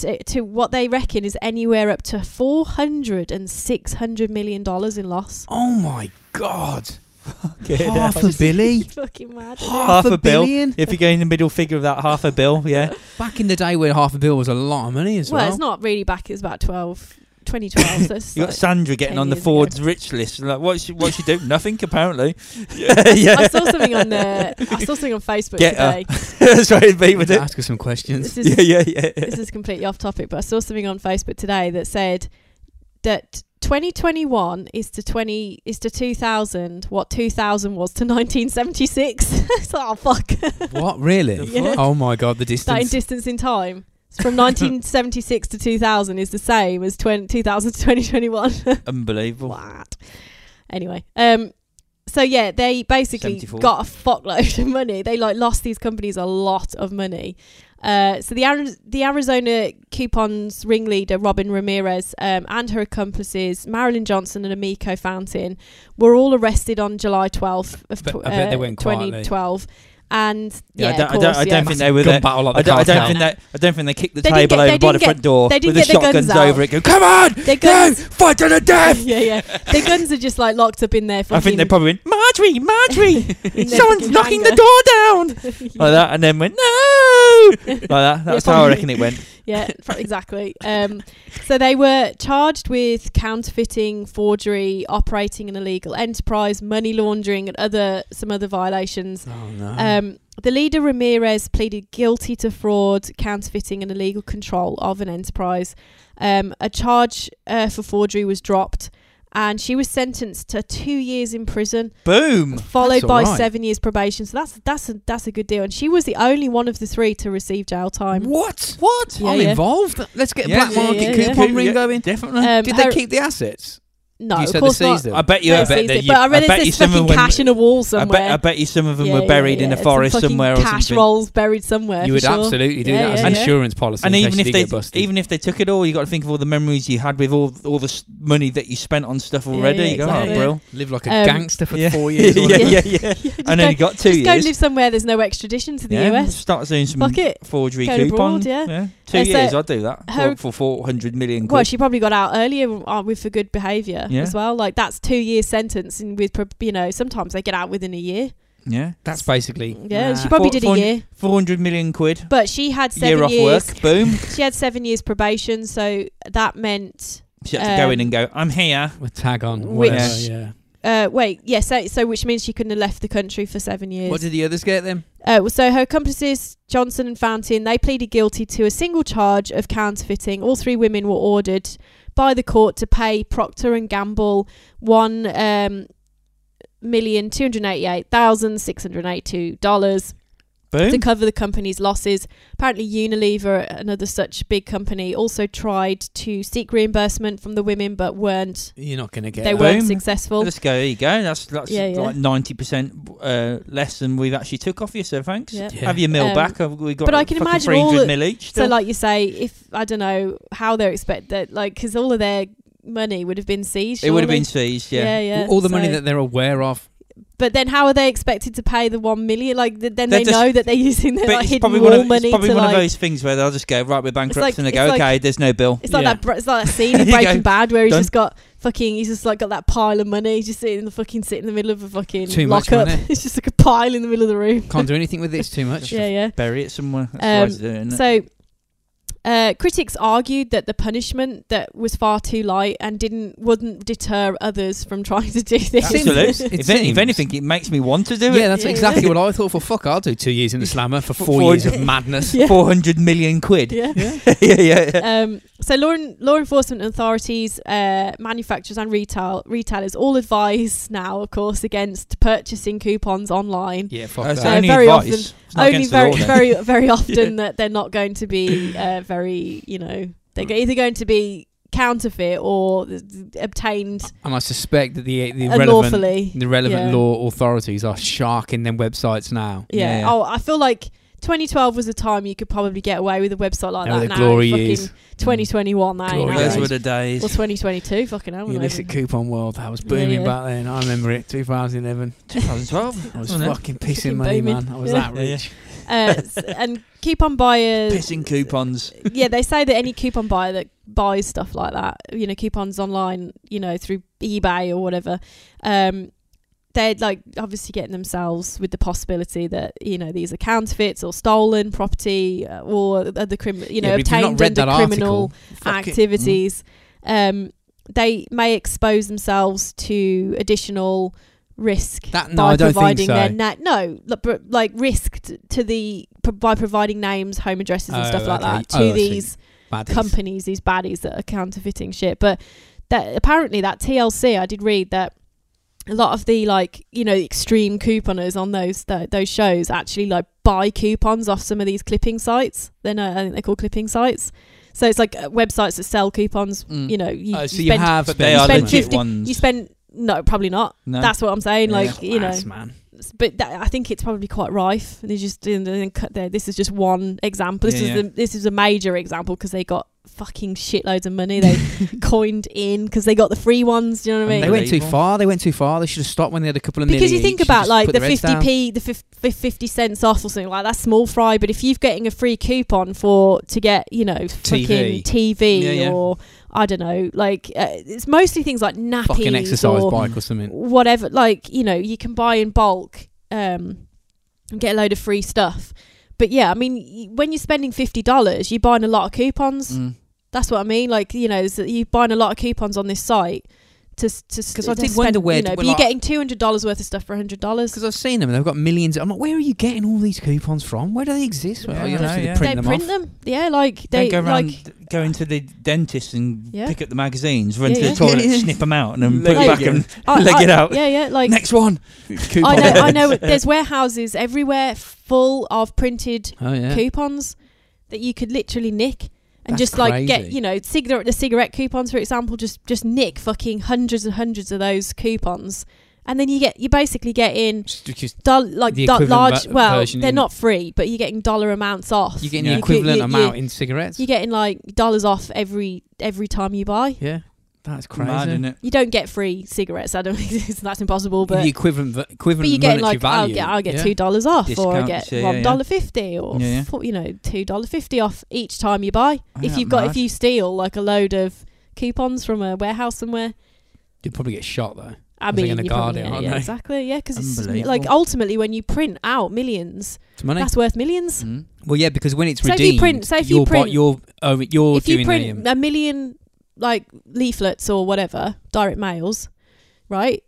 S2: to, to what they reckon is anywhere up to 400 and 600 million dollars in loss.
S3: Oh my god!
S4: Get out.
S3: Half a billy,
S2: It's fucking mad. isn't it?
S3: half a
S4: bill.
S3: billion.
S4: If you go in the middle figure of that half a bill, yeah.
S3: Back in the day, where half a bill was a lot of money as
S2: Well,
S3: well.
S2: it's not really back. It's about 12, 2012. so it's
S4: You got
S2: like-
S4: Sandra getting
S2: ten
S4: on the
S2: years ago.
S4: Ford's rich list. Like, what's she, what's she do? Nothing apparently. yeah, yeah.
S2: I saw something on the. I saw something on Facebook
S4: Get her.
S2: today.
S4: That's what it'd be,
S3: You have
S4: would
S3: to
S4: it?
S3: ask us some questions.
S2: This is
S4: Yeah, yeah, yeah.
S2: this is completely off topic, but I saw something on Facebook today that said that 2021 is to 20 is to 2000 what 2000 was to 1976. it's like, oh fuck,
S3: what really?
S4: The
S2: Yeah. fuck?
S3: Oh my god! The
S2: that in
S3: distance.
S2: distance in time. It's From 1976 to 2000 is the same as 20, 2000 to 2021.
S4: Unbelievable.
S2: What? Anyway, um, so yeah, they basically
S4: 74.
S2: got a fuckload of money. They like lost these companies a lot of money, Uh, so the Ari- the Arizona Coupon's ringleader Robin Ramirez um, and her accomplices Marilyn Johnson and Amico Fountain were all arrested on July 12th of
S3: Bet-
S2: tw-
S3: I bet they
S2: uh,
S3: went quietly.
S2: 2012. And
S4: Yeah, I
S2: yeah,
S4: don't-
S2: of
S4: I don't-
S2: course,
S4: I don't
S2: yeah.
S4: think they were
S3: gun
S4: there.
S3: battle at
S4: I
S3: the
S4: don't, I
S3: cartel.
S4: don't think they. I don't think they kicked the
S2: They didn't
S4: table
S2: get- they
S4: over by the
S2: didn't
S4: front door
S2: they didn't
S4: with the
S2: get their guns out.
S4: shotguns over it. Go, come on,
S2: Their
S4: go,
S2: guns-
S4: fight to the death.
S2: yeah, yeah. Their guns are just like locked up in there.
S4: I think they probably went, Marjorie, Marjorie,
S2: probably
S4: someone's knocking the door down
S2: door.
S4: like that, and then went no like that. That's how I
S2: probably.
S4: reckon it went.
S2: yeah, pro- exactly. Um, so they were charged with counterfeiting, forgery, operating an illegal enterprise, money laundering, and other some other violations.
S3: Oh no.
S2: Um, the leader Ramirez pleaded guilty to fraud, counterfeiting, and illegal control of an enterprise. Um, a charge uh, for forgery was dropped, and she was sentenced to two years in prison
S4: Boom.
S2: followed
S3: Mm, That's
S2: by
S3: alright.
S2: seven years probation. So that's that's a, that's a good deal. And she was the only one of the three to receive jail time.
S3: what? What?
S2: Yeah,
S3: I'm
S2: yeah.
S3: involved. Let's get a
S4: Yeah,
S3: black
S2: yeah,
S3: market
S2: yeah, yeah.
S3: coupon
S4: Yeah,
S3: ring
S4: yeah.
S3: going.
S4: Definitely.
S2: Um,
S3: Did they
S2: her-
S3: keep the assets?
S2: No,
S3: you
S2: of
S3: said
S2: course
S3: they
S2: not.
S3: seized them.
S4: I bet you.
S2: They
S4: I bet
S2: seized
S4: that
S2: it,
S4: you.
S2: but I read
S4: bet
S2: there's
S4: you
S2: this
S4: some of
S2: fucking
S4: them.
S2: cash in a wall
S4: I
S2: somewhere.
S4: bet. I bet you some of them
S2: Yeah,
S4: were
S2: yeah,
S4: buried in
S2: yeah.
S4: a
S2: Some
S4: forest
S2: fucking
S4: somewhere or
S2: Cash
S4: something.
S2: rolls buried somewhere.
S3: you
S2: Uh, for
S3: would
S2: sure.
S3: absolutely do
S2: Yeah,
S3: that as
S2: yeah,
S3: an
S2: yeah.
S3: insurance policy.
S4: And
S3: in
S4: even
S3: case
S4: if
S3: you
S4: they
S3: did get busted.
S4: even if they took it all, you got to think of all the memories you had with all all the s- money that you spent on stuff
S2: Yeah,
S4: already.
S2: yeah,
S4: you go,
S2: exactly.
S4: oh, bro.
S3: live like a
S2: Um,
S3: gangster for
S4: yeah.
S3: four years. or
S4: yeah,
S3: whatever.
S4: yeah, yeah.
S2: Yeah, just
S4: And then you
S2: go,
S4: got two
S2: just go
S4: years.
S2: live somewhere there's no extradition to the
S4: yeah,
S2: US.
S4: Start doing some
S2: Fuck it.
S4: forgery
S2: Go abroad,
S4: coupons.
S2: yeah.
S4: Two
S2: Uh, so
S4: years, I'd do that
S2: her-
S4: for, for four hundred million quid.
S2: Well, she probably got out earlier uh, with for good behaviour
S4: Yeah.
S2: as well. Like that's two years sentence, and with prob- you know sometimes they get out within a year.
S4: yeah,
S3: That's basically.
S2: Yeah,
S3: Nah.
S2: she probably
S4: Four-
S2: did a
S4: four-
S2: year,
S4: four hundred million quid.
S2: but she had seven
S4: Year off
S2: years.
S4: work. Boom.
S2: She had seven years probation, so that meant
S4: She had to go in
S2: Um,
S4: and go. I'm here.
S3: With tag on.
S2: Which-
S3: whatever, yeah.
S2: uh, wait, yes, so, so which means she couldn't have left the country for seven years.
S3: What did the others get then?
S2: Uh, well, so her accomplices Johnson and Fountain they pleaded guilty to a single charge of counterfeiting. All three women were ordered by the court to pay Procter and Gamble one um, million two hundred eighty-eight thousand six hundred eighty-two dollars to
S4: Boom.
S2: cover the company's losses. Apparently, Unilever, another such big company, also tried to seek reimbursement from the women but weren't.
S3: You're not going to get
S2: They
S3: that.
S4: were-
S2: weren't
S4: Boom.
S2: successful.
S4: Let's go. There you go. That's, that's
S2: Yeah, yeah.
S4: like ninety percent uh, less than we've actually took off you. So thanks.
S2: Yeah.
S3: Yeah.
S4: Have your meal
S2: Um,
S4: back. Have we got?
S2: but I can
S4: fucking
S2: imagine
S4: 300
S2: all the-
S4: mil each.
S2: So,
S4: still?
S2: like you say, if I don't know how they're expect that, like, because all of their money would have been seized.
S4: it would have been
S2: surely.
S4: seized.
S2: yeah,
S4: Yeah.
S2: yeah.
S3: All the money
S2: so-
S3: that they're aware of.
S2: But then, how are they expected to pay the one million? Like, th- then
S4: They're
S2: they
S4: just-
S2: know that they're using their
S4: But
S2: like,
S4: it's
S2: hidden
S4: probably
S2: wall
S4: one, of,
S2: money
S4: it's probably
S2: to
S4: one
S2: like.
S4: of those things where they'll just go right. We're bankrupt,
S2: like-
S4: and they
S2: it's
S4: go,
S2: like-
S4: okay, there's no bill.
S2: It's like
S3: Yeah.
S2: that. Br- it's like that scene in
S4: You go,
S2: Breaking Bad where he's
S4: "Done."
S2: just got fucking. He's just like got that pile of money. He's just sitting in the fucking sit in the middle of a fucking
S3: Too much
S2: lockup.
S3: money.
S2: it's just like a pile in the middle of the room.
S3: Can't do anything with it. It's too much.
S2: yeah, yeah.
S4: Bury it somewhere.
S2: Um,
S4: That's the way to do it, isn't it?
S2: So, uh, critics argued that the punishment that was far too light and didn't wouldn't deter others from trying to do this.
S4: Absolutely.
S3: It
S4: if, any- if
S3: seems-
S4: anything, it makes me want to do
S3: Yeah,
S4: it.
S3: that's
S2: Yeah,
S3: exactly what I thought. For fuck, I'll do two years in the slammer for
S4: For
S3: four,
S4: four
S3: years of
S2: years.
S3: madness.
S2: Yeah.
S4: Four hundred million quid.
S2: yeah.
S4: yeah, yeah, yeah.
S2: um, so law, en- law enforcement authorities, uh, manufacturers and retail retailers all advise now, of course, against purchasing coupons online.
S3: Yeah, fuck
S4: That's
S3: that.
S4: only
S2: very
S4: advice.
S2: often-
S4: It's not
S2: Only
S4: against the
S2: very,
S4: law, then.
S2: very, very often that they're not going to be uh, very, you know, they're
S4: Hmm.
S2: go- either going to be counterfeit or th- th- obtained
S3: And I suspect that the the relevant
S2: unlawfully.
S3: the relevant
S2: Yeah.
S3: law authorities are sharking them websites now.
S2: Yeah.
S4: Yeah.
S2: Oh, I feel like 2012 was a time you could probably get away with a website like
S3: Now
S2: that
S3: the
S2: now.
S3: glory
S2: Fucking
S3: years.
S2: 2021, that ain't
S3: Glory
S2: happening.
S4: Those
S3: days.
S4: were the days.
S2: Or 2022, fucking hell.
S3: The illicit
S2: whatever.
S3: coupon world that was booming
S2: yeah.
S3: back then. I remember it, 2011.
S4: 2012.
S3: I was
S4: Wasn't it?
S3: fucking pissing
S2: Fucking
S3: money,
S2: booming.
S3: man. I was
S2: Yeah.
S3: that
S4: Yeah, yeah.
S3: rich.
S2: Uh, s- and coupon buyers.
S4: Pissing coupons.
S2: yeah, they say that any coupon buyer that buys stuff like that, you know, coupons online, you know, through eBay or whatever, um, they're like obviously getting themselves with the possibility that you know these are counterfeits or stolen property uh, or other criminal, you know,
S3: Yeah, but if you've
S2: obtained
S3: not read
S2: under
S3: that
S2: criminal
S3: article, fuck it.
S2: activities. Um, they may expose themselves to additional risk
S3: That- no,
S2: by
S3: I don't think
S2: providing
S3: so.
S2: their na- no li- pr- like risk t- to the p- by providing names, home addresses, and
S3: Oh,
S2: stuff like
S3: okay.
S2: that to
S3: Oh, I see.
S2: these
S3: Baddies.
S2: companies, these baddies that are counterfeiting shit. But that apparently that TLC, I did read that a lot of the like you know extreme couponers on those th- those shows actually like buy coupons off some of these clipping sites. Then uh, I think they're called clipping sites. So it's like uh, websites that sell coupons.
S4: Mm.
S2: You know, you,
S3: Oh, so
S2: you
S3: you
S2: spend
S3: have,
S4: But they are
S2: spend
S4: legit
S2: 50
S4: ones.
S2: you spend no, probably not.
S4: No.
S2: That's what I'm saying.
S4: Yeah.
S2: Like you know,
S3: Class, man.
S2: S- but that, I think it's probably quite rife. And they just didn't didn't cut there. This is just one example. This is
S4: Yeah, yeah.
S2: The, this is a major example because they got fucking shitloads of money they coined in because they got the free ones. Do you know what I
S4: And
S2: mean?
S3: They went too
S4: Unbelievable.
S3: far. They went too far. They should have stopped when they had a couple of
S2: because
S3: million
S2: you think
S3: each and
S2: about
S3: just
S2: like
S3: put
S2: the
S3: reds down.
S2: 50p the fif- fif- 50 cents off or something like that's small fry but if you're getting a free coupon for to get you know fucking
S4: TV.
S2: tv
S4: Yeah, yeah.
S2: or i don't know like uh, it's mostly things like nappies
S3: fucking exercise
S2: or
S3: bike or something.
S2: whatever like you know you can buy in bulk um and get a load of free stuff but yeah i mean y- when you're spending $50 you're buying a lot of coupons
S4: Mm.
S2: that's what i mean like you know is that you're buying a lot of coupons on this site to because
S3: I did wonder where
S2: you
S3: d-
S2: know, but
S3: well,
S2: you're
S3: like-
S2: getting $200 worth of stuff for $100
S3: Because I've seen them, and they've got millions. I'm like, where are you getting all these coupons from? Where do they exist? Well,
S4: Yeah,
S3: you
S4: I
S3: know,
S4: know,
S3: they
S4: yeah.
S3: print
S2: they
S3: them
S2: print
S3: off.
S2: them. Yeah, like
S4: They
S2: they
S4: go around,
S2: like
S4: go into the dentist and
S2: Yeah.
S4: pick up the magazines, run
S2: Yeah,
S4: to
S2: yeah.
S4: the toilet,
S3: Yeah.
S4: snip them out, and then
S3: Leg
S4: put
S2: it
S4: it back
S3: again.
S4: and
S2: I-
S4: leg
S2: I-
S4: it out.
S2: Yeah, yeah, like
S4: Next one.
S2: I know, I know. There's warehouses everywhere full of printed
S3: Oh yeah.
S2: coupons that you could literally nick and
S3: That's
S2: just like get
S3: crazy.
S2: you know cigarette the cigarette coupons for example. Just just nick fucking hundreds and hundreds of those coupons, and then you get you basically get in
S3: Just- just-
S2: dol- like
S3: The
S2: dol-
S3: equivalent
S2: large.
S3: ver-
S2: well,
S3: version
S2: they're
S3: in-
S2: not free, but you're getting dollar amounts off.
S3: You're getting
S4: Yeah.
S3: the
S2: You could-
S3: equivalent
S2: you-
S3: amount
S2: You,
S3: in cigarettes.
S2: you're getting like dollars off every every time you buy.
S3: yeah, that's crazy.
S4: Mad, isn't it?
S2: You don't get free cigarettes. I don't exist. That's impossible. But
S3: the equivalent v- equivalent
S2: but you get
S3: monetary
S2: like I'll
S3: value.
S2: get I'll get
S3: yeah.
S2: two dollars off, or I
S4: Discounts,
S2: get
S4: yeah, yeah,
S2: one
S4: yeah.
S2: dollar fifty, or
S4: Yeah, yeah.
S2: four- you know two dollar fifty off each time you buy.
S4: Oh,
S2: if
S4: yeah,
S2: you've got if
S4: mad.
S2: you steal like a load of coupons from a warehouse somewhere,
S3: You'd probably get shot though.
S2: I
S3: They're
S2: mean
S3: gonna
S2: you
S3: guard
S2: probably,
S3: it,
S2: yeah,
S3: aren't
S2: yeah,
S3: they?
S2: exactly yeah because it's like
S4: Unbelievable.
S2: ultimately when you print out millions,
S3: It's money.
S2: that's worth millions.
S4: Mm.
S3: well, yeah, because when it's
S2: So if you
S3: redeemed,
S2: print- so if you
S3: you're, bu-
S2: print-
S3: you're, uh, you're
S2: if you
S3: doing
S2: print
S3: um,
S2: a million like leaflets or whatever direct mails, right?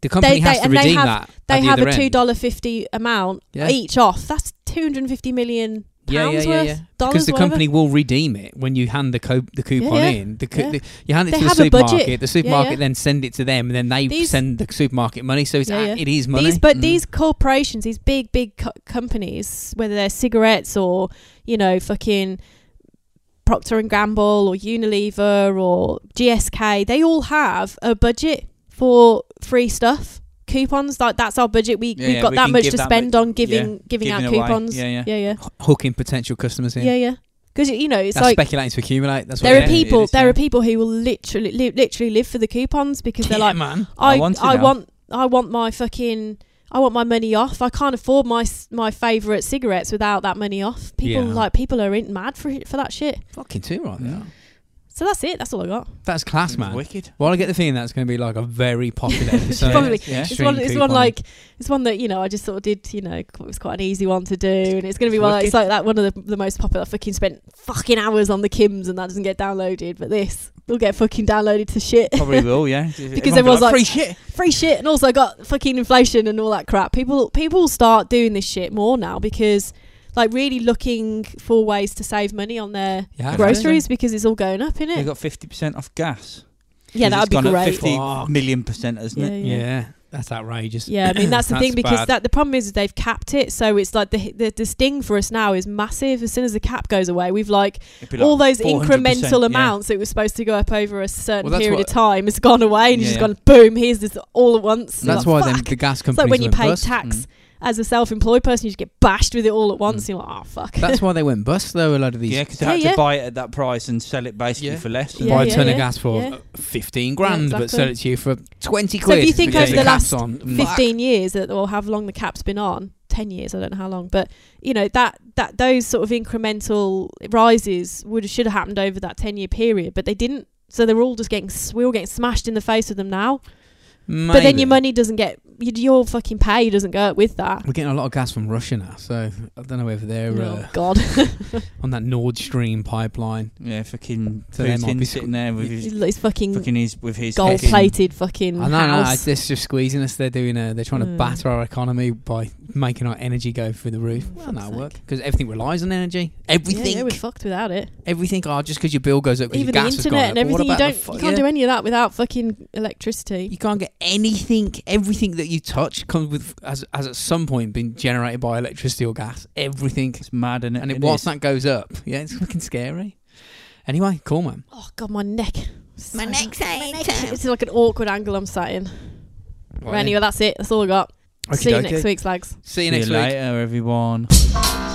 S3: the company
S2: they-
S3: has to
S2: and they
S3: redeem
S2: have-
S3: that. at
S2: They
S3: the
S2: have
S3: other
S2: a two
S3: end.
S2: dollar fifty amount
S3: Yeah.
S2: each off. That's two hundred and fifty million pounds
S3: Yeah, yeah, yeah,
S2: worth.
S3: yeah.
S2: Dollars,
S3: Because the
S2: whatever.
S3: company will redeem it when you hand the, co- the coupon
S2: yeah.
S3: in. The co-
S2: Yeah.
S3: the- you hand it
S2: They
S3: to the
S2: have a budget.
S3: supermarket. The supermarket
S2: yeah.
S3: then send it to them, and then they
S2: These-
S3: send the supermarket money. So it's
S2: Yeah,
S3: a-
S2: yeah.
S3: it is money.
S2: These, but
S4: Mm.
S2: these corporations, these big, big co- companies, whether they're cigarettes or you know, fucking Procter and Gamble or Unilever or GSK, they all have a budget for free stuff, coupons. Like that's our budget. We
S4: Yeah,
S2: we've
S4: yeah,
S2: got
S4: we
S2: that
S4: can
S2: much
S4: give
S2: to
S4: that
S2: spend
S4: much-
S2: on giving
S4: yeah,
S2: giving, out
S4: away.
S2: coupons.
S4: Yeah, yeah.
S2: yeah, yeah,
S3: hooking potential customers in.
S2: yeah, yeah. Because you know, it's
S3: That's
S2: like
S3: speculating to accumulate. That's what
S2: there
S4: yeah,
S2: are
S3: it
S4: it
S3: is.
S2: people,
S4: is,
S2: there
S4: yeah.
S2: are people who will literally, li- literally live for the coupons because they're
S3: Yeah,
S2: like,
S3: man.
S2: I,
S4: I
S2: I
S4: want
S2: want
S4: it
S2: I
S4: now.
S2: want my fucking I want my money off. I can't afford my s- my favorite cigarettes without that money off. People
S3: Yeah.
S2: like people are in mad for for that shit.
S3: Fucking too right there.
S4: Mm.
S2: So that's it. That's all I got.
S3: That's class, man.
S4: Wicked.
S3: Well, I get the feeling that's going to be like a very popular episode.
S2: Probably.
S4: Yeah.
S2: It's
S3: Extreme
S2: one, it's one
S3: couponing.
S2: like it's one that you know I just sort of did you know it was quite an easy one to do and it's gonna be
S4: It's
S2: one like, it's like
S4: wicked.
S2: that one of the, the most popular. I fucking spent fucking hours on the Kims and that doesn't get downloaded, but this will get fucking downloaded to shit.
S4: Probably will, yeah. Everyone be
S2: everyone's like-
S4: free shit.
S2: free shit and also I got fucking inflation and all that crap. People people start doing this shit more now because like really looking for ways to save money on their
S3: Yeah,
S2: groceries because it's all going up, innit?
S4: They
S2: it?
S4: got fifty percent off gas.
S2: yeah, that would
S4: Because it's
S2: be
S4: gone up
S2: great.
S4: Fifty
S3: Fuck.
S4: million percent, isn't
S2: Yeah,
S4: it?
S2: yeah.
S3: Yeah, that's outrageous.
S2: Yeah, I mean that's the thing
S3: That's
S2: because
S3: bad.
S2: that the problem is that they've capped it, so it's like the, the the sting for us now is massive. As soon as the cap goes away, we've like,
S4: It'd be
S2: all
S4: like
S2: those
S4: 400%,
S2: incremental
S4: yeah.
S2: amounts that was supposed to go up over a certain
S3: Well, that's
S2: period of
S3: what-
S2: time has gone away, and you
S4: Yeah,
S2: just
S4: yeah.
S2: gone boom. Here's this all at once.
S3: That's
S2: You're
S3: why
S2: like,
S3: then
S2: "Fuck."
S3: the gas
S2: It's
S3: companies
S2: like when you
S3: went
S2: pay
S3: bust.
S2: tax
S4: Mm.
S2: as a self-employed person, you just get bashed with it all at once.
S4: Mm.
S2: You're like, oh fuck.
S3: That's why they went bust though. A lot of these
S4: Yeah, because they
S2: Yeah,
S4: had
S2: yeah.
S4: to buy it at that price and sell it basically
S3: Yeah.
S4: for less.
S2: Yeah,
S3: buy
S2: yeah,
S3: a ton
S2: yeah.
S3: of gas for
S2: Yeah.
S3: fifteen grand, but
S2: exactly.
S3: sell it to you for twenty
S2: So if
S3: quid.
S2: you think
S3: because
S2: over the last
S3: cap's on. Fuck.
S2: 15 years that or however long the cap's been on 10 years i don't know how long but you know that that those sort of incremental rises would should have happened over that 10 year period but they didn't so they're all just getting s- we're all getting smashed in the face with them now but then
S3: Maybe.
S2: your money doesn't get your, your fucking pay doesn't go up with that
S3: We're getting a lot of gas from Russia now, so I don't know whether they're uh,
S2: oh god
S3: on that Nord Stream pipeline.
S4: Yeah, fucking
S3: So they might
S4: Putin
S3: be
S4: sitting there with his
S2: it's fucking,
S4: fucking his with his
S2: gold
S4: fucking-
S2: plated fucking
S3: I know, no,
S2: Mm. house
S3: it's it's just squeezing us. They're doing, uh, they're trying to
S2: Mm.
S3: batter our economy by making our energy go through the roof. Well,
S2: fuck's
S3: that'll
S2: sake.
S3: work because everything relies on energy.
S2: yeah,
S3: Everything,
S2: yeah, we're fucked without it.
S3: everything. Oh, just because your bill goes up, 'cause
S2: Even
S3: your
S2: the
S3: gas has gone
S2: internet
S3: up.
S2: and
S3: but what
S2: everything. You
S3: about the
S2: don't,
S3: fu-
S2: you can't
S3: yeah.
S2: do any of that without fucking electricity.
S3: You can't get anything. Everything that you touch comes with as as at some point been generated by electricity or gas. Everything,
S4: It's mad, isn't it?
S3: and it,
S4: It
S3: once
S4: is.
S3: that goes up, yeah, it's fucking scary. Anyway, cool man.
S2: Oh god, my neck. My neck's aching. It's like an awkward angle I'm sat in. Well, anyway, that's it. That's all I got. See you
S3: Okey-dokey.
S2: next week, slags.
S3: See you next week.
S4: later, everyone.